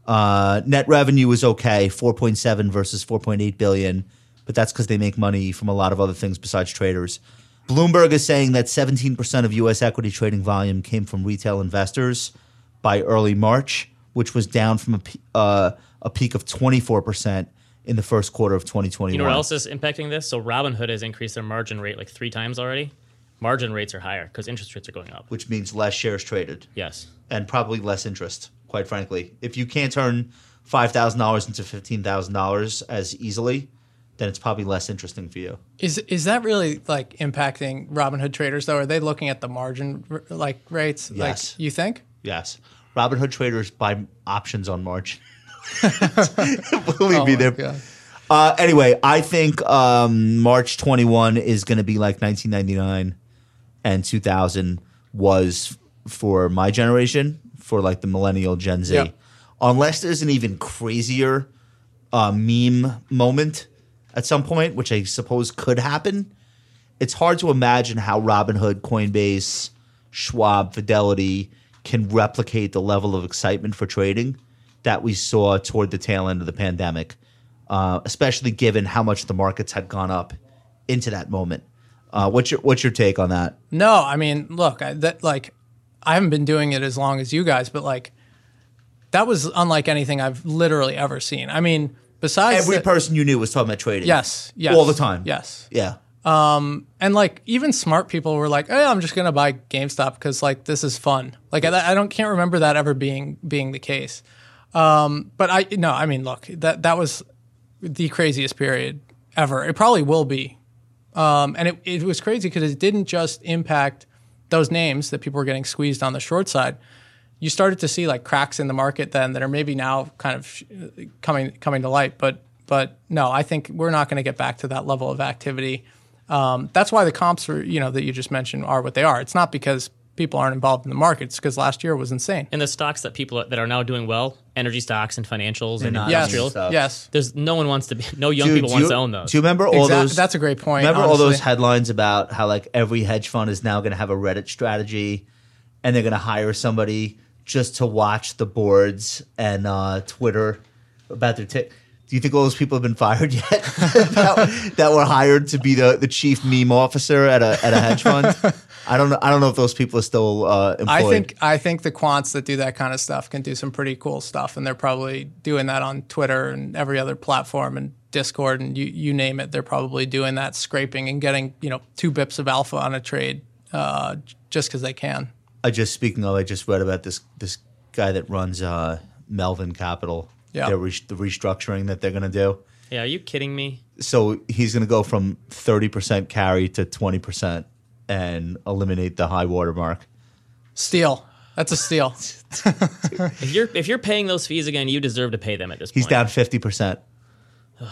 [SPEAKER 4] Uh, net revenue was okay, 4.7 versus 4.8 billion, but that's because they make money from a lot of other things besides traders. Bloomberg is saying that 17% of U.S. equity trading volume came from retail investors by early March, which was down from a, pe- uh, a peak of 24% in the first quarter of 2021.
[SPEAKER 1] You know what else is impacting this? So Robinhood has increased their margin rate like three times already. Margin rates are higher because interest rates are going up.
[SPEAKER 4] Which means less shares traded.
[SPEAKER 1] Yes.
[SPEAKER 4] and probably less interest, quite frankly. If you can't turn five thousand dollars into fifteen thousand dollars as easily, then it's probably less interesting for you.
[SPEAKER 3] Is is that really like impacting Robinhood traders though? Are they looking at the margin r- like rates?
[SPEAKER 4] Yes.
[SPEAKER 3] Like you think?
[SPEAKER 4] Yes. Robinhood traders buy options on March. Believe me,
[SPEAKER 3] Oh my
[SPEAKER 4] they're
[SPEAKER 3] God.
[SPEAKER 4] Uh, anyway, I think um, March 21 is going to be like 1999 and 2000 was for my generation, for like the millennial Gen Z.
[SPEAKER 3] Yeah.
[SPEAKER 4] Unless there's an even crazier uh, meme moment at some point, which I suppose could happen. It's hard to imagine how Robinhood, Coinbase, Schwab, Fidelity can replicate the level of excitement for trading that we saw toward the tail end of the pandemic, uh, especially given how much the markets had gone up into that moment. Uh, what's your what's your take on that?
[SPEAKER 3] No, I mean, look, I, that like I haven't been doing it as long as you guys, but like that was unlike anything I've literally ever seen. I mean, besides
[SPEAKER 4] Every
[SPEAKER 3] the-
[SPEAKER 4] person you knew was talking about trading.
[SPEAKER 3] yes, yes,
[SPEAKER 4] all the time.
[SPEAKER 3] yes.
[SPEAKER 4] yeah.
[SPEAKER 3] and like even smart people were like, "Eh, I'm just gonna buy GameStop because like this is fun." Like I, I don't can't remember that ever being being the case. Um, but I no, I mean, look, that that was the craziest period ever. It probably will be, um, and it it was crazy because it didn't just impact those names that people were getting squeezed on the short side. You started to see like cracks in the market then that are maybe now kind of sh- coming coming to light, but. But no, I think we're not going to get back to that level of activity um, that's why the comps are, you know, that you just mentioned are what they are. It's not because people aren't involved in the markets, because last year was insane.
[SPEAKER 1] And the stocks that people that are now doing well, energy stocks and financials and
[SPEAKER 4] not
[SPEAKER 3] Yes,
[SPEAKER 1] industrial.
[SPEAKER 4] stuff.
[SPEAKER 3] yes.
[SPEAKER 1] There's no one wants to be. No young
[SPEAKER 4] Dude,
[SPEAKER 1] people
[SPEAKER 4] do
[SPEAKER 1] wants
[SPEAKER 4] you-
[SPEAKER 1] to own those.
[SPEAKER 4] Do you remember all
[SPEAKER 3] Exactly.
[SPEAKER 4] those?
[SPEAKER 3] that's a great point.
[SPEAKER 4] Remember all those
[SPEAKER 3] honestly.
[SPEAKER 4] headlines about how like every hedge fund is now going to have a Reddit strategy, and they're going to hire somebody just to watch the boards and uh, Twitter about their tick. Do you think all those people have been fired yet that, that were hired to be the, the chief meme officer at a at a hedge fund? I don't know. I don't know if those people are still uh, employed.
[SPEAKER 3] I think I think the quants that do that kind of stuff can do some pretty cool stuff, and they're probably doing that on Twitter and every other platform and Discord and you you name it. They're probably doing that scraping and getting you know two bips of alpha on a trade uh, j- just because they can.
[SPEAKER 4] I just speaking of, I just read about this this guy that runs uh, Melvin Capital.
[SPEAKER 3] Yeah.
[SPEAKER 4] their re- the restructuring that they're going to do.
[SPEAKER 1] Yeah, are you kidding me?
[SPEAKER 4] So he's going to go from thirty percent carry to twenty percent and eliminate the high water mark.
[SPEAKER 3] Steal. That's a steal.
[SPEAKER 1] If you're if you're paying those fees again, you deserve to pay them at this
[SPEAKER 4] He's
[SPEAKER 1] point.
[SPEAKER 4] down fifty percent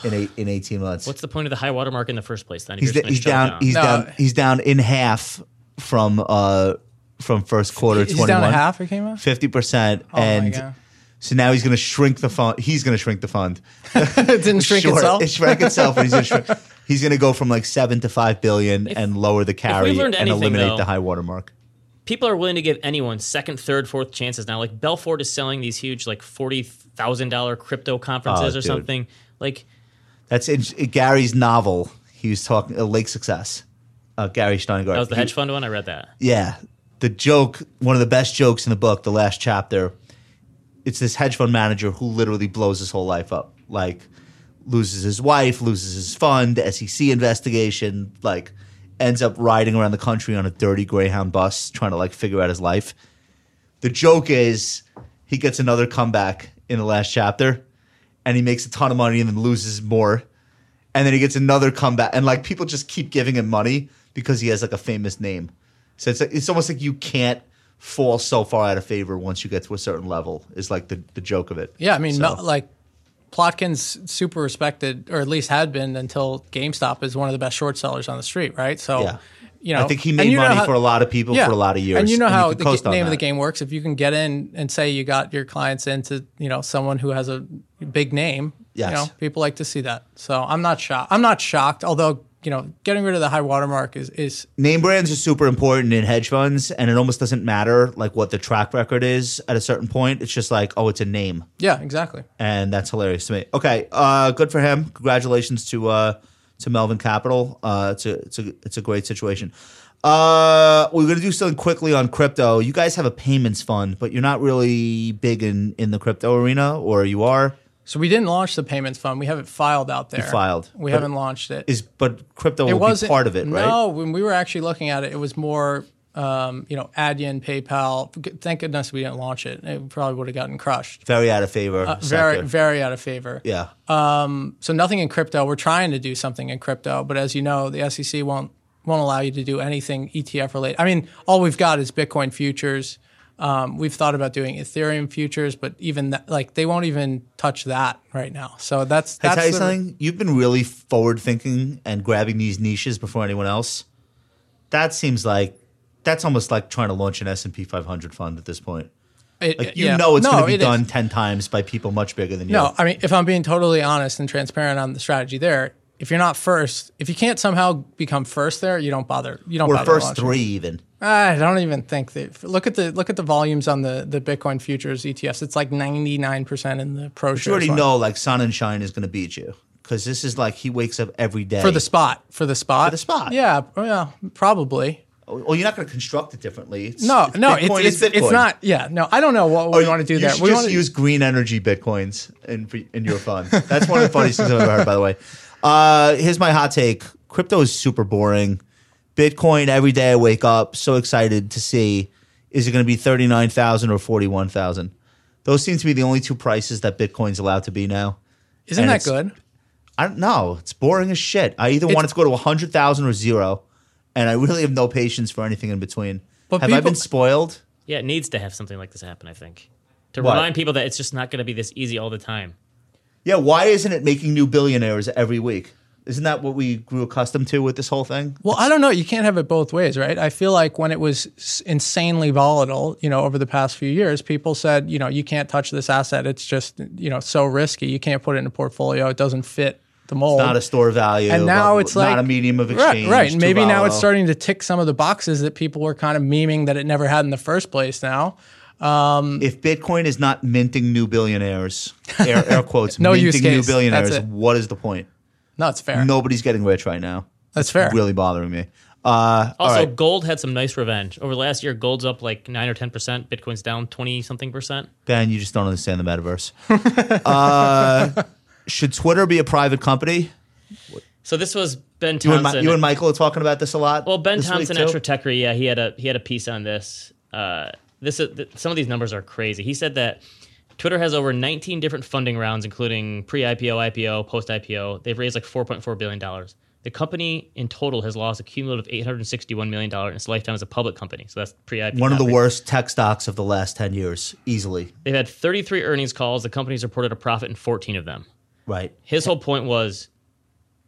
[SPEAKER 4] in eight, in eighteen months.
[SPEAKER 1] What's the point of the high water mark in the first place? Then if
[SPEAKER 4] he's
[SPEAKER 1] you're
[SPEAKER 4] da-
[SPEAKER 1] just
[SPEAKER 4] he's
[SPEAKER 1] gonna
[SPEAKER 4] down,
[SPEAKER 1] shut it
[SPEAKER 4] he's
[SPEAKER 3] No.
[SPEAKER 4] down he's down in half from uh from first quarter
[SPEAKER 3] He's
[SPEAKER 4] twenty
[SPEAKER 3] down a
[SPEAKER 4] one.
[SPEAKER 3] half. He came out.
[SPEAKER 4] Fifty percent,
[SPEAKER 3] my
[SPEAKER 4] and
[SPEAKER 3] God.
[SPEAKER 4] so now he's going to shrink the fund. He's going to shrink the fund.
[SPEAKER 3] It didn't shrink
[SPEAKER 4] Sure,
[SPEAKER 3] itself.
[SPEAKER 4] It shrank itself, and he's going to shrink. He's going to go from like seven to five billion and lower the carry
[SPEAKER 1] learned
[SPEAKER 4] and
[SPEAKER 1] anything,
[SPEAKER 4] eliminate
[SPEAKER 1] though-
[SPEAKER 4] the high water mark.
[SPEAKER 1] people are willing to give anyone second, third, fourth chances now. Like Belfort is selling these huge like forty thousand dollar crypto conferences
[SPEAKER 4] Oh,
[SPEAKER 1] or
[SPEAKER 4] dude.
[SPEAKER 1] something. Like
[SPEAKER 4] That's in Gary's novel. He was talking uh, Lake Success. Uh, Gary Steingart.
[SPEAKER 1] that was the
[SPEAKER 4] He-
[SPEAKER 1] hedge fund one. I read that.
[SPEAKER 4] Yeah. The joke, one of the best jokes in the book, the last chapter, it's this hedge fund manager who literally blows his whole life up. Like, loses his wife, loses his fund, SEC investigation, like, ends up riding around the country on a dirty Greyhound bus trying to, like, figure out his life. The joke is he gets another comeback in the last chapter and he makes a ton of money and then loses more and then he gets another comeback and like people just keep giving him money because he has like a famous name so it's like, it's almost like you can't fall so far out of favor once you get to a certain level is like the, the joke of it
[SPEAKER 3] Yeah, I mean,
[SPEAKER 4] So-
[SPEAKER 3] Mel, like Plotkin's super respected, or at least had been until GameStop is one of the best short sellers on the street, right? So,
[SPEAKER 4] Yeah.
[SPEAKER 3] you know,
[SPEAKER 4] i think he
[SPEAKER 3] and
[SPEAKER 4] made
[SPEAKER 3] you know
[SPEAKER 4] money
[SPEAKER 3] how-
[SPEAKER 4] for a lot of people
[SPEAKER 3] yeah.
[SPEAKER 4] for a lot of years
[SPEAKER 3] And you know how
[SPEAKER 4] can
[SPEAKER 3] the
[SPEAKER 4] coast
[SPEAKER 3] ga-
[SPEAKER 4] on
[SPEAKER 3] name of the
[SPEAKER 4] that.
[SPEAKER 3] game works. If you can get in and say you got your clients into, you know, someone who has a big name,
[SPEAKER 4] Yes.
[SPEAKER 3] you know, people like to see that. So I'm not shocked. I'm not shocked, although, you know, getting rid of the high watermark is, is
[SPEAKER 4] name brands are super important in hedge funds and it almost doesn't matter like what the track record is at a certain point it's just like oh it's a name
[SPEAKER 3] yeah, exactly.
[SPEAKER 4] and that's hilarious to me. Okay, uh, good for him. Congratulations to uh, to Melvin Capital. Uh, it's a it's a it's a great situation. Uh, we're gonna do something quickly on crypto. You guys have a payments fund, but you're not really big in in the crypto arena, or you are
[SPEAKER 3] So we didn't launch the payments fund. We have it filed out there.
[SPEAKER 4] filed.
[SPEAKER 3] We
[SPEAKER 4] But-
[SPEAKER 3] haven't launched it.
[SPEAKER 4] is but crypto will be part of it, right?
[SPEAKER 3] No, when we were actually looking at it, it was more, um, you know, Adyen, PayPal. Thank goodness we didn't launch it. It probably would have gotten crushed.
[SPEAKER 4] Very out of favor.
[SPEAKER 3] Uh, Very,
[SPEAKER 4] sector.
[SPEAKER 3] very uh, out of favor.
[SPEAKER 4] yeah.
[SPEAKER 3] So nothing in crypto. We're trying to do something in crypto, but as you know, the SEC won't won't allow you to do anything ETF related. I mean, all we've got is Bitcoin futures. Um, we've thought about doing Ethereum futures, but even that, like they won't even touch that right now. So that's
[SPEAKER 4] Can I
[SPEAKER 3] that's
[SPEAKER 4] tell you
[SPEAKER 3] the-
[SPEAKER 4] something? You've been really forward thinking and grabbing these niches before anyone else. That seems like that's almost like trying to launch an S and P 500 fund at this point.
[SPEAKER 3] it-
[SPEAKER 4] Like you
[SPEAKER 3] yeah.
[SPEAKER 4] know it's
[SPEAKER 3] No,
[SPEAKER 4] going to be
[SPEAKER 3] it is.
[SPEAKER 4] done 10 times by people much bigger than you.
[SPEAKER 3] No, I mean, if I'm being totally honest and transparent on the strategy there, if you're not first, if you can't somehow become first there, you don't bother. You don't.
[SPEAKER 4] Or
[SPEAKER 3] bother
[SPEAKER 4] first
[SPEAKER 3] launching.
[SPEAKER 4] three even.
[SPEAKER 3] I don't even think that. Look at the look at the volumes on the the Bitcoin futures ETFs. It's like 99 percent in the pro
[SPEAKER 4] You
[SPEAKER 3] shares.
[SPEAKER 4] already
[SPEAKER 3] line.
[SPEAKER 4] know like Sun and Shine is going to beat you because this is like he wakes up every day.
[SPEAKER 3] for the spot for the spot for
[SPEAKER 4] the spot.
[SPEAKER 3] Yeah, yeah, probably.
[SPEAKER 4] oh, you're not going to construct it differently. It's,
[SPEAKER 3] No,
[SPEAKER 4] it's
[SPEAKER 3] no,
[SPEAKER 4] Bitcoin
[SPEAKER 3] it's,
[SPEAKER 4] is
[SPEAKER 3] it's it's
[SPEAKER 4] Bitcoin. Oh,
[SPEAKER 3] not. Yeah, no, I don't know what we
[SPEAKER 4] you-
[SPEAKER 3] want to do
[SPEAKER 4] you
[SPEAKER 3] there.
[SPEAKER 4] should
[SPEAKER 3] We
[SPEAKER 4] just
[SPEAKER 3] wanna,
[SPEAKER 4] use green energy bitcoins in in your fund. That's one of the funniest things I've ever heard. By the way, uh, here's my hot take: crypto is super boring. Bitcoin every day I wake up so excited to see is it going to be thirty nine thousand or forty one thousand. Those seem to be the only two prices that Bitcoin's allowed to be now.
[SPEAKER 3] isn't
[SPEAKER 4] and
[SPEAKER 3] that
[SPEAKER 4] it's-
[SPEAKER 3] good?
[SPEAKER 4] I don't know. It's boring as shit. I either want it to go to hundred thousand or zero, and I really have no patience for anything in between.
[SPEAKER 3] But
[SPEAKER 4] have I
[SPEAKER 3] people-
[SPEAKER 4] been spoiled?
[SPEAKER 1] Yeah, it needs to have something like this happen. I think to
[SPEAKER 4] What?
[SPEAKER 1] remind people that it's just not going to be this easy all the time.
[SPEAKER 4] Yeah, why isn't it making new billionaires every week? Isn't that what we grew accustomed to with this whole thing?
[SPEAKER 3] Well, I don't know. You can't have it both ways, right? I feel like when it was s- insanely volatile, you know, over the past few years, people said, you know, you can't touch this asset. It's just, you know, so risky. You can't put it in a portfolio. It doesn't fit the mold.
[SPEAKER 4] Not a store value.
[SPEAKER 3] and now
[SPEAKER 4] not-
[SPEAKER 3] it's like
[SPEAKER 4] not a medium of
[SPEAKER 3] Right,
[SPEAKER 4] exchange.
[SPEAKER 3] Right, And
[SPEAKER 4] too
[SPEAKER 3] maybe now it's
[SPEAKER 4] volatile.
[SPEAKER 3] starting to tick some of the boxes that people were kind of memeing that it never had in the first place. Now,
[SPEAKER 4] if Bitcoin is not minting new billionaires, air, air quotes,
[SPEAKER 3] No
[SPEAKER 4] minting
[SPEAKER 3] use
[SPEAKER 4] new
[SPEAKER 3] case.
[SPEAKER 4] billionaires,
[SPEAKER 3] That's it.
[SPEAKER 4] what is the point?
[SPEAKER 3] No, it's fair.
[SPEAKER 4] Nobody's getting rich right now.
[SPEAKER 3] That's fair.
[SPEAKER 4] Really bothering me. Uh, all
[SPEAKER 1] Also,
[SPEAKER 4] right.
[SPEAKER 1] gold had some nice revenge over the last year. Gold's up like nine or ten percent. Bitcoin's down twenty something percent.
[SPEAKER 4] Ben, you just don't understand the metaverse. uh, should Twitter be a private company?
[SPEAKER 1] So this was Ben
[SPEAKER 4] You and, Mi-
[SPEAKER 1] Thompson.
[SPEAKER 4] you and Michael are talking about this a lot.
[SPEAKER 1] well, Ben
[SPEAKER 4] this week,
[SPEAKER 1] Thompson
[SPEAKER 4] too?
[SPEAKER 1] at Tratechery, yeah, he had a he had a piece on this. Uh, this is th- some of these numbers are crazy. He said that Twitter has over 19 different funding rounds, including pre-IPO, IPO, post-IPO. They've raised like 4.4 billion dollars. The company in total has lost a cumulative 861 million dollars in its lifetime as a public company. So that's pre-IPO.
[SPEAKER 4] One of the
[SPEAKER 1] not pre-
[SPEAKER 4] worst tech stocks of the last 10 years, easily.
[SPEAKER 1] They've had 33 earnings calls. The company's reported a profit in 14 of them.
[SPEAKER 4] Right.
[SPEAKER 1] his whole point was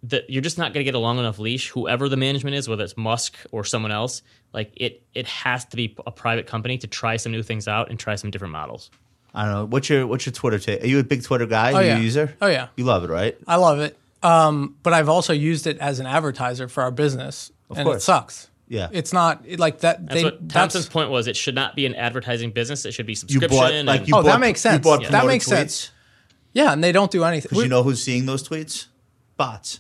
[SPEAKER 1] that you're just not going to get a long enough leash whoever the management is whether it's musk or someone else like it it has to be a private company to try some new things out and try some different models
[SPEAKER 4] I don't know. What's your what's your Twitter take? Are you a big Twitter guy? Are you
[SPEAKER 3] yeah.
[SPEAKER 4] a user?
[SPEAKER 3] Oh, yeah.
[SPEAKER 4] You love it, right?
[SPEAKER 3] I love it. Um, but I've also used it as an advertiser for our business, and
[SPEAKER 4] course.
[SPEAKER 3] it sucks.
[SPEAKER 4] Yeah.
[SPEAKER 3] It's not it, like that.
[SPEAKER 1] that's
[SPEAKER 3] they,
[SPEAKER 1] what thompson's
[SPEAKER 3] that's,
[SPEAKER 1] point was it should not be an advertising business it should be
[SPEAKER 4] You
[SPEAKER 1] subscription
[SPEAKER 4] bought
[SPEAKER 1] and-
[SPEAKER 4] like you
[SPEAKER 3] Oh,
[SPEAKER 4] bought,
[SPEAKER 3] that makes sense.
[SPEAKER 4] You bought
[SPEAKER 3] Yeah.
[SPEAKER 4] promoted
[SPEAKER 3] That makes
[SPEAKER 4] tweets.
[SPEAKER 3] sense. yeah, and they don't do anything.
[SPEAKER 4] Because
[SPEAKER 3] We-
[SPEAKER 4] you know who's seeing those tweets? Bots.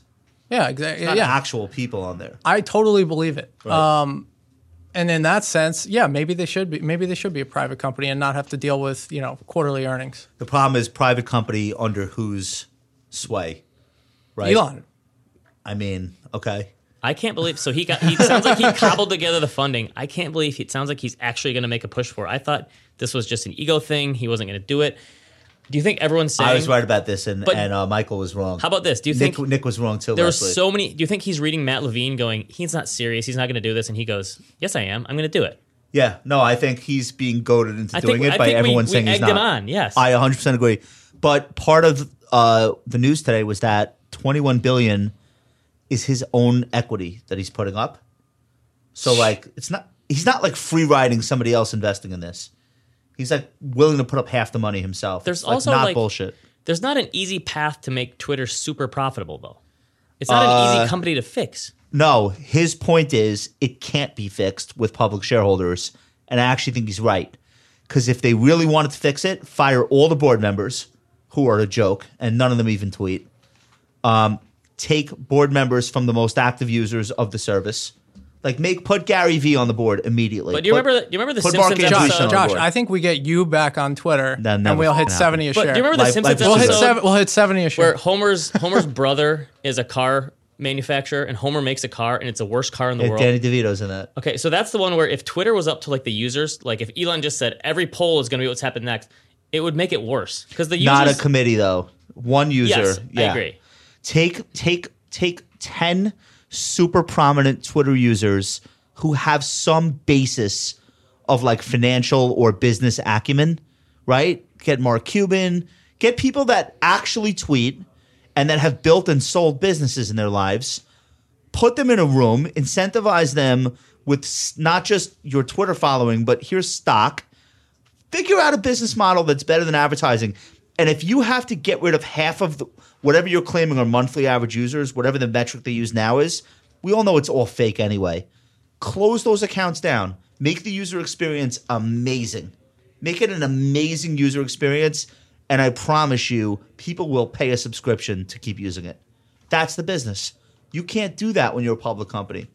[SPEAKER 3] yeah, exactly.
[SPEAKER 4] Not
[SPEAKER 3] Yeah,
[SPEAKER 4] actual people on there.
[SPEAKER 3] I totally believe it. Um, and in that sense, yeah, maybe they should be. Maybe they should be a private company and not have to deal with you know quarterly earnings.
[SPEAKER 4] The problem is private company under whose sway, right?
[SPEAKER 3] Elon,
[SPEAKER 4] I mean, okay.
[SPEAKER 1] i can't believe so he got he it sounds like he cobbled together the funding i can't believe he, it sounds like he's actually going to make a push for it. i thought this was just an ego thing he wasn't going to do it do you think everyone's saying
[SPEAKER 4] I was right about this, and
[SPEAKER 1] But-
[SPEAKER 4] and uh, Michael was wrong.
[SPEAKER 1] how about this do you
[SPEAKER 4] Nick?
[SPEAKER 1] think
[SPEAKER 4] Nick was wrong too.
[SPEAKER 1] There were
[SPEAKER 4] last week.
[SPEAKER 1] so many. Do you think he's reading Matt Levine going, he's not serious. He's not going to do this? And he goes, yes, I am. I'm going to do it.
[SPEAKER 4] Yeah, no, I think he's being goaded into
[SPEAKER 1] I
[SPEAKER 4] doing
[SPEAKER 1] think-
[SPEAKER 4] it
[SPEAKER 1] I
[SPEAKER 4] by
[SPEAKER 1] think we-
[SPEAKER 4] everyone
[SPEAKER 1] we
[SPEAKER 4] saying he's
[SPEAKER 1] egged
[SPEAKER 4] not.
[SPEAKER 1] him on, yes.
[SPEAKER 4] I 100 percent agree. But part of uh, the news today was that 21 billion is his own equity that he's putting up. So like, it's not he's not like free riding somebody else investing in this. He's like willing to put up half the money himself.
[SPEAKER 1] There's
[SPEAKER 4] It's, like,
[SPEAKER 1] also,
[SPEAKER 4] not
[SPEAKER 1] like-
[SPEAKER 4] bullshit.
[SPEAKER 1] There's not an easy path to make Twitter super profitable, though. It's not
[SPEAKER 4] Uh,
[SPEAKER 1] an easy company to fix.
[SPEAKER 4] No, his point is it can't be fixed with public shareholders. And I actually think he's right. Because if they really wanted to fix it, fire all the board members who are a joke and none of them even tweet. Um, take board members from the most active users of the service. Like make put Gary Vee on the board immediately.
[SPEAKER 1] But do you
[SPEAKER 4] Put-
[SPEAKER 1] remember? The, you remember the
[SPEAKER 4] put
[SPEAKER 1] Simpsons
[SPEAKER 4] Mark Andreessen
[SPEAKER 1] episode?
[SPEAKER 4] on
[SPEAKER 3] Josh,
[SPEAKER 4] board.
[SPEAKER 3] I think we get you back on Twitter,
[SPEAKER 4] That never
[SPEAKER 3] and we'll hit
[SPEAKER 4] fucking
[SPEAKER 3] seventy a
[SPEAKER 1] But
[SPEAKER 3] share.
[SPEAKER 1] do you remember the
[SPEAKER 4] Life-
[SPEAKER 1] Simpsons
[SPEAKER 4] life
[SPEAKER 3] we'll
[SPEAKER 4] is
[SPEAKER 3] hit
[SPEAKER 4] episode?
[SPEAKER 3] seven. We'll hit seventy a share.
[SPEAKER 1] where Homer's Homer's brother is a car manufacturer, and Homer makes a car, and it's the worst car in the
[SPEAKER 4] Yeah,
[SPEAKER 1] world.
[SPEAKER 4] Danny DeVito's in that.
[SPEAKER 1] Okay, so that's the one where if Twitter was up to like the users, like if Elon just said every poll is going to be what's happened next, it would make it worse because the users.
[SPEAKER 4] Not a committee though. One user.
[SPEAKER 1] yes,
[SPEAKER 4] yeah.
[SPEAKER 1] I agree.
[SPEAKER 4] take take take 10 super prominent twitter users who have some basis of like financial or business acumen right get mark cuban get people that actually tweet and that have built and sold businesses in their lives put them in a room incentivize them with s- not just your twitter following but here's stock figure out a business model that's better than advertising. And if you have to get rid of half of the, whatever you're claiming are monthly average users, whatever the metric they use now is, we all know it's all fake anyway. Close those accounts down. Make the user experience amazing. Make it an amazing user experience. And I promise you, people will pay a subscription to keep using it. That's the business. You can't do that when you're a public company.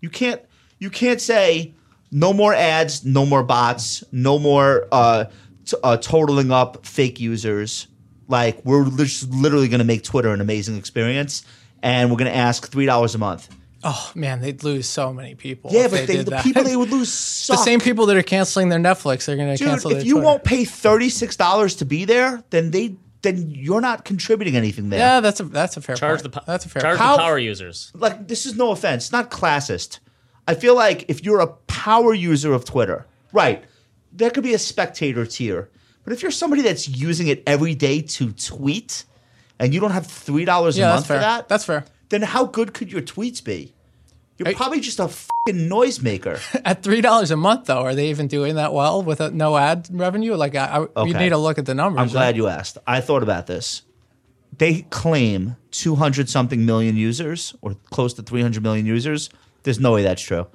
[SPEAKER 4] You can't you can't say no more ads, no more bots, no more uh, t- uh, totaling up fake users. Like we're lit- just literally going to make Twitter an amazing experience, and we're going to ask three dollars a month.
[SPEAKER 3] oh man, they'd lose so many people.
[SPEAKER 4] Yeah,
[SPEAKER 3] if
[SPEAKER 4] but they,
[SPEAKER 3] did
[SPEAKER 4] the
[SPEAKER 3] that.
[SPEAKER 4] people they would lose suck.
[SPEAKER 3] the same people that are canceling their Netflix are going to
[SPEAKER 4] Dude,
[SPEAKER 3] cancel
[SPEAKER 4] if
[SPEAKER 3] their
[SPEAKER 4] you
[SPEAKER 3] Twitter.
[SPEAKER 4] won't pay thirty six dollars to be there, then they then you're not contributing anything there.
[SPEAKER 3] Yeah, that's a that's a fair
[SPEAKER 1] Charge
[SPEAKER 3] point.
[SPEAKER 1] the po-
[SPEAKER 3] that's a fair.
[SPEAKER 1] charge
[SPEAKER 4] How-
[SPEAKER 1] the power users.
[SPEAKER 4] like this is no offense, it's not classist. I feel like if you're a power user of Twitter, right, there could be a spectator tier. But if you're somebody that's using it every day to tweet and you don't have three dollars a
[SPEAKER 3] yeah, that's
[SPEAKER 4] month
[SPEAKER 3] fair.
[SPEAKER 4] for that,
[SPEAKER 3] That's fair.
[SPEAKER 4] then how good could your tweets be? You're
[SPEAKER 3] Hey.
[SPEAKER 4] probably just a fucking noisemaker.
[SPEAKER 3] At three dollars a month, though, are they even doing that well with a, no ad revenue? Like, I, I
[SPEAKER 4] Okay.
[SPEAKER 3] you need to look at the numbers.
[SPEAKER 4] I'm glad you asked. I thought about this. They claim 200 something million users or close to 300 million users. There's no way that's true.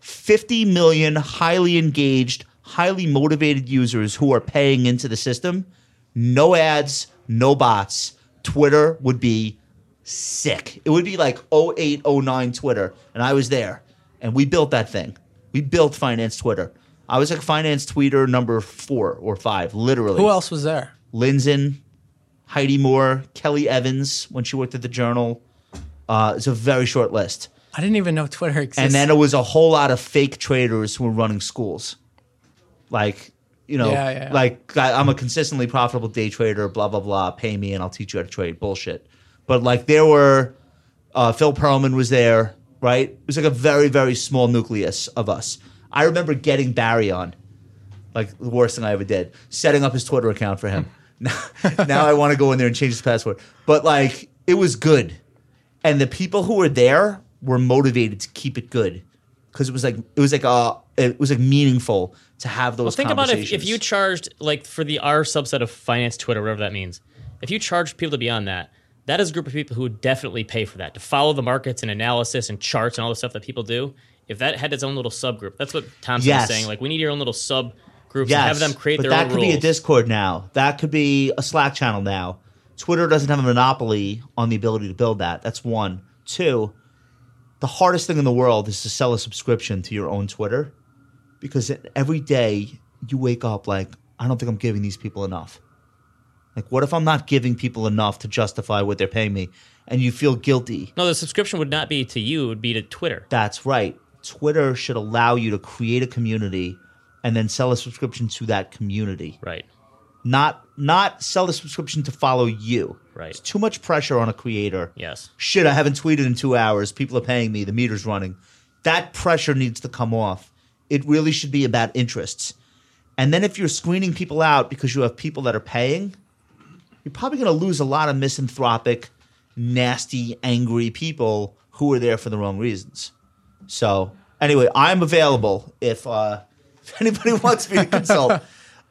[SPEAKER 4] 50 million highly engaged highly motivated users who are paying into the system. No ads, no bots. Twitter would be sick. It would be like 08, 09 Twitter. And I was there. And we built that thing. We built Finance Twitter. I was like Finance Twitter number four or five, literally.
[SPEAKER 3] Who else was there?
[SPEAKER 4] Lindzen, Heidi Moore, Kelly Evans when she worked at the Journal. Uh, it's a very short list.
[SPEAKER 3] I didn't even know Twitter existed.
[SPEAKER 4] And then it was a whole lot of fake traders who were running schools. Like, you know,
[SPEAKER 3] Yeah, yeah, yeah.
[SPEAKER 4] like I, I'm a consistently profitable day trader, blah, blah, blah. Pay me and I'll teach you how to trade. Bullshit. But like there were, uh, Phil Perlman was there, right? It was like a very, very small nucleus of us. I remember getting Barry on, like the worst thing I ever did, setting up his Twitter account for him. now, now I want to go in there and change his password. But like it was good and the people who were there were motivated to keep it good because it was like it was like uh it was like meaningful to have those.
[SPEAKER 1] Well, think about if, if
[SPEAKER 4] conversations.
[SPEAKER 1] you charged like for the R subset of finance Twitter, whatever that means. If you charged people to be on that, that is a group of people who would definitely pay for that to follow the markets and analysis and charts and all the stuff that people do. If that had its own little subgroup, that's what Thompson
[SPEAKER 4] Yes.
[SPEAKER 1] was saying. Like we need your own little subgroups and
[SPEAKER 4] yes,
[SPEAKER 1] have them create
[SPEAKER 4] but
[SPEAKER 1] their
[SPEAKER 4] that
[SPEAKER 1] own
[SPEAKER 4] could
[SPEAKER 1] rules.
[SPEAKER 4] be a Discord now. That could be a Slack channel now. Twitter doesn't have a monopoly on the ability to build that. That's one. Two, the hardest thing in the world is to sell a subscription to your own Twitter because every day you wake up like I don't think I'm giving these people enough. Like, what if I'm not giving people enough to justify what they're paying me? And you feel guilty.
[SPEAKER 1] no, the subscription would not be to you; it would be to Twitter.
[SPEAKER 4] That's right. Twitter should allow you to create a community and then sell a subscription to that community.
[SPEAKER 1] Right.
[SPEAKER 4] Not not sell the subscription to follow you.
[SPEAKER 1] Right.
[SPEAKER 4] It's too much pressure on a creator.
[SPEAKER 1] Yes.
[SPEAKER 4] Shit, I haven't tweeted in two hours. People are paying me. The meter's running. That pressure needs to come off. It really should be about interests. And then if you're screening people out because you have people that are paying, you're probably going to lose a lot of misanthropic, nasty, angry people who are there for the wrong reasons. So anyway, I'm available if uh, if anybody wants me to consult.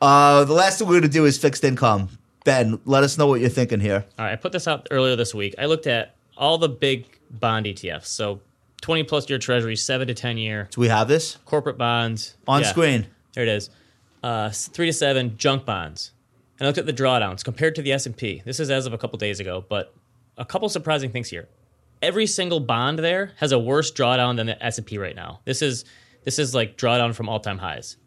[SPEAKER 4] Uh, the last thing we're going to do is fixed income. Ben, let us know what you're thinking here.
[SPEAKER 1] All right, I put this out earlier this week. I looked at all the big bond ETFs, so twenty plus year Treasury, seven to ten year
[SPEAKER 4] Do we have this
[SPEAKER 1] corporate bonds
[SPEAKER 4] on
[SPEAKER 1] Yeah.
[SPEAKER 4] screen?
[SPEAKER 1] There it is. Uh, s- three to seven junk bonds. And I looked at the drawdowns compared to the S and P. This is as of a couple days ago, but a couple surprising things here. Every single bond there has a worse drawdown than the S and P right now. This is this is like drawdown from all time highs.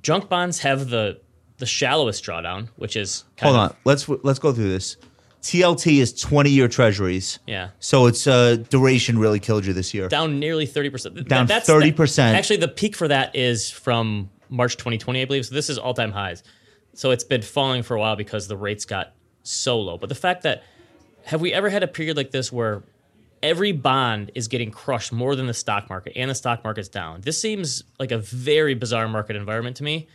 [SPEAKER 1] Junk bonds have the the shallowest drawdown, which is kind
[SPEAKER 4] Hold
[SPEAKER 1] of,
[SPEAKER 4] on. Let's let's go through this. TLT is 20 year treasuries.
[SPEAKER 1] Yeah.
[SPEAKER 4] So it's uh, duration really killed you this year.
[SPEAKER 1] down nearly 30%.
[SPEAKER 4] Down
[SPEAKER 1] that's
[SPEAKER 4] 30%.
[SPEAKER 1] actually, the peak for that is from March 2020, I believe. So this is all time highs. So it's been falling for a while because the rates got so low. But the fact that have we ever had a period like this where every bond is getting crushed more than the stock market and the stock market's down? This seems like a very bizarre market environment to me.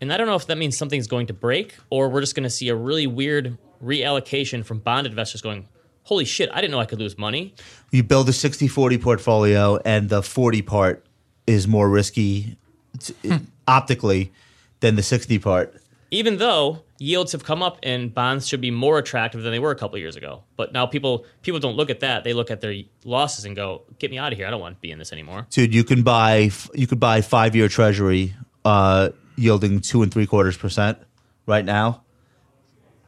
[SPEAKER 1] And I don't know if that means something's going to break or we're just going to see a really weird reallocation from bond investors going, holy shit, I didn't know I could lose money.
[SPEAKER 4] you build a 60 40 portfolio and the 40 part is more risky t- optically than the 60 part
[SPEAKER 1] even though yields have come up and bonds should be more attractive than they were a couple years ago. But now people people don't look at that; they look at their losses and go, "Get me out of here! I don't want to be in this anymore."
[SPEAKER 4] dude you can buy f- you could buy five year treasury uh, yielding two and three quarters percent right now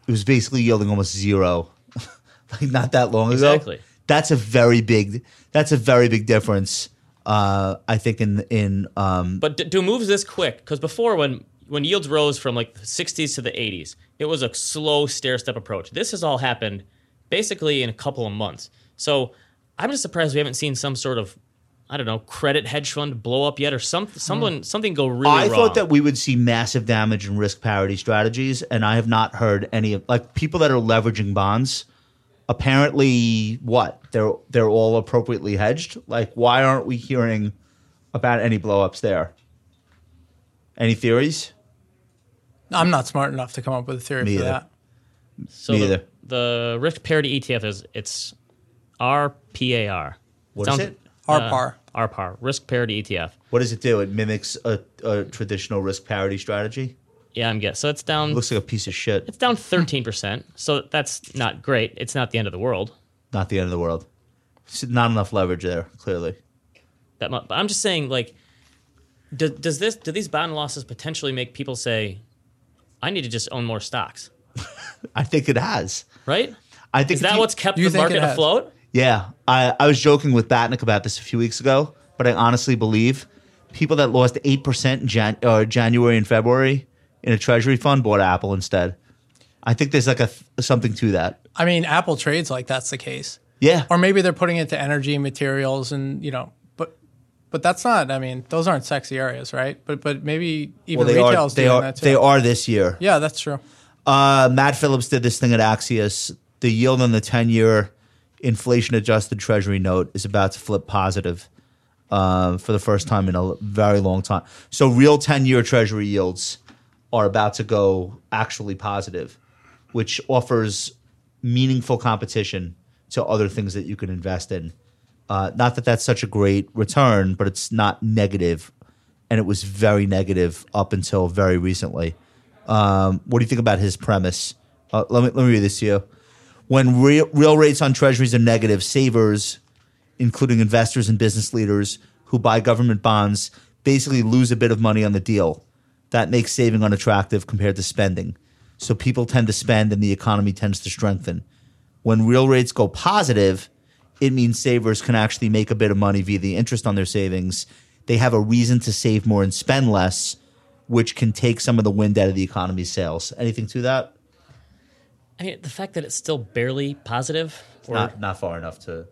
[SPEAKER 4] it was basically yielding almost zero like not that long ago
[SPEAKER 1] Exactly.
[SPEAKER 4] that's a very big that's a very big difference uh, i think in in um,
[SPEAKER 1] But d- do moves this quick? Because before, when when yields rose from like the 60s to the 80s, it was a slow stair step approach. This has all happened basically in a couple of months. So I'm just surprised we haven't seen some sort of I don't know credit hedge fund blow up yet, or some someone something go really
[SPEAKER 4] Hmm. I
[SPEAKER 1] wrong.
[SPEAKER 4] thought that we would see massive damage and risk parity strategies, and I have not heard any of like people that are leveraging bonds. Apparently, what they're they're all appropriately hedged. Like, why aren't we hearing about any blowups there? Any theories?
[SPEAKER 3] I'm not smart enough to come up with a theory
[SPEAKER 4] Me
[SPEAKER 3] for
[SPEAKER 4] either.
[SPEAKER 3] that.
[SPEAKER 1] So
[SPEAKER 4] Me
[SPEAKER 1] the,
[SPEAKER 4] either.
[SPEAKER 1] the risk parity ETF is it's RPAR.
[SPEAKER 4] What is
[SPEAKER 1] Sounds- uh,
[SPEAKER 4] it?
[SPEAKER 3] RPAR.
[SPEAKER 1] RPAR, risk parity ETF.
[SPEAKER 4] What does it do? It mimics a, a traditional risk parity strategy.
[SPEAKER 1] Yeah, I'm guessing. So it's down
[SPEAKER 4] It looks like a piece of shit.
[SPEAKER 1] it's down 13%. So that's not great. It's not the end of the world.
[SPEAKER 4] Not the end of the world. It's not enough leverage there. Clearly,
[SPEAKER 1] That much. But I'm just saying like Does, does this do these bond losses potentially make people say, "I need to just own more stocks"?
[SPEAKER 4] I think it has.
[SPEAKER 1] Right?
[SPEAKER 4] I think
[SPEAKER 1] Is
[SPEAKER 4] if
[SPEAKER 1] that
[SPEAKER 4] you-
[SPEAKER 1] what's kept
[SPEAKER 3] you
[SPEAKER 1] the
[SPEAKER 3] think it
[SPEAKER 1] market
[SPEAKER 3] has?
[SPEAKER 1] afloat?
[SPEAKER 4] Yeah, I, I was joking with Batnick about this a few weeks ago, but I honestly believe people that lost eight percent in Jan- or January and February in a Treasury fund bought Apple instead. I think there's like a th- something to that.
[SPEAKER 3] I mean, Apple trades like that's the case,
[SPEAKER 4] Yeah,
[SPEAKER 3] or maybe they're putting it to energy materials, and you know, but but that's not. I mean, those aren't sexy areas, right? But but maybe even
[SPEAKER 4] well, they are.
[SPEAKER 3] retail's
[SPEAKER 4] They
[SPEAKER 3] doing
[SPEAKER 4] are.
[SPEAKER 3] that too.
[SPEAKER 4] They are this year.
[SPEAKER 3] Yeah, that's true.
[SPEAKER 4] Uh, Matt Phillips did this thing at Axios. The yield on the 10 year inflation adjusted treasury note is about to flip positive uh, for the first time in a l- very long time. So, real 10 year treasury yields are about to go actually positive, which offers meaningful competition to other things that you can invest in. Uh, not that that's such a great return, but it's not negative, and it was very negative up until very recently. Um, what do you think about his premise? Uh, let me let me read this to you. When real, real rates on treasuries are negative, savers, including investors and business leaders who buy government bonds, basically lose a bit of money on the deal. That makes saving unattractive compared to spending. So people tend to spend, and the economy tends to strengthen. When real rates go positive, it means savers can actually make a bit of money via the interest on their savings. They have a reason to save more and spend less, which can take some of the wind out of the economy's sails. Anything to that?
[SPEAKER 1] I mean, the fact that it's still barely positive, or
[SPEAKER 4] Not not far enough to.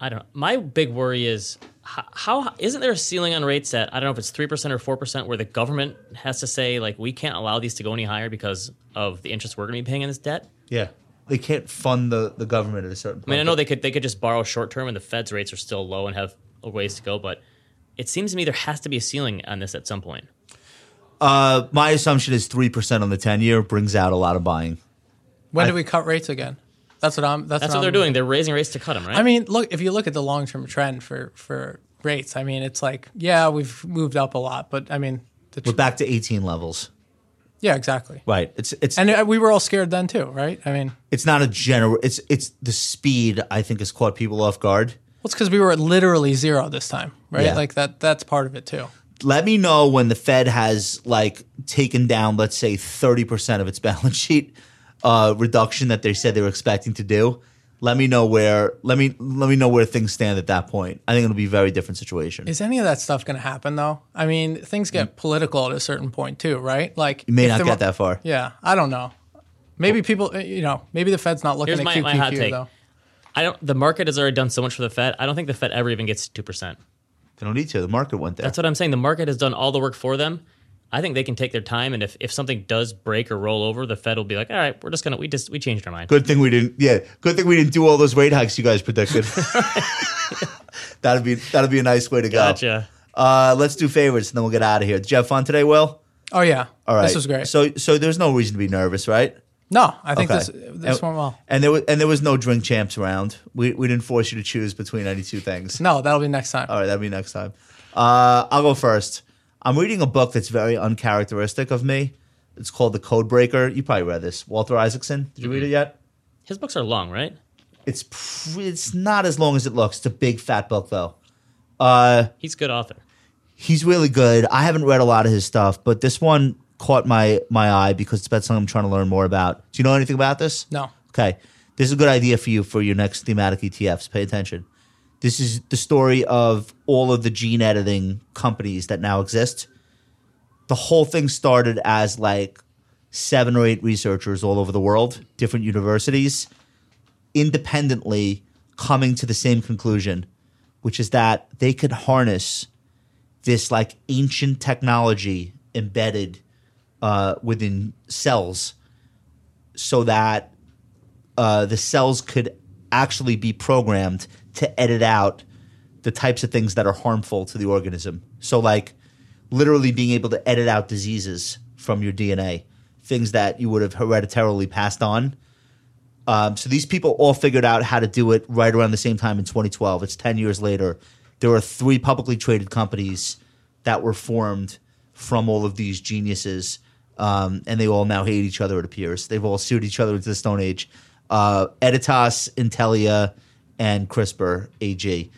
[SPEAKER 1] I don't know. My big worry is how, how isn't there a ceiling on rates that I don't know if it's three percent or four percent where the government has to say like we can't allow these to go any higher because of the interest we're going to be paying on this debt.
[SPEAKER 4] Yeah, they can't fund the the government at a certain
[SPEAKER 1] I
[SPEAKER 4] point.
[SPEAKER 1] mean, I know they could they could just borrow short term, and the Fed's rates are still low and have a ways to go. But it seems to me there has to be a ceiling on this at some point.
[SPEAKER 4] Uh, my assumption is three percent on the ten year brings out a lot of buying.
[SPEAKER 3] When
[SPEAKER 4] I-
[SPEAKER 3] do we cut rates again? That's what I'm. That's,
[SPEAKER 1] That's
[SPEAKER 3] what,
[SPEAKER 1] what they're
[SPEAKER 3] I'm-
[SPEAKER 1] doing. They're raising rates to cut them, right?
[SPEAKER 3] I mean, look if you look at the long term trend for for rates, I mean, it's like yeah, we've moved up a lot, but I mean, the tr-
[SPEAKER 4] We're back to eighteen levels.
[SPEAKER 3] yeah, exactly.
[SPEAKER 4] Right. It's it's
[SPEAKER 3] And uh, we were all scared then too, right? I mean, well,
[SPEAKER 4] it's not a general. It's it's the speed I think has caught people off guard.
[SPEAKER 3] it's because we were at literally zero this time, right?
[SPEAKER 4] Yeah.
[SPEAKER 3] Like that. That's part of it too.
[SPEAKER 4] let me know when the Fed has like taken down, let's say, thirty percent of its balance sheet uh, reduction that they said they were expecting to do. Let me know where. Let me let me know where things stand at that point. I think it'll be a very different situation.
[SPEAKER 3] Is any of that stuff going to happen though? I mean, things get political at a certain point too, right? Like
[SPEAKER 4] Mm. you may not get that far.
[SPEAKER 3] Yeah, I don't know. Maybe people, uh, you know, maybe the Fed's not looking
[SPEAKER 1] Here's
[SPEAKER 3] at
[SPEAKER 1] my-
[SPEAKER 3] QQQ
[SPEAKER 1] my hot take.
[SPEAKER 3] though.
[SPEAKER 1] I don't. The market has already done so much for the Fed. I don't think the Fed ever even gets to two percent.
[SPEAKER 4] They don't need to. The market went there.
[SPEAKER 1] That's what I'm saying. The market has done all the work for them. I think they can take their time, and if, if something does break or roll over, the Fed will be like, "All right, we're just gonna we just we changed our mind."
[SPEAKER 4] Good thing we didn't. Yeah, good thing we didn't do all those rate hikes you guys predicted. that'd be that'd be a nice way to go.
[SPEAKER 1] Gotcha.
[SPEAKER 4] Uh, let's do favorites and then we'll get out of here. Did you have fun today, Will?
[SPEAKER 3] Oh yeah,
[SPEAKER 4] All right.
[SPEAKER 3] This was great.
[SPEAKER 4] So so there's no reason to be nervous, right?
[SPEAKER 3] no, I think
[SPEAKER 4] Okay.
[SPEAKER 3] this this
[SPEAKER 4] And-
[SPEAKER 3] went well.
[SPEAKER 4] And there was and there was no drink champs around. We we didn't force you to choose between any two things.
[SPEAKER 3] No, that'll be next time.
[SPEAKER 4] All right, that'll be next time. Uh, I'll go first. I'm reading a book that's very uncharacteristic of me. It's called The Code Breaker. You probably read this. Walter Isaacson. Did you read it yet?
[SPEAKER 1] His books are long, right?
[SPEAKER 4] It's pr- it's not as long as it looks. It's a big fat book though. Uh,
[SPEAKER 1] He's a good author.
[SPEAKER 4] he's really good. I haven't read a lot of his stuff, but this one caught my my eye because it's about something I'm trying to learn more about. Do you know anything about this?
[SPEAKER 3] No.
[SPEAKER 4] Okay. This is a good idea for you for your next thematic ETFs. Pay attention. This is the story of all of the gene editing companies that now exist. The whole thing started as like seven or eight researchers all over the world, different universities, independently coming to the same conclusion, which is that they could harness this like ancient technology embedded uh, within cells so that uh, the cells could actually be programmed to edit out the types of things that are harmful to the organism. So, like, literally being able to edit out diseases from your DNA, things that you would have hereditarily passed on. Um, so, these people all figured out how to do it right around the same time in 2012. It's 10 years later. There were three publicly traded companies that were formed from all of these geniuses, um, and they all now hate each other. It appears they've all sued each other into the Stone Age. Uh, Editas, Intellia, and CRISPR AG.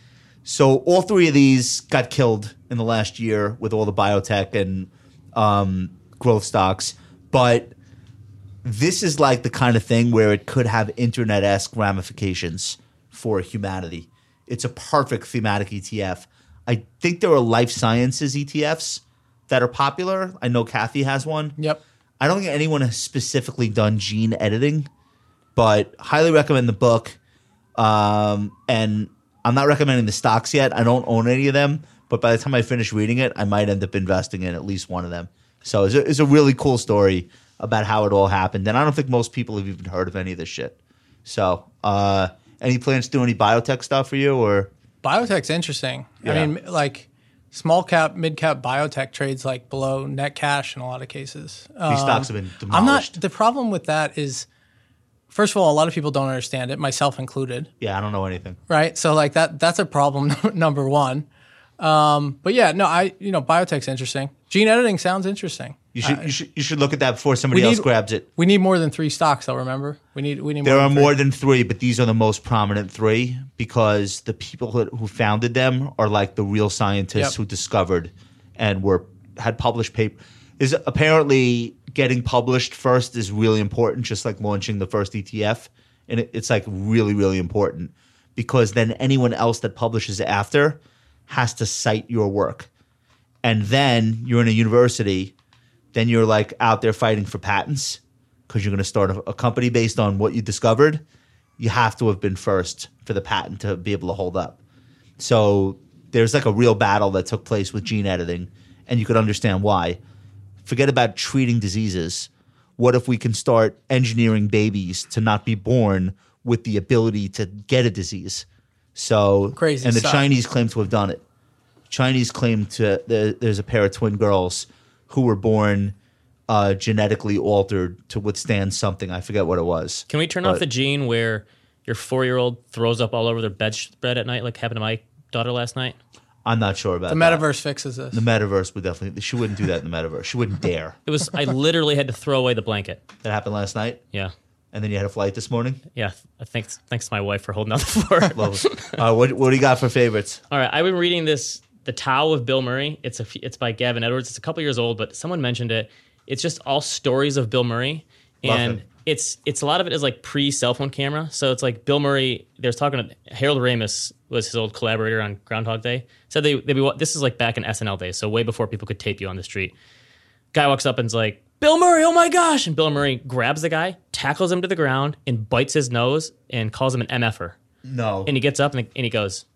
[SPEAKER 4] So all three of these got killed in the last year with all the biotech and um, growth stocks. But this is like the kind of thing where it could have internet esque ramifications for humanity. It's a perfect thematic ETF. I think there are life sciences ETFs that are popular. I know Kathy has one.
[SPEAKER 3] Yep.
[SPEAKER 4] I don't think anyone has specifically done gene editing, but highly recommend the book. Um, and I'm not recommending the stocks yet. I don't own any of them, but by the time I finish reading it, I might end up investing in at least one of them. So it's a, it's a really cool story about how it all happened. And I don't think most people have even heard of any of this shit. So, uh, any plans to do any biotech stuff for you or?
[SPEAKER 3] biotech's interesting.
[SPEAKER 4] Yeah.
[SPEAKER 3] I mean, like small cap, mid cap biotech trades like below net cash in a lot of cases. Um,
[SPEAKER 4] stocks have been
[SPEAKER 3] I'm not.
[SPEAKER 4] demolished.
[SPEAKER 3] The problem with that is, first of all, a lot of people don't understand it, myself included.
[SPEAKER 4] Yeah, I don't know anything.
[SPEAKER 3] Right. So like that. That's a problem number one. Um, but yeah, no, I you know biotech's interesting. Gene editing sounds interesting.
[SPEAKER 4] You should, you should you should look at that before somebody
[SPEAKER 3] we
[SPEAKER 4] else
[SPEAKER 3] need-
[SPEAKER 4] grabs it.
[SPEAKER 3] We need more than three stocks, though. Remember, we need we need.
[SPEAKER 4] There
[SPEAKER 3] more
[SPEAKER 4] are
[SPEAKER 3] than
[SPEAKER 4] more than three, but these are the most prominent three because the people who, who founded them are like the real scientists
[SPEAKER 3] Yep.
[SPEAKER 4] who discovered and were had published paper. Is apparently getting published first is really important, just like launching the first ETF, and it, it's like really really important because then anyone else that publishes after has to cite your work, and then you're in a university then you're like out there fighting for patents because you're going to start a, a company based on what you discovered. You have to have been first for the patent to be able to hold up. So there's like a real battle that took place with gene editing, and you could understand why. Forget about treating diseases. What if we can start engineering babies to not be born with the ability to get a disease? So
[SPEAKER 3] Crazy
[SPEAKER 4] and the
[SPEAKER 3] stuff.
[SPEAKER 4] Chinese claim to have done it. Chinese claim to there, there's a pair of twin girls who were born uh, genetically altered to withstand something. I forget what it was.
[SPEAKER 1] Can we turn off the gene where your four year old throws up all over their bedspread at night, like happened to my daughter last night?
[SPEAKER 4] I'm not sure about
[SPEAKER 3] The
[SPEAKER 4] that.
[SPEAKER 3] metaverse fixes this.
[SPEAKER 4] The metaverse would definitely. She wouldn't do that in the metaverse. She wouldn't dare.
[SPEAKER 1] It was I literally had to throw away the blanket.
[SPEAKER 4] That happened last night,
[SPEAKER 1] Yeah,
[SPEAKER 4] and then you had a flight this morning.
[SPEAKER 1] yeah. I thanks thanks to my wife for holding out the fort.
[SPEAKER 4] Love it. Uh, what what do you got for favorites?
[SPEAKER 1] All right, I've been reading this, "The Tao of Bill Murray." It's a f- it's by Gavin Edwards. It's a couple years old, but someone mentioned it. It's just all stories of Bill Murray,
[SPEAKER 4] Love
[SPEAKER 1] and
[SPEAKER 4] him.
[SPEAKER 1] it's it's a lot of it is like pre cell phone camera. So it's like Bill Murray. There's talking to Harold Ramis was his old collaborator on Groundhog Day. So they they be wa- this is like back in SNL days, so way before people could tape you on the street. Guy walks up and's like, "Bill Murray, oh my gosh!" And Bill Murray grabs the guy, tackles him to the ground, and bites his nose and calls him an mf'er.
[SPEAKER 4] No,
[SPEAKER 1] And he gets up and, and he goes,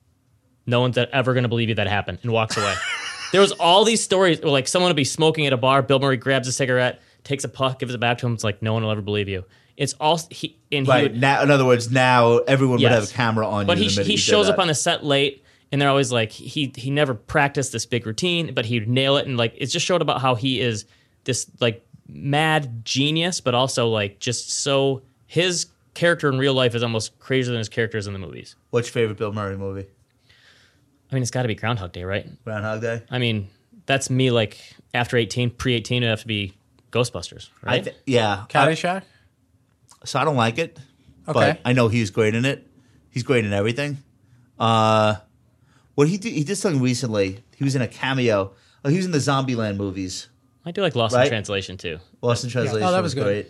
[SPEAKER 1] No one's ever going to believe you that happened, and walks away. there was all these stories where, like, someone would be smoking at a bar. Bill Murray grabs a cigarette, takes a puff, gives it back to him. It's like, No one will ever believe you. It's all he and he
[SPEAKER 4] right
[SPEAKER 1] would,
[SPEAKER 4] now. In other words, now everyone would
[SPEAKER 1] Yes.
[SPEAKER 4] have a camera on
[SPEAKER 1] but
[SPEAKER 4] you.
[SPEAKER 1] he,
[SPEAKER 4] the minute
[SPEAKER 1] he
[SPEAKER 4] you did
[SPEAKER 1] shows up
[SPEAKER 4] that.
[SPEAKER 1] on the set late and they're always like he he never practiced this big routine but he'd nail it and like it just showed about how he is this like mad genius but also like just so his character in real life is almost crazier than his characters in the movies
[SPEAKER 4] What's your favorite Bill Murray movie?
[SPEAKER 1] i mean it's got to be groundhog day right
[SPEAKER 4] Groundhog Day.
[SPEAKER 1] I mean, that's me like after 18, pre 18, it'd have to be Ghostbusters,
[SPEAKER 4] I
[SPEAKER 1] right?
[SPEAKER 4] th- yeah. I-
[SPEAKER 3] Caddyshack.
[SPEAKER 4] so I don't like it.
[SPEAKER 3] Okay.
[SPEAKER 4] But I know he's great in it. He's great in everything. Uh, what he did, he did something recently. He was in a cameo. Oh, he was in the Zombieland movies.
[SPEAKER 1] I do like Lost
[SPEAKER 4] Right?
[SPEAKER 1] in Translation too.
[SPEAKER 4] Lost in Translation.
[SPEAKER 3] Oh, that was
[SPEAKER 4] was,
[SPEAKER 3] good.
[SPEAKER 4] great.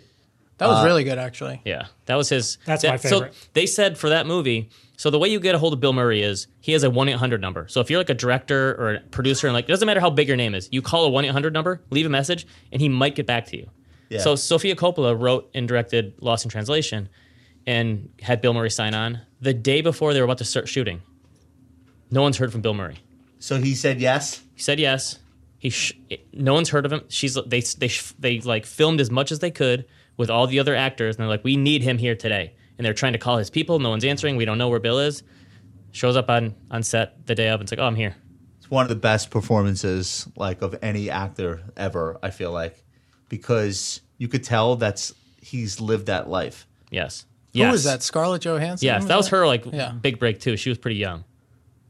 [SPEAKER 3] That
[SPEAKER 4] uh,
[SPEAKER 3] was really good, actually.
[SPEAKER 1] Yeah, that was his.
[SPEAKER 7] That's
[SPEAKER 1] that-
[SPEAKER 7] my favorite.
[SPEAKER 1] So they said for that movie. So the way you get a hold of Bill Murray is he has a one eight hundred number. So if you're like a director or a producer and like it doesn't matter how big your name is, you call a one eight hundred number, leave a message, and he might get back to you.
[SPEAKER 4] Yeah.
[SPEAKER 1] So Sofia Coppola wrote and directed Lost in Translation, and had Bill Murray sign on the day before they were about to start shooting. No one's heard from Bill Murray.
[SPEAKER 4] So he said yes.
[SPEAKER 1] He said yes. He sh- no one's heard of him. She's they they sh- they like filmed as much as they could with all the other actors, and they're like, we need him here today. And they're trying to call his people. No one's answering. We don't know where Bill is. Shows up on on set the day of. and It's like, oh, I'm here.
[SPEAKER 4] It's one of the best performances like of any actor ever. I feel like because you could tell that's he's lived that life.
[SPEAKER 1] Yes.
[SPEAKER 3] Who
[SPEAKER 1] Yes.
[SPEAKER 3] was that? Scarlett Johansson.
[SPEAKER 1] Yes, that was her like
[SPEAKER 3] Yeah.
[SPEAKER 1] big break too. She was pretty young.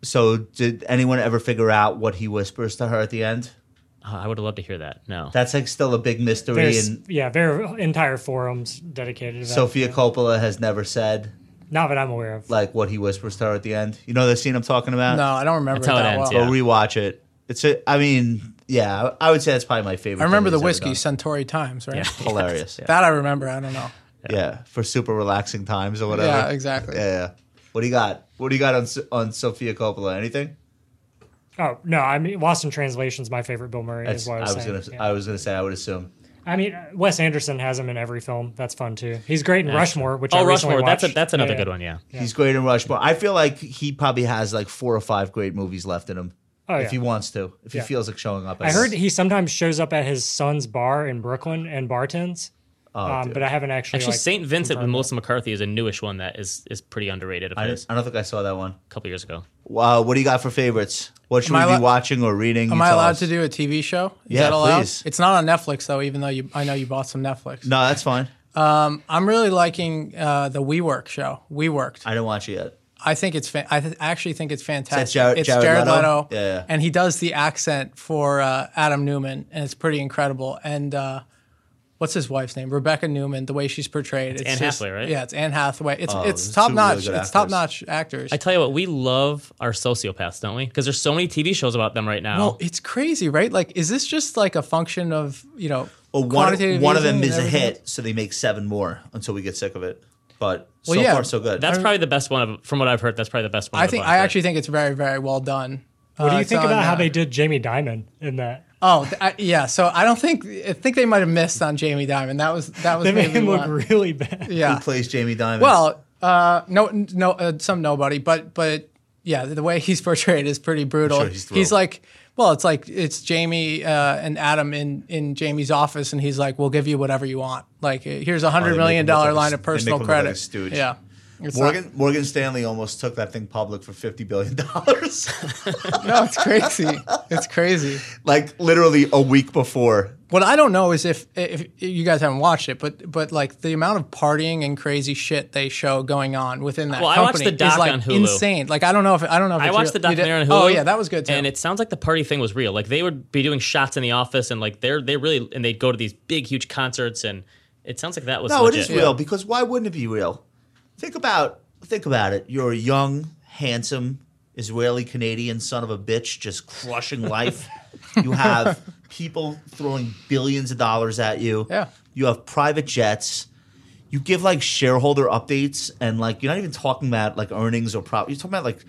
[SPEAKER 4] So did anyone ever figure out what he whispers to her at the end?
[SPEAKER 1] Uh, I would have loved to hear that. No.
[SPEAKER 4] That's like still a big mystery.
[SPEAKER 7] There's
[SPEAKER 4] and
[SPEAKER 7] yeah, there are entire forums dedicated to that.
[SPEAKER 4] Sophia Coppola has never said.
[SPEAKER 7] Not that I'm aware of.
[SPEAKER 4] like what he whispers to her at the end. You know the scene I'm talking about?
[SPEAKER 3] No, I don't remember
[SPEAKER 1] That's
[SPEAKER 3] it
[SPEAKER 1] how it
[SPEAKER 3] that
[SPEAKER 1] ends,
[SPEAKER 3] well.
[SPEAKER 1] yeah.
[SPEAKER 4] Go rewatch it. It's a. I mean, yeah, I would say that's probably my favorite.
[SPEAKER 3] I remember the
[SPEAKER 4] thing he's ever
[SPEAKER 3] whiskey, Centauri Times, right?
[SPEAKER 4] done. Hilarious. yeah.
[SPEAKER 3] That I remember. I don't know.
[SPEAKER 4] for super relaxing times or whatever.
[SPEAKER 3] Yeah, exactly.
[SPEAKER 4] Yeah, yeah. What do you got? What do you got on S- on Sophia Coppola? Anything?
[SPEAKER 7] Oh no, I mean Lost in Translation is my favorite Bill Murray.
[SPEAKER 4] That's-
[SPEAKER 7] Is what I was, saying.
[SPEAKER 4] gonna.
[SPEAKER 7] Yeah.
[SPEAKER 4] I was gonna say. I would assume.
[SPEAKER 7] I mean, uh, Wes Anderson has him in every film. That's fun too. He's great in Rushmore, which I
[SPEAKER 1] Oh,
[SPEAKER 7] recently
[SPEAKER 1] Rushmore. That's a,
[SPEAKER 7] watched.
[SPEAKER 1] that's another
[SPEAKER 7] Yeah.
[SPEAKER 1] good one. Yeah.
[SPEAKER 4] He's great in Rushmore. I feel like he probably has like four or five great movies left in him
[SPEAKER 7] Oh,
[SPEAKER 4] if
[SPEAKER 7] yeah.
[SPEAKER 4] he wants to, if
[SPEAKER 7] Yeah.
[SPEAKER 4] he feels like showing up.
[SPEAKER 7] I heard he sometimes shows up at his son's bar in Brooklyn and bartends,
[SPEAKER 4] Oh,
[SPEAKER 7] um, but I haven't actually.
[SPEAKER 1] Actually,
[SPEAKER 7] like,
[SPEAKER 1] Saint Vincent with
[SPEAKER 7] confirmed
[SPEAKER 1] Melissa McCarthy is a newish one that is is pretty underrated. Of
[SPEAKER 4] I,
[SPEAKER 1] his,
[SPEAKER 4] I don't think I saw that one.
[SPEAKER 1] a couple years ago.
[SPEAKER 4] Wow, Uh, what do you got for favorites? What should
[SPEAKER 3] Am I
[SPEAKER 4] we be
[SPEAKER 3] allo-
[SPEAKER 4] watching or reading?
[SPEAKER 3] Am
[SPEAKER 4] You
[SPEAKER 3] I
[SPEAKER 4] tell
[SPEAKER 3] allowed
[SPEAKER 4] us.
[SPEAKER 3] to do a TV show? Is
[SPEAKER 4] Yeah,
[SPEAKER 3] that allowed?
[SPEAKER 4] please.
[SPEAKER 3] It's not on Netflix though, even though you I know you bought some Netflix.
[SPEAKER 4] No, that's fine.
[SPEAKER 3] I'm really liking uh, the WeWork show. WeWorked. I,
[SPEAKER 4] I didn't watch it yet.
[SPEAKER 3] think it's fa- I, th- I actually think it's fantastic.
[SPEAKER 4] Jared-
[SPEAKER 3] it's
[SPEAKER 4] Jared
[SPEAKER 3] Jared,
[SPEAKER 4] Leto?
[SPEAKER 3] Leto,
[SPEAKER 4] Yeah, yeah.
[SPEAKER 3] and he does the accent for uh, Adam Newman, and it's pretty incredible. And uh, what's his wife's name? Rebecca Newman. The way she's portrayed. It's,
[SPEAKER 1] Anne
[SPEAKER 3] just-
[SPEAKER 1] Hathaway, right?
[SPEAKER 3] Yeah, it's Anne Hathaway. It's
[SPEAKER 4] Oh, those
[SPEAKER 3] it's
[SPEAKER 4] are two
[SPEAKER 3] top
[SPEAKER 4] really
[SPEAKER 3] notch.
[SPEAKER 4] good
[SPEAKER 3] it's
[SPEAKER 4] actors.
[SPEAKER 3] top notch actors.
[SPEAKER 1] I tell you what, we love our sociopaths, don't we? Because there's so many TV shows about them right now.
[SPEAKER 3] well, it's crazy, right? Like, is this just like a function of you know?
[SPEAKER 4] Well, one,
[SPEAKER 3] quantitative
[SPEAKER 4] one of
[SPEAKER 3] easing
[SPEAKER 4] them
[SPEAKER 3] and
[SPEAKER 4] is a
[SPEAKER 3] everything?
[SPEAKER 4] hit, so they make seven more until we get sick of it. But
[SPEAKER 3] Well,
[SPEAKER 4] so
[SPEAKER 3] yeah,
[SPEAKER 4] far, so good.
[SPEAKER 1] that's probably the best one of, from what I've heard. That's probably the best one.
[SPEAKER 3] I
[SPEAKER 1] of the
[SPEAKER 3] think
[SPEAKER 1] bunch,
[SPEAKER 3] I
[SPEAKER 1] right?
[SPEAKER 3] actually think it's very very well done.
[SPEAKER 7] What do
[SPEAKER 3] Uh,
[SPEAKER 4] Oh,
[SPEAKER 7] you
[SPEAKER 3] it's
[SPEAKER 7] think
[SPEAKER 3] on,
[SPEAKER 7] about how
[SPEAKER 3] uh,
[SPEAKER 7] they did Jamie Dimon in that?
[SPEAKER 3] Oh th- I, yeah, so I don't think I think they might have missed on Jamie Dimon. That was that was
[SPEAKER 7] They made
[SPEAKER 3] maybe
[SPEAKER 7] him look
[SPEAKER 3] one.
[SPEAKER 7] really bad.
[SPEAKER 4] Who
[SPEAKER 3] yeah.
[SPEAKER 4] plays Jamie Dimon?
[SPEAKER 3] Well, uh, no no uh, some nobody, but but yeah, the way he's portrayed is pretty brutal.
[SPEAKER 4] sure he's thrilled.
[SPEAKER 3] like well, it's like it's Jamie uh, and Adam in in Jamie's office, and he's like, "We'll give you whatever you want. Like uh, here's a hundred
[SPEAKER 4] Oh, make
[SPEAKER 3] million
[SPEAKER 4] him look
[SPEAKER 3] dollar
[SPEAKER 4] like a-
[SPEAKER 3] line
[SPEAKER 4] they
[SPEAKER 3] of
[SPEAKER 4] make
[SPEAKER 3] personal
[SPEAKER 4] him look like a
[SPEAKER 3] credit."
[SPEAKER 4] stooge.
[SPEAKER 3] Yeah, it's not-
[SPEAKER 4] Morgan Morgan Stanley almost took that thing public for fifty billion dollars.
[SPEAKER 3] no, it's crazy. it's crazy.
[SPEAKER 4] like literally a week before.
[SPEAKER 3] What I don't know is if if you guys haven't watched it, but but like the amount of partying and crazy shit they show going on within that
[SPEAKER 1] Well, I watched
[SPEAKER 3] company
[SPEAKER 1] the doc
[SPEAKER 3] is like
[SPEAKER 1] on Hulu.
[SPEAKER 3] insane. Like I don't know if I don't know. If
[SPEAKER 1] I
[SPEAKER 3] it's
[SPEAKER 1] watched the
[SPEAKER 3] real. You did-
[SPEAKER 1] documentary on Hulu.
[SPEAKER 3] Oh yeah, that was good too.
[SPEAKER 1] And it sounds like the party thing was real. Like they would be doing shots in the office, and like they're they really and they'd go to these big huge concerts, and it sounds like that was
[SPEAKER 4] No,
[SPEAKER 1] legit.
[SPEAKER 4] it is real because why wouldn't it be real? Think about think about it. You're a young, handsome Israeli Canadian son of a bitch just crushing life. you have people throwing billions of dollars at you.
[SPEAKER 3] Yeah.
[SPEAKER 4] You have private jets. You give like shareholder updates and like you're not even talking about like earnings or profit. You're talking about like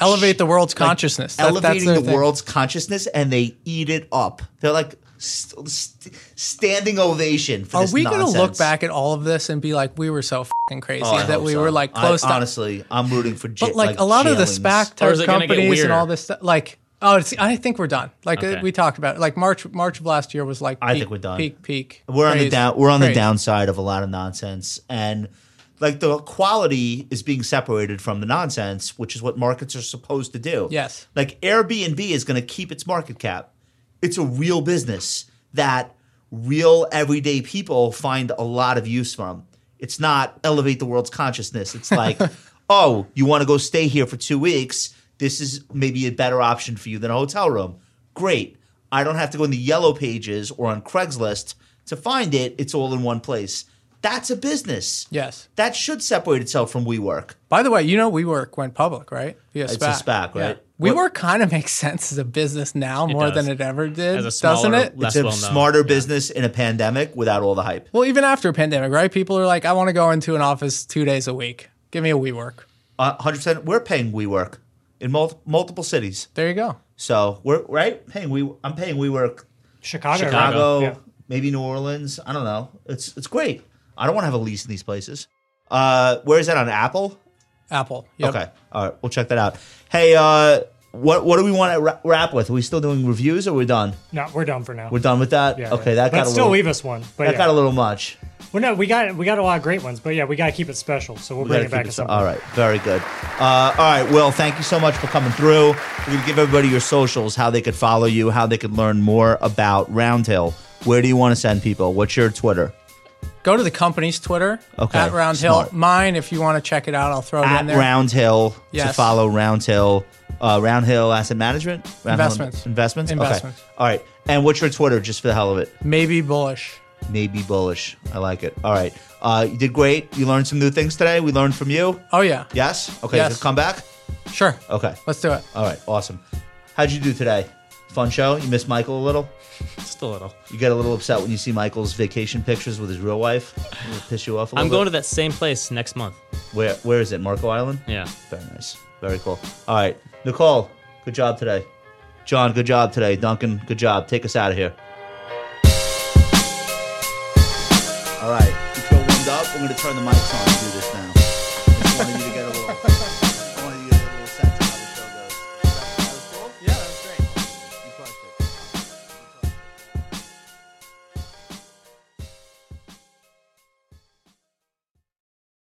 [SPEAKER 3] elevate the world's consciousness. That- that's
[SPEAKER 4] elevating
[SPEAKER 3] their
[SPEAKER 4] the
[SPEAKER 3] thing.
[SPEAKER 4] world's consciousness and they eat it up. They're like st- st- standing ovation for
[SPEAKER 3] Are
[SPEAKER 4] this
[SPEAKER 3] we gonna look
[SPEAKER 4] nonsense.
[SPEAKER 3] back at all of this and be like, we were so fing crazy
[SPEAKER 4] Oh, I
[SPEAKER 3] that
[SPEAKER 4] hope
[SPEAKER 3] we
[SPEAKER 4] so.
[SPEAKER 3] were like
[SPEAKER 4] I-
[SPEAKER 3] close to
[SPEAKER 4] honestly, I'm rooting for. Ja-
[SPEAKER 3] But like, a lot of the
[SPEAKER 4] jailings.
[SPEAKER 3] SPAC
[SPEAKER 1] Or is
[SPEAKER 3] type
[SPEAKER 1] it gonna get
[SPEAKER 3] companies and
[SPEAKER 1] weirder?
[SPEAKER 3] all this stuff, like oh, it's, I think we're done. Like uh,
[SPEAKER 1] Okay.
[SPEAKER 3] we talked about, it. like March March of last year was like peak,
[SPEAKER 4] I think we're done.
[SPEAKER 3] Peak peak.
[SPEAKER 4] We're on the
[SPEAKER 3] craze,
[SPEAKER 4] down. We're on the
[SPEAKER 3] craze.
[SPEAKER 4] downside of a lot of nonsense, and like the quality is being separated from the nonsense, which is what markets are supposed to do.
[SPEAKER 3] Yes.
[SPEAKER 4] Like Airbnb is going to keep its market cap. It's a real business that real everyday people find a lot of use from. It's not elevate the world's consciousness. It's like, oh, you want to go stay here for two weeks. This is maybe a better option for you than a hotel room. Great. I don't have to go in the yellow pages or on Craigslist to find it. It's all in one place. That's a business.
[SPEAKER 3] Yes.
[SPEAKER 4] That should separate itself from WeWork.
[SPEAKER 3] By the way, you know WeWork went public, right? Via
[SPEAKER 4] It's a SPAC, right?
[SPEAKER 3] WeWork kind of makes sense as a business now more
[SPEAKER 1] does.
[SPEAKER 3] than it ever did,
[SPEAKER 1] As a
[SPEAKER 3] doesn't
[SPEAKER 1] smaller-
[SPEAKER 3] it?
[SPEAKER 1] less-
[SPEAKER 4] It's a
[SPEAKER 1] well known.
[SPEAKER 4] smarter business in a pandemic without all the hype.
[SPEAKER 3] Well, even after a pandemic, right? People are like, I want to go into an office two days a week. Give me a WeWork.
[SPEAKER 4] hundred percent. We're paying WeWork in mul- multiple cities,
[SPEAKER 3] There you go.
[SPEAKER 4] so we're right paying we. I'm paying WeWork
[SPEAKER 7] Chicago. right?
[SPEAKER 4] Chicago,
[SPEAKER 7] Yeah.
[SPEAKER 4] maybe New Orleans. I don't know. It's it's great. I don't want to have a lease in these places. Uh, where is that on Apple?
[SPEAKER 3] Apple. Yep.
[SPEAKER 4] Okay, all right, we'll check that out. Hey, uh, what what do we want to ra- wrap with? Are we still doing reviews, or we're done?
[SPEAKER 7] No, we're done for now.
[SPEAKER 4] We're done with that.
[SPEAKER 7] Yeah,
[SPEAKER 4] okay,
[SPEAKER 7] yeah.
[SPEAKER 4] that
[SPEAKER 7] but
[SPEAKER 4] got a
[SPEAKER 7] still
[SPEAKER 4] little.
[SPEAKER 7] leave us one. But
[SPEAKER 4] that
[SPEAKER 7] yeah.
[SPEAKER 4] got a little much.
[SPEAKER 7] well, no, we got we got a lot of great ones, but yeah, we got to keep it special. So we'll
[SPEAKER 4] We
[SPEAKER 7] bring it
[SPEAKER 4] gotta
[SPEAKER 7] back
[SPEAKER 4] keep
[SPEAKER 7] at
[SPEAKER 4] it so-
[SPEAKER 7] some.
[SPEAKER 4] All right, very good. Uh, all right, Will, thank you so much for coming through. We're going to give everybody your socials, how they could follow you, how they could learn more about Roundhill. Where do you want to send people? What's your Twitter?
[SPEAKER 3] Go to the company's Twitter
[SPEAKER 4] Okay,
[SPEAKER 3] at Round Hill.
[SPEAKER 4] smart.
[SPEAKER 3] Mine, if you want to check it out, I'll throw it
[SPEAKER 4] At
[SPEAKER 3] in there.
[SPEAKER 4] Roundhill to
[SPEAKER 3] Yes.
[SPEAKER 4] follow Roundhill. Uh, Roundhill Asset Management? Roundhill
[SPEAKER 3] Investments.
[SPEAKER 4] Investments?
[SPEAKER 3] Investments.
[SPEAKER 4] Okay. All right. And what's your Twitter, just for the hell of it?
[SPEAKER 3] Maybe bullish.
[SPEAKER 4] maybe bullish. I like it. All right. Uh, you did great. You learned some new things today. We learned from you.
[SPEAKER 3] Oh yeah.
[SPEAKER 4] Yes? Okay.
[SPEAKER 3] Yes.
[SPEAKER 4] Come back?
[SPEAKER 3] Sure.
[SPEAKER 4] Okay.
[SPEAKER 3] Let's do it.
[SPEAKER 4] All right. Awesome. How'd you do today? Fun show? You miss Michael a little?
[SPEAKER 1] Just a little.
[SPEAKER 4] You get a little upset when you see Michael's vacation pictures with his real wife? Does it piss you off a little
[SPEAKER 1] I'm going to that same place next month.
[SPEAKER 4] to. Where, where is it? Marco Island?
[SPEAKER 1] Yeah.
[SPEAKER 4] Very nice. Very cool. All right. Nicole, good job today. John, good job today. Duncan, good job. Take us out of here. All right. You feel warmed up? We're going to turn the mics on and do this now. Just wanted you to get a little.